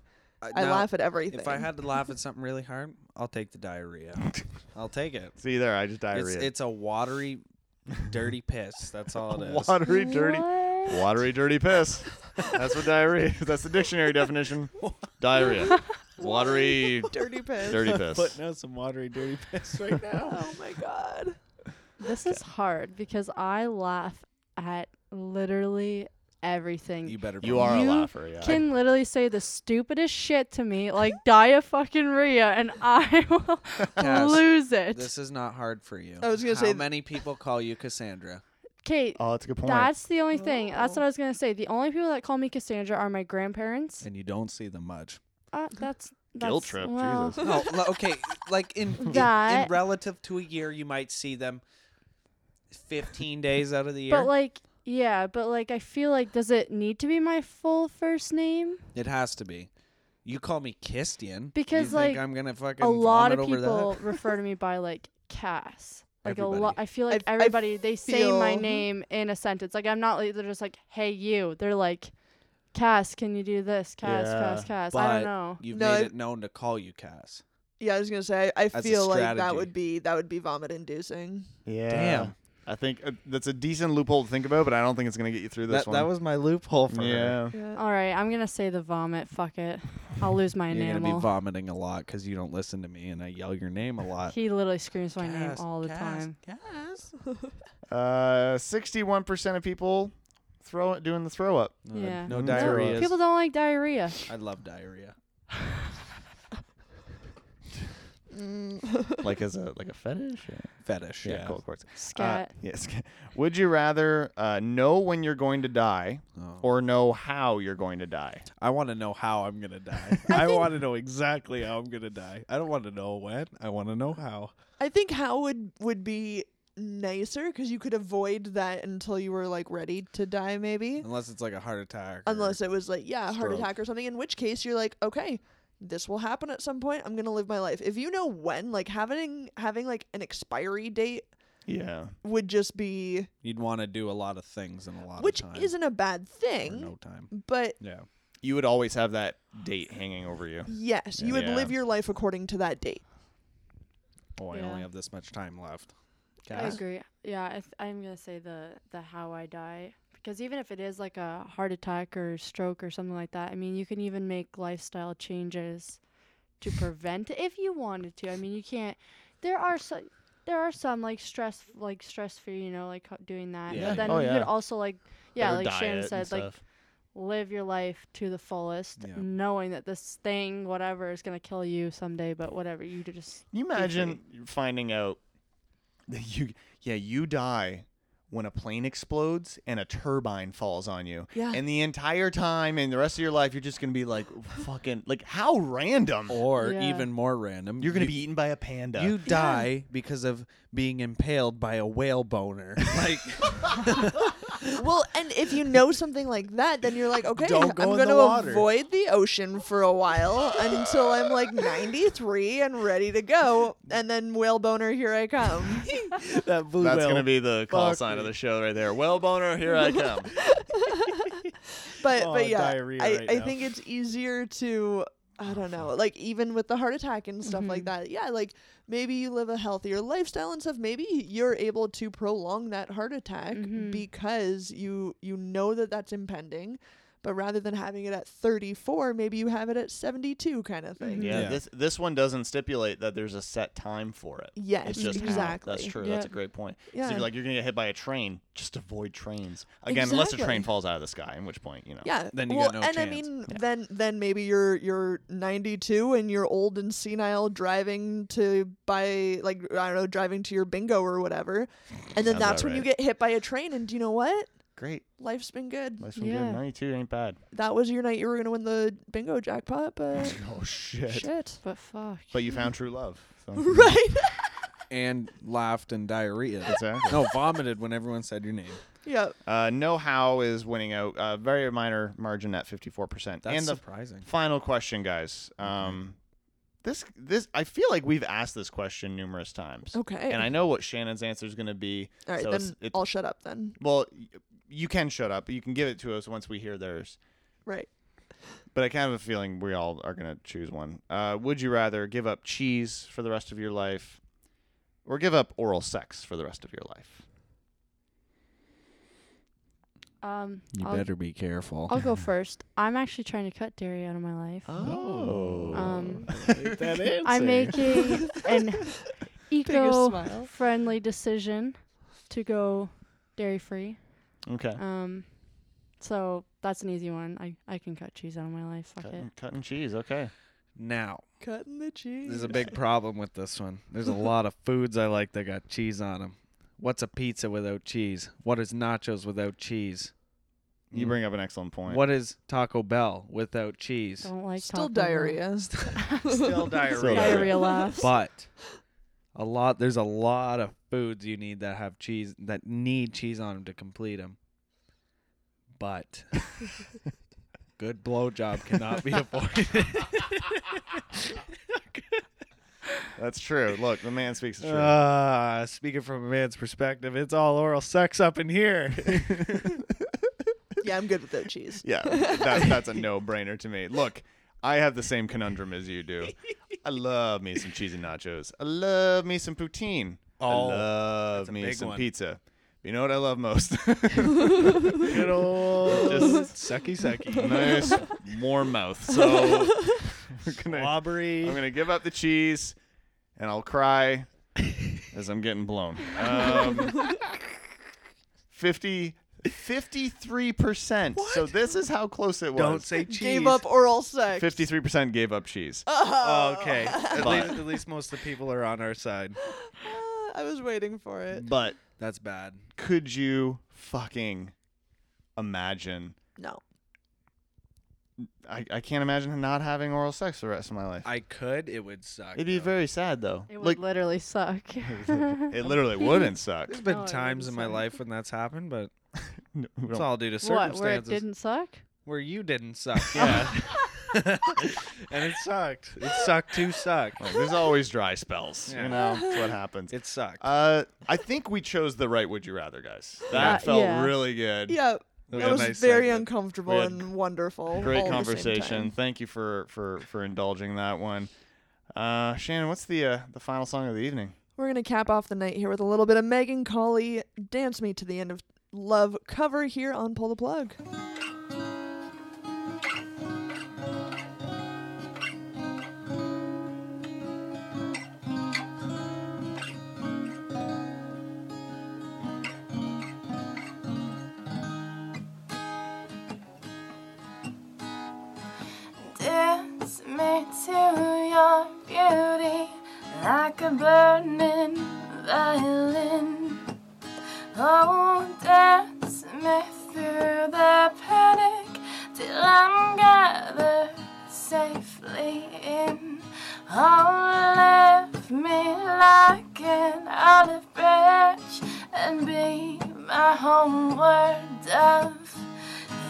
[SPEAKER 2] I laugh at everything.
[SPEAKER 4] Uh, If I had to laugh at something really hard, I'll take the diarrhea. I'll take it.
[SPEAKER 3] See there, I just diarrhea.
[SPEAKER 4] It's, it's a watery, dirty piss. That's all it is.
[SPEAKER 3] watery, dirty,
[SPEAKER 5] What?
[SPEAKER 3] watery, dirty piss. That's what diarrhea. That's the dictionary definition. Diarrhea, watery,
[SPEAKER 2] dirty piss.
[SPEAKER 3] dirty piss.
[SPEAKER 4] out some watery, dirty piss right now.
[SPEAKER 2] Oh my god.
[SPEAKER 5] This is hard because I laugh at literally everything.
[SPEAKER 4] you better.
[SPEAKER 3] You
[SPEAKER 4] believe
[SPEAKER 3] are a
[SPEAKER 5] You
[SPEAKER 3] laugher, yeah.
[SPEAKER 5] can literally say the stupidest shit to me, like dia fucking Rhea, and I will
[SPEAKER 4] Cass,
[SPEAKER 5] lose it.
[SPEAKER 4] This is not hard for you.
[SPEAKER 2] I was gonna
[SPEAKER 4] How
[SPEAKER 2] say-
[SPEAKER 4] many people call you Cassandra?
[SPEAKER 5] Kate,
[SPEAKER 3] oh, that's a good point.
[SPEAKER 5] that's the only thing. That's
[SPEAKER 2] Wow.
[SPEAKER 5] what I was gonna say. The only people that call me Cassandra are my grandparents.
[SPEAKER 4] And you don't see them much.
[SPEAKER 5] Uh, that's, that's
[SPEAKER 3] Guilt trip,
[SPEAKER 5] well,
[SPEAKER 3] Jesus.
[SPEAKER 4] No, li- okay. Like in, in- in
[SPEAKER 5] That-
[SPEAKER 4] relative to a year, you might see them fifteen days out of the year.
[SPEAKER 5] But like, yeah, but like, I feel like does it need to be my full first name?
[SPEAKER 4] it has to be. You call me Kistian
[SPEAKER 5] Because,
[SPEAKER 4] you think
[SPEAKER 5] like,
[SPEAKER 4] I'm gonna fucking
[SPEAKER 5] A lot
[SPEAKER 4] vomit
[SPEAKER 5] of
[SPEAKER 4] over that?
[SPEAKER 5] people refer to me by like Cass. Like a lot,
[SPEAKER 4] Everybody.
[SPEAKER 5] I feel like
[SPEAKER 2] I- I
[SPEAKER 5] everybody they say my
[SPEAKER 2] feel-
[SPEAKER 5] name in a sentence. Like I'm not like they're just like, "Hey you." They're like, "Cass, can you do this?" Cass, Cass, Cass. I
[SPEAKER 4] But
[SPEAKER 5] don't know.
[SPEAKER 4] You've
[SPEAKER 2] No,
[SPEAKER 4] made
[SPEAKER 2] I-
[SPEAKER 4] it known to call you Cass.
[SPEAKER 2] Yeah, I was gonna say I, I
[SPEAKER 4] That's a
[SPEAKER 2] feel like that
[SPEAKER 4] strategy.
[SPEAKER 2] would be that would be vomit inducing.
[SPEAKER 12] Yeah.
[SPEAKER 4] Damn.
[SPEAKER 3] I think uh, that's a decent loophole to think about, but I don't think it's gonna get you through this
[SPEAKER 4] That,
[SPEAKER 3] one.
[SPEAKER 4] that was my loophole for her.
[SPEAKER 3] yeah.
[SPEAKER 2] Yeah.
[SPEAKER 5] All right, I'm gonna say the vomit. Fuck it, I'll lose my
[SPEAKER 4] You're gonna be
[SPEAKER 5] enamel.
[SPEAKER 4] vomiting a lot because you don't listen to me and I yell your name a lot.
[SPEAKER 5] He literally screams my name
[SPEAKER 4] Cass,
[SPEAKER 5] all the
[SPEAKER 4] Cass,
[SPEAKER 5] time.
[SPEAKER 4] Cass.
[SPEAKER 3] Uh, sixty-one percent of people throw doing the throw up.
[SPEAKER 4] No,
[SPEAKER 5] Yeah.
[SPEAKER 4] no
[SPEAKER 3] Mm.
[SPEAKER 4] diarrhea.
[SPEAKER 5] People don't like diarrhea.
[SPEAKER 4] I love diarrhea.
[SPEAKER 2] Mm.
[SPEAKER 3] like as a like a fetish. or-
[SPEAKER 4] Fetish.
[SPEAKER 3] Yeah,
[SPEAKER 4] Yeah.
[SPEAKER 3] cool, of course. Uh,
[SPEAKER 5] Scat.
[SPEAKER 3] yes. Would you rather uh, know when you're going to die
[SPEAKER 4] Oh.
[SPEAKER 3] or know how you're going to die?
[SPEAKER 4] I want to know how I'm gonna die. I, want to know exactly how I'm gonna die. I don't want to know when. I want to know how.
[SPEAKER 2] I think how would would be nicer because you could avoid that until you were like ready to die, maybe.
[SPEAKER 4] Unless it's like a heart attack.
[SPEAKER 2] Unless it was like yeah, heart
[SPEAKER 4] Stroke.
[SPEAKER 2] attack or something. In which case you're like, okay, this will happen at some point. I'm gonna live my life. If you know when, like having having like an expiry date
[SPEAKER 3] Yeah.
[SPEAKER 2] would just be,
[SPEAKER 4] you'd want to do a lot of things in a lot
[SPEAKER 2] which
[SPEAKER 4] of time.
[SPEAKER 2] isn't a bad
[SPEAKER 4] or
[SPEAKER 2] thing,
[SPEAKER 4] no time.
[SPEAKER 2] but
[SPEAKER 4] Yeah.
[SPEAKER 3] You would always have that date hanging over you.
[SPEAKER 2] yes, you would
[SPEAKER 3] Yeah.
[SPEAKER 2] live your life according to that date.
[SPEAKER 4] Oh, I
[SPEAKER 5] Yeah.
[SPEAKER 4] only have this much time left.
[SPEAKER 5] I
[SPEAKER 4] Cass?
[SPEAKER 5] agree. Yeah, I th- I'm gonna say the the how I die because even if it is like a heart attack or stroke or something like that, I mean, you can even make lifestyle changes to prevent it if you wanted to. I mean, you can't. There are some. There are some like stress, like stress free, you know, like h- doing that.
[SPEAKER 4] Yeah.
[SPEAKER 5] But then
[SPEAKER 3] Oh,
[SPEAKER 5] you
[SPEAKER 3] yeah.
[SPEAKER 5] could also like, yeah,
[SPEAKER 12] Better
[SPEAKER 5] like Shannon
[SPEAKER 12] diet and
[SPEAKER 5] said, like
[SPEAKER 12] stuff.
[SPEAKER 5] live your life to the fullest,
[SPEAKER 4] Yeah.
[SPEAKER 5] knowing that this thing, whatever, is gonna kill you someday. But whatever, you just
[SPEAKER 3] Can you
[SPEAKER 5] free.
[SPEAKER 3] imagine finding out that you yeah, you die when a plane explodes and a turbine falls on you.
[SPEAKER 2] Yeah.
[SPEAKER 3] And the entire time and the rest of your life you're just gonna be like fucking like how random.
[SPEAKER 4] Or
[SPEAKER 5] Yeah.
[SPEAKER 4] even more random.
[SPEAKER 3] You're gonna
[SPEAKER 4] you-
[SPEAKER 3] be eaten by a panda.
[SPEAKER 4] You die because of being impaled by a whale boner. Like,
[SPEAKER 2] Well, and if you know something like that, then you're like, okay, I'm
[SPEAKER 4] Don't go in
[SPEAKER 2] going
[SPEAKER 4] the
[SPEAKER 2] to
[SPEAKER 4] water.
[SPEAKER 2] avoid the ocean for a while until I'm like 93 and ready to go, and then whale boner, here I come.
[SPEAKER 4] that blue
[SPEAKER 3] That's
[SPEAKER 4] whale.
[SPEAKER 3] gonna be the call
[SPEAKER 4] Fuck
[SPEAKER 3] sign of
[SPEAKER 4] me.
[SPEAKER 3] the show right there. Well boner, here I come.
[SPEAKER 2] But
[SPEAKER 4] Oh,
[SPEAKER 2] but yeah, I,
[SPEAKER 4] diarrhea right
[SPEAKER 2] I
[SPEAKER 4] now.
[SPEAKER 2] think it's easier to. I don't know. Like even with the heart attack and stuff like that. Yeah, like maybe you live a healthier lifestyle and stuff. Maybe you're able to prolong that heart attack because you you know that that's impending, But rather than having it at 34, maybe you have it at 72 kind of thing.
[SPEAKER 3] Yeah,
[SPEAKER 4] Yeah.
[SPEAKER 3] This this one doesn't stipulate that there's a set time for it.
[SPEAKER 2] Yes,
[SPEAKER 3] It's just how.
[SPEAKER 2] exactly.
[SPEAKER 3] That's true. That's a
[SPEAKER 2] Yeah.
[SPEAKER 3] great point. So
[SPEAKER 2] Yeah.
[SPEAKER 3] you're like you're gonna get hit by a train. Just avoid trains. Again, unless a train
[SPEAKER 2] Exactly.
[SPEAKER 3] falls out of the sky, in which point you know.
[SPEAKER 2] Yeah.
[SPEAKER 4] Then you
[SPEAKER 2] well,
[SPEAKER 4] got no
[SPEAKER 2] and I
[SPEAKER 4] chance.
[SPEAKER 2] mean, then then maybe you're you're 92 and you're old and senile, driving to buy like I don't know, driving to your bingo or whatever, and then
[SPEAKER 3] Sounds
[SPEAKER 2] that's when
[SPEAKER 3] about
[SPEAKER 2] you get hit by a train. And do you know what?
[SPEAKER 3] Great.
[SPEAKER 2] Life's been good.
[SPEAKER 3] Nice one,
[SPEAKER 5] Yeah.
[SPEAKER 3] good. Ninety-two ain't bad.
[SPEAKER 2] That was your night you were gonna win the bingo jackpot, but
[SPEAKER 3] Oh shit.
[SPEAKER 2] shit,
[SPEAKER 5] But fuck.
[SPEAKER 3] But you found true love. So.
[SPEAKER 2] right?
[SPEAKER 4] and laughed and diarrhea.
[SPEAKER 3] Exactly.
[SPEAKER 4] no, vomited when everyone said your name.
[SPEAKER 2] yeah.
[SPEAKER 3] Uh, no how is winning out. Uh, very minor margin at fifty-four percent.
[SPEAKER 4] That's
[SPEAKER 3] And the
[SPEAKER 4] surprising.
[SPEAKER 3] final question, guys. Um, this this I feel like we've asked this question numerous times.
[SPEAKER 2] Okay.
[SPEAKER 3] And I know what Shannon's answer is going to be.
[SPEAKER 2] All right,
[SPEAKER 3] so
[SPEAKER 2] then
[SPEAKER 3] it's, it's,
[SPEAKER 2] I'll shut up then.
[SPEAKER 3] well, y- you can shut up. You can give it to us once we hear theirs.
[SPEAKER 2] Right.
[SPEAKER 3] But I kind of have a feeling we all are going to choose one. Uh, would you rather give up cheese for the rest of your life or give up oral sex for the rest of your life?
[SPEAKER 5] Um,
[SPEAKER 4] You
[SPEAKER 5] I'll,
[SPEAKER 4] better be careful.
[SPEAKER 5] I'll go first. I'm actually trying to cut dairy out of my life.
[SPEAKER 3] Oh.
[SPEAKER 5] Um,
[SPEAKER 3] that is.
[SPEAKER 5] I'm making an
[SPEAKER 2] smile.
[SPEAKER 5] eco-friendly decision to go dairy-free.
[SPEAKER 3] Okay.
[SPEAKER 5] Um, so that's an easy one. I I can cut cheese out of my life. Fuck it.
[SPEAKER 3] Cutting, cutting cheese. Okay.
[SPEAKER 4] Now,
[SPEAKER 2] Cutting the
[SPEAKER 4] there's
[SPEAKER 2] cheese.
[SPEAKER 4] a big problem with this one. There's a lot of foods I like that got cheese on them. What's a pizza without cheese? What is nachos without cheese?
[SPEAKER 3] You
[SPEAKER 4] Mm.
[SPEAKER 3] bring up an excellent point.
[SPEAKER 4] What is Taco Bell without cheese?
[SPEAKER 5] Don't like
[SPEAKER 2] Still
[SPEAKER 5] Taco Bell.
[SPEAKER 2] diarrhea.
[SPEAKER 4] Still diarrhea.
[SPEAKER 5] Diarrhea laughs.
[SPEAKER 4] But a lot there's a lot of foods you need that have cheese that need cheese on them to complete them. But good blowjob cannot be avoided.
[SPEAKER 3] That's true. Look, the man speaks the truth.
[SPEAKER 4] Ah, speaking from a man's perspective, it's all oral sex up in here.
[SPEAKER 2] yeah, I'm good without cheese.
[SPEAKER 3] yeah, that, that's a no-brainer to me. Look, I have the same conundrum as you do. I love me some cheesy nachos. I love me some poutine.
[SPEAKER 4] Oh,
[SPEAKER 3] I love
[SPEAKER 4] a
[SPEAKER 3] me
[SPEAKER 4] big
[SPEAKER 3] some
[SPEAKER 4] one.
[SPEAKER 3] pizza. You know what I love most?
[SPEAKER 4] good old
[SPEAKER 3] Just-
[SPEAKER 4] sucky sucky.
[SPEAKER 3] nice warm mouth. So we're gonna-
[SPEAKER 4] Slobbery.
[SPEAKER 3] I'm gonna give up the cheese, and I'll cry as I'm getting blown. Um, 50, 53%. So this is how close it was.
[SPEAKER 4] Don't say cheese.
[SPEAKER 2] Gave up oral sex.
[SPEAKER 3] 53% gave up cheese.
[SPEAKER 4] Oh, okay. at,
[SPEAKER 3] But-
[SPEAKER 4] least, at least most of the people are on our side.
[SPEAKER 2] Ah, I was waiting for it.
[SPEAKER 3] But
[SPEAKER 4] That's bad.
[SPEAKER 3] could you fucking imagine?
[SPEAKER 2] No.
[SPEAKER 3] I, I can't imagine not having oral sex the rest of my life.
[SPEAKER 4] I could. It would suck.
[SPEAKER 3] It'd be
[SPEAKER 4] though.
[SPEAKER 3] very sad though.
[SPEAKER 5] It would
[SPEAKER 3] Like
[SPEAKER 5] literally suck.
[SPEAKER 3] it literally wouldn't suck.
[SPEAKER 4] There's been
[SPEAKER 5] No, it
[SPEAKER 4] times in
[SPEAKER 5] wouldn't
[SPEAKER 4] my
[SPEAKER 5] suck.
[SPEAKER 4] life when that's happened, but
[SPEAKER 3] No, we
[SPEAKER 4] it's
[SPEAKER 3] don't-
[SPEAKER 4] all due to
[SPEAKER 5] what?
[SPEAKER 4] circumstances
[SPEAKER 5] Where it didn't suck?
[SPEAKER 4] Where you didn't suck. Yeah. and it sucked. It sucked to suck.
[SPEAKER 3] Oh, There's always dry spells.
[SPEAKER 4] Yeah.
[SPEAKER 3] You know, that's what happens.
[SPEAKER 4] It sucked.
[SPEAKER 3] Uh, I think we chose the right would you rather, guys. That
[SPEAKER 5] Uh,
[SPEAKER 3] felt
[SPEAKER 5] yeah.
[SPEAKER 3] really good.
[SPEAKER 2] Yeah,
[SPEAKER 4] We
[SPEAKER 2] that
[SPEAKER 4] had a
[SPEAKER 2] was
[SPEAKER 4] nice
[SPEAKER 2] very
[SPEAKER 4] segment.
[SPEAKER 3] We
[SPEAKER 2] uncomfortable
[SPEAKER 3] had
[SPEAKER 2] and wonderful. all
[SPEAKER 3] Great
[SPEAKER 2] at the same
[SPEAKER 3] conversation.
[SPEAKER 2] time.
[SPEAKER 3] Thank you for for for indulging that one. Uh, Shannon, what's the uh, the final song of the evening?
[SPEAKER 2] We're gonna cap off the night here with a little bit of Megan Colley, "Dance Me to the End of Love" cover here on Pull the Plug.
[SPEAKER 13] Dance me to your beauty like a burning violin. Oh, dance me through the panic till I'm gathered safely in. Oh, lift me like an olive branch and be my homeward dove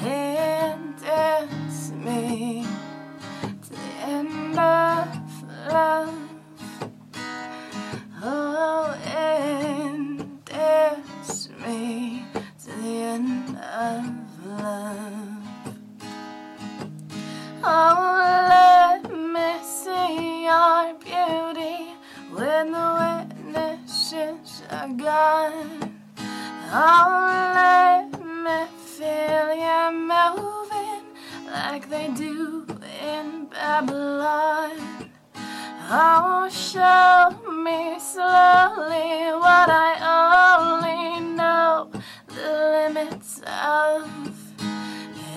[SPEAKER 13] and dance me to the end of love. Oh, and dance me to the end of love. Oh, let me see your beauty when the witnesses are gone. Oh, let me feel your mouth Babylon. Oh, show me slowly what I only know the limits of.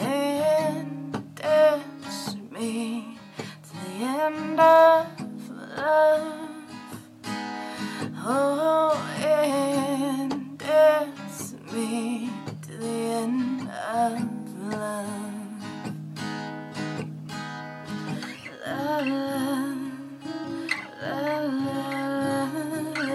[SPEAKER 13] And dash me to the end of love. Oh, and dash me to the end of love. La, la, la, la, la, la.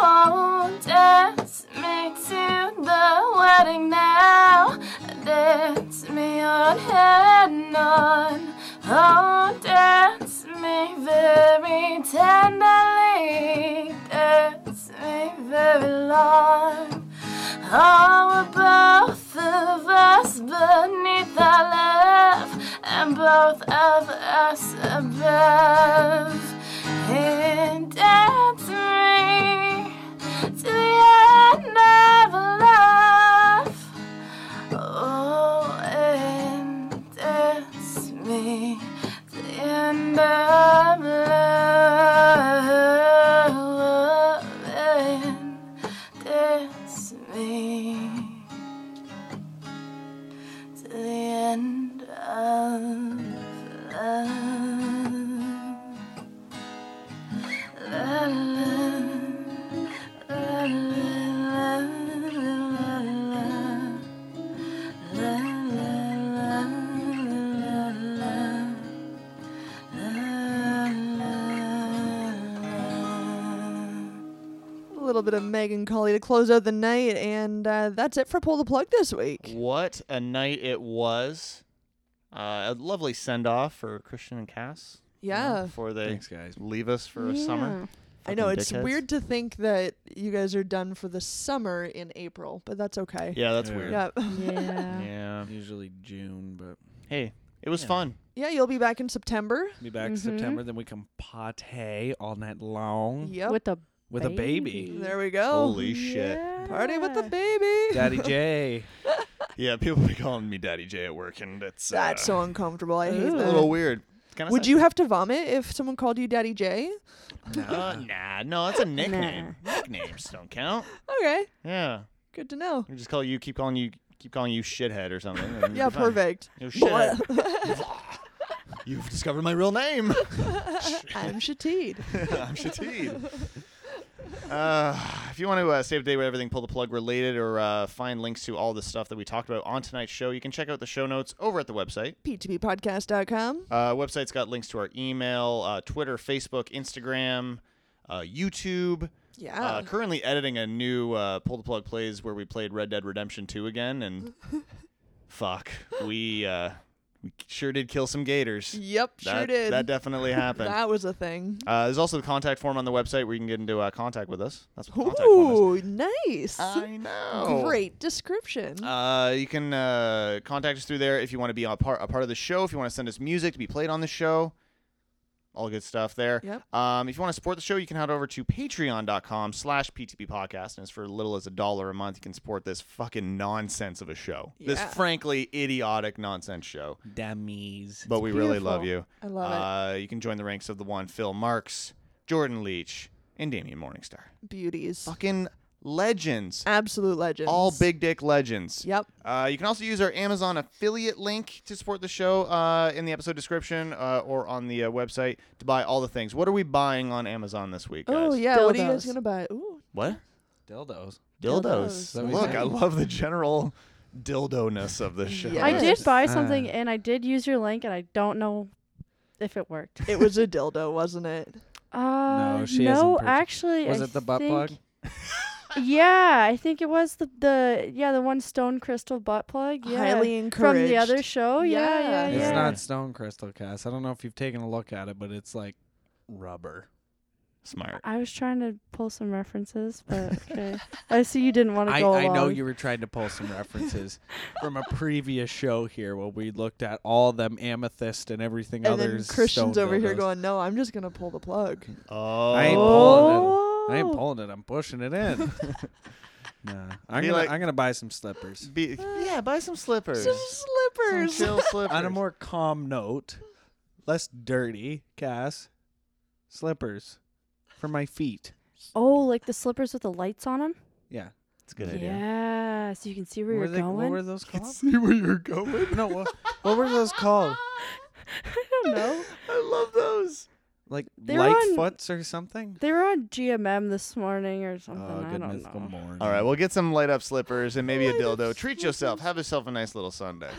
[SPEAKER 13] Oh, dance me to the wedding now. Dance me on head on. Oh, dance me very tenderly. Dance me very long. Oh, we're both of us beneath our love, and both of us above. And dance me to the end of love. Oh, and dance me to the end of love. And dance me to the end of love. La, la, la, la, la, la, la.
[SPEAKER 2] A little bit of Megan Colley to close out the night, and uh, that's it for Pull the Plug this week.
[SPEAKER 3] What a night it was. Uh, a lovely send off for Christian and Cass. you know,
[SPEAKER 2] Yeah.
[SPEAKER 3] before they
[SPEAKER 4] Thanks, guys.
[SPEAKER 3] leave us for a summer.
[SPEAKER 2] I know,
[SPEAKER 3] Fucking
[SPEAKER 2] it's
[SPEAKER 3] dickheads.
[SPEAKER 2] weird to think that you guys are done for the summer in April, but that's okay.
[SPEAKER 3] Yeah, that's
[SPEAKER 4] Yeah.
[SPEAKER 3] weird.
[SPEAKER 2] Yeah.
[SPEAKER 5] Yeah.
[SPEAKER 3] Yeah.
[SPEAKER 4] Usually June, but
[SPEAKER 3] Hey, it was
[SPEAKER 4] Yeah.
[SPEAKER 3] fun.
[SPEAKER 2] Yeah, you'll be back in September.
[SPEAKER 4] be back
[SPEAKER 5] Mhm.
[SPEAKER 4] September. Then we can party all night long
[SPEAKER 2] Yep.
[SPEAKER 5] With the
[SPEAKER 4] with a baby.
[SPEAKER 5] baby.
[SPEAKER 2] there we go.
[SPEAKER 3] Holy shit.
[SPEAKER 2] Party with the baby.
[SPEAKER 4] Daddy J.
[SPEAKER 3] Yeah, people be calling me Daddy J at work, and it's uh,
[SPEAKER 2] That's so uncomfortable. I hate
[SPEAKER 5] Ooh.
[SPEAKER 3] a
[SPEAKER 2] that.
[SPEAKER 3] little weird. It's kind of
[SPEAKER 2] Would you have to vomit if someone called you Daddy J?
[SPEAKER 3] Uh, nah, no, that's a nickname. Nicknames don't count.
[SPEAKER 2] Okay,
[SPEAKER 3] Yeah,
[SPEAKER 2] good to know.
[SPEAKER 3] we just call you. Keep calling you. Keep calling you shithead or something. and
[SPEAKER 2] Yeah,
[SPEAKER 3] you're fine.
[SPEAKER 2] perfect.
[SPEAKER 3] Yo, shithead. You've discovered my real name.
[SPEAKER 2] I'm Shatid.
[SPEAKER 3] I'm Shatid. Uh, if you want to uh, stay up to date with everything pull the plug related or uh, find links to all the stuff that we talked about on tonight's show, you can check out the show notes over at the website.
[SPEAKER 2] P2Ppodcast.com.
[SPEAKER 3] Uh, website's got links to our email, uh, Twitter, Facebook, Instagram, uh, YouTube.
[SPEAKER 2] Yeah.
[SPEAKER 3] Uh, currently editing a new uh, pull the plug plays where we played Red Dead Redemption 2 again, and fuck, we uh, we sure did kill some gators.
[SPEAKER 2] yep, sure
[SPEAKER 3] that,
[SPEAKER 2] did.
[SPEAKER 3] That definitely happened.
[SPEAKER 2] That was a thing.
[SPEAKER 3] Uh, there's also the contact form on the website where you can get into uh, contact with us. That's what the contact form is.
[SPEAKER 2] Ooh, nice.
[SPEAKER 3] I know.
[SPEAKER 2] Great description.
[SPEAKER 3] Uh, you can uh, contact us through there if you want to be a part, a part of the show, if you want to send us music to be played on the show. All good stuff there.
[SPEAKER 2] Yep.
[SPEAKER 3] Um, if you want to support the show, you can head over to patreon.com slash PTP podcast. And it's for as little as a dollar a month. You can support this fucking nonsense of a show. This
[SPEAKER 2] Yeah.
[SPEAKER 3] frankly idiotic nonsense show.
[SPEAKER 4] Dummies.
[SPEAKER 3] But we really love you.
[SPEAKER 2] I love
[SPEAKER 3] uh,
[SPEAKER 2] it.
[SPEAKER 3] You can join the ranks of the one Phil Marks, Jordan Leach, and Damian Morningstar.
[SPEAKER 2] Beauties.
[SPEAKER 3] Fucking legends.
[SPEAKER 2] Absolute legends.
[SPEAKER 3] All big dick legends.
[SPEAKER 2] Yep.
[SPEAKER 3] Uh, you can also use our Amazon affiliate link to support the show uh, in the episode description uh, or on the uh, website to buy all the things. What are we buying on Amazon this week, guys?
[SPEAKER 2] Oh, yeah. What are you guys
[SPEAKER 5] Dildos.
[SPEAKER 2] going to buy? Ooh.
[SPEAKER 3] What?
[SPEAKER 4] Dildos.
[SPEAKER 3] Dildos.
[SPEAKER 4] Dildos.
[SPEAKER 3] Look, I love the general dildo-ness of this show.
[SPEAKER 2] Yeah.
[SPEAKER 5] I did
[SPEAKER 2] Yes.
[SPEAKER 5] buy
[SPEAKER 3] Uh.
[SPEAKER 5] something
[SPEAKER 4] Ah.
[SPEAKER 5] and I did use your link and I don't know if it worked.
[SPEAKER 2] It was a dildo, wasn't it?
[SPEAKER 5] Uh,
[SPEAKER 4] she hasn't
[SPEAKER 5] no,
[SPEAKER 4] purchased-
[SPEAKER 5] actually,
[SPEAKER 4] Was
[SPEAKER 5] I
[SPEAKER 4] it the butt
[SPEAKER 5] think,
[SPEAKER 4] plug?
[SPEAKER 5] Yeah, I think it was the the yeah the one stone crystal butt plug. Yeah,
[SPEAKER 2] Highly encouraged.
[SPEAKER 5] from the other show. Yeah,
[SPEAKER 2] Yeah.
[SPEAKER 5] yeah, yeah.
[SPEAKER 4] It's
[SPEAKER 5] yeah.
[SPEAKER 4] not stone crystal cast. I don't know if you've taken a look at it, but it's like rubber.
[SPEAKER 3] Smart.
[SPEAKER 5] I was trying to pull some references, but okay. I see you didn't want to
[SPEAKER 4] I,
[SPEAKER 5] go
[SPEAKER 4] I know
[SPEAKER 5] along.
[SPEAKER 4] you were trying to pull some references from a previous show here where we looked at all them amethyst and everything
[SPEAKER 2] And then
[SPEAKER 4] others.
[SPEAKER 2] Christian's
[SPEAKER 4] stone
[SPEAKER 2] over here
[SPEAKER 4] dildos.
[SPEAKER 2] going, "No, I'm just gonna pull the plug."
[SPEAKER 3] Oh.
[SPEAKER 4] I ain't pulling it. I ain't pulling it. I'm pushing it in. nah, I'm
[SPEAKER 3] Be
[SPEAKER 4] gonna
[SPEAKER 3] like-
[SPEAKER 4] I'm gonna buy some slippers.
[SPEAKER 3] Be, yeah, buy some slippers.
[SPEAKER 2] Some slippers.
[SPEAKER 3] Chill slippers.
[SPEAKER 4] On a more calm note, less dirty, Cass, slippers for my feet.
[SPEAKER 5] Oh, like the slippers with the lights on them?
[SPEAKER 4] Yeah.
[SPEAKER 3] It's a good idea.
[SPEAKER 5] Yeah, so you can see where
[SPEAKER 4] What were
[SPEAKER 5] you're
[SPEAKER 4] they- What
[SPEAKER 5] going.
[SPEAKER 4] were those called?
[SPEAKER 9] See where you're going.
[SPEAKER 4] no, what, what were those called?
[SPEAKER 5] I don't know.
[SPEAKER 9] I love those.
[SPEAKER 4] Like
[SPEAKER 5] They're on-
[SPEAKER 4] Lightfoots or something?
[SPEAKER 5] They were on GMM this morning or something.
[SPEAKER 4] Oh,
[SPEAKER 5] I
[SPEAKER 4] good
[SPEAKER 5] don't
[SPEAKER 4] mythical
[SPEAKER 5] know.
[SPEAKER 4] morning.
[SPEAKER 3] All right, we'll get some light up slippers and maybe a dildo. Treat yourself. Have yourself a nice little Sunday.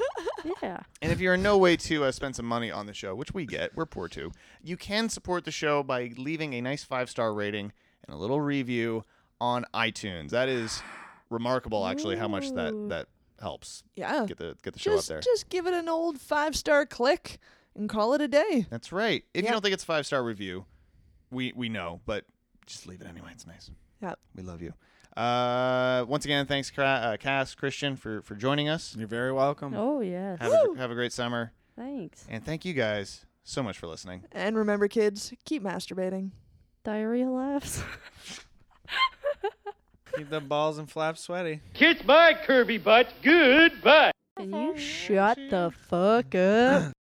[SPEAKER 5] Yeah.
[SPEAKER 3] And if you're in no way to uh, spend some money on the show, which we get, we're poor too, you can support the show by leaving a nice five star rating and a little review on iTunes. That is remarkable, actually, how much that
[SPEAKER 5] Ooh.
[SPEAKER 3] that helps
[SPEAKER 2] Yeah.
[SPEAKER 3] get the get the show up
[SPEAKER 2] Just
[SPEAKER 3] there.
[SPEAKER 2] just give it an old five star click and call it a day.
[SPEAKER 3] That's right. If
[SPEAKER 2] Yeah.
[SPEAKER 3] you don't think it's a five star review, we we know, but just leave it anyway. It's nice.
[SPEAKER 2] Yeah.
[SPEAKER 3] we love you. Uh, once again, thanks, Cra- uh, Cass Christian, for for joining us.
[SPEAKER 4] You're very welcome.
[SPEAKER 5] Oh yes.
[SPEAKER 3] Have a, have a great summer,
[SPEAKER 5] Thanks.
[SPEAKER 3] and thank you guys so much for listening.
[SPEAKER 2] And remember, kids, keep masturbating.
[SPEAKER 5] Diarrhea laughs.
[SPEAKER 4] Keep them balls and flaps sweaty.
[SPEAKER 5] Can you shut the fuck up?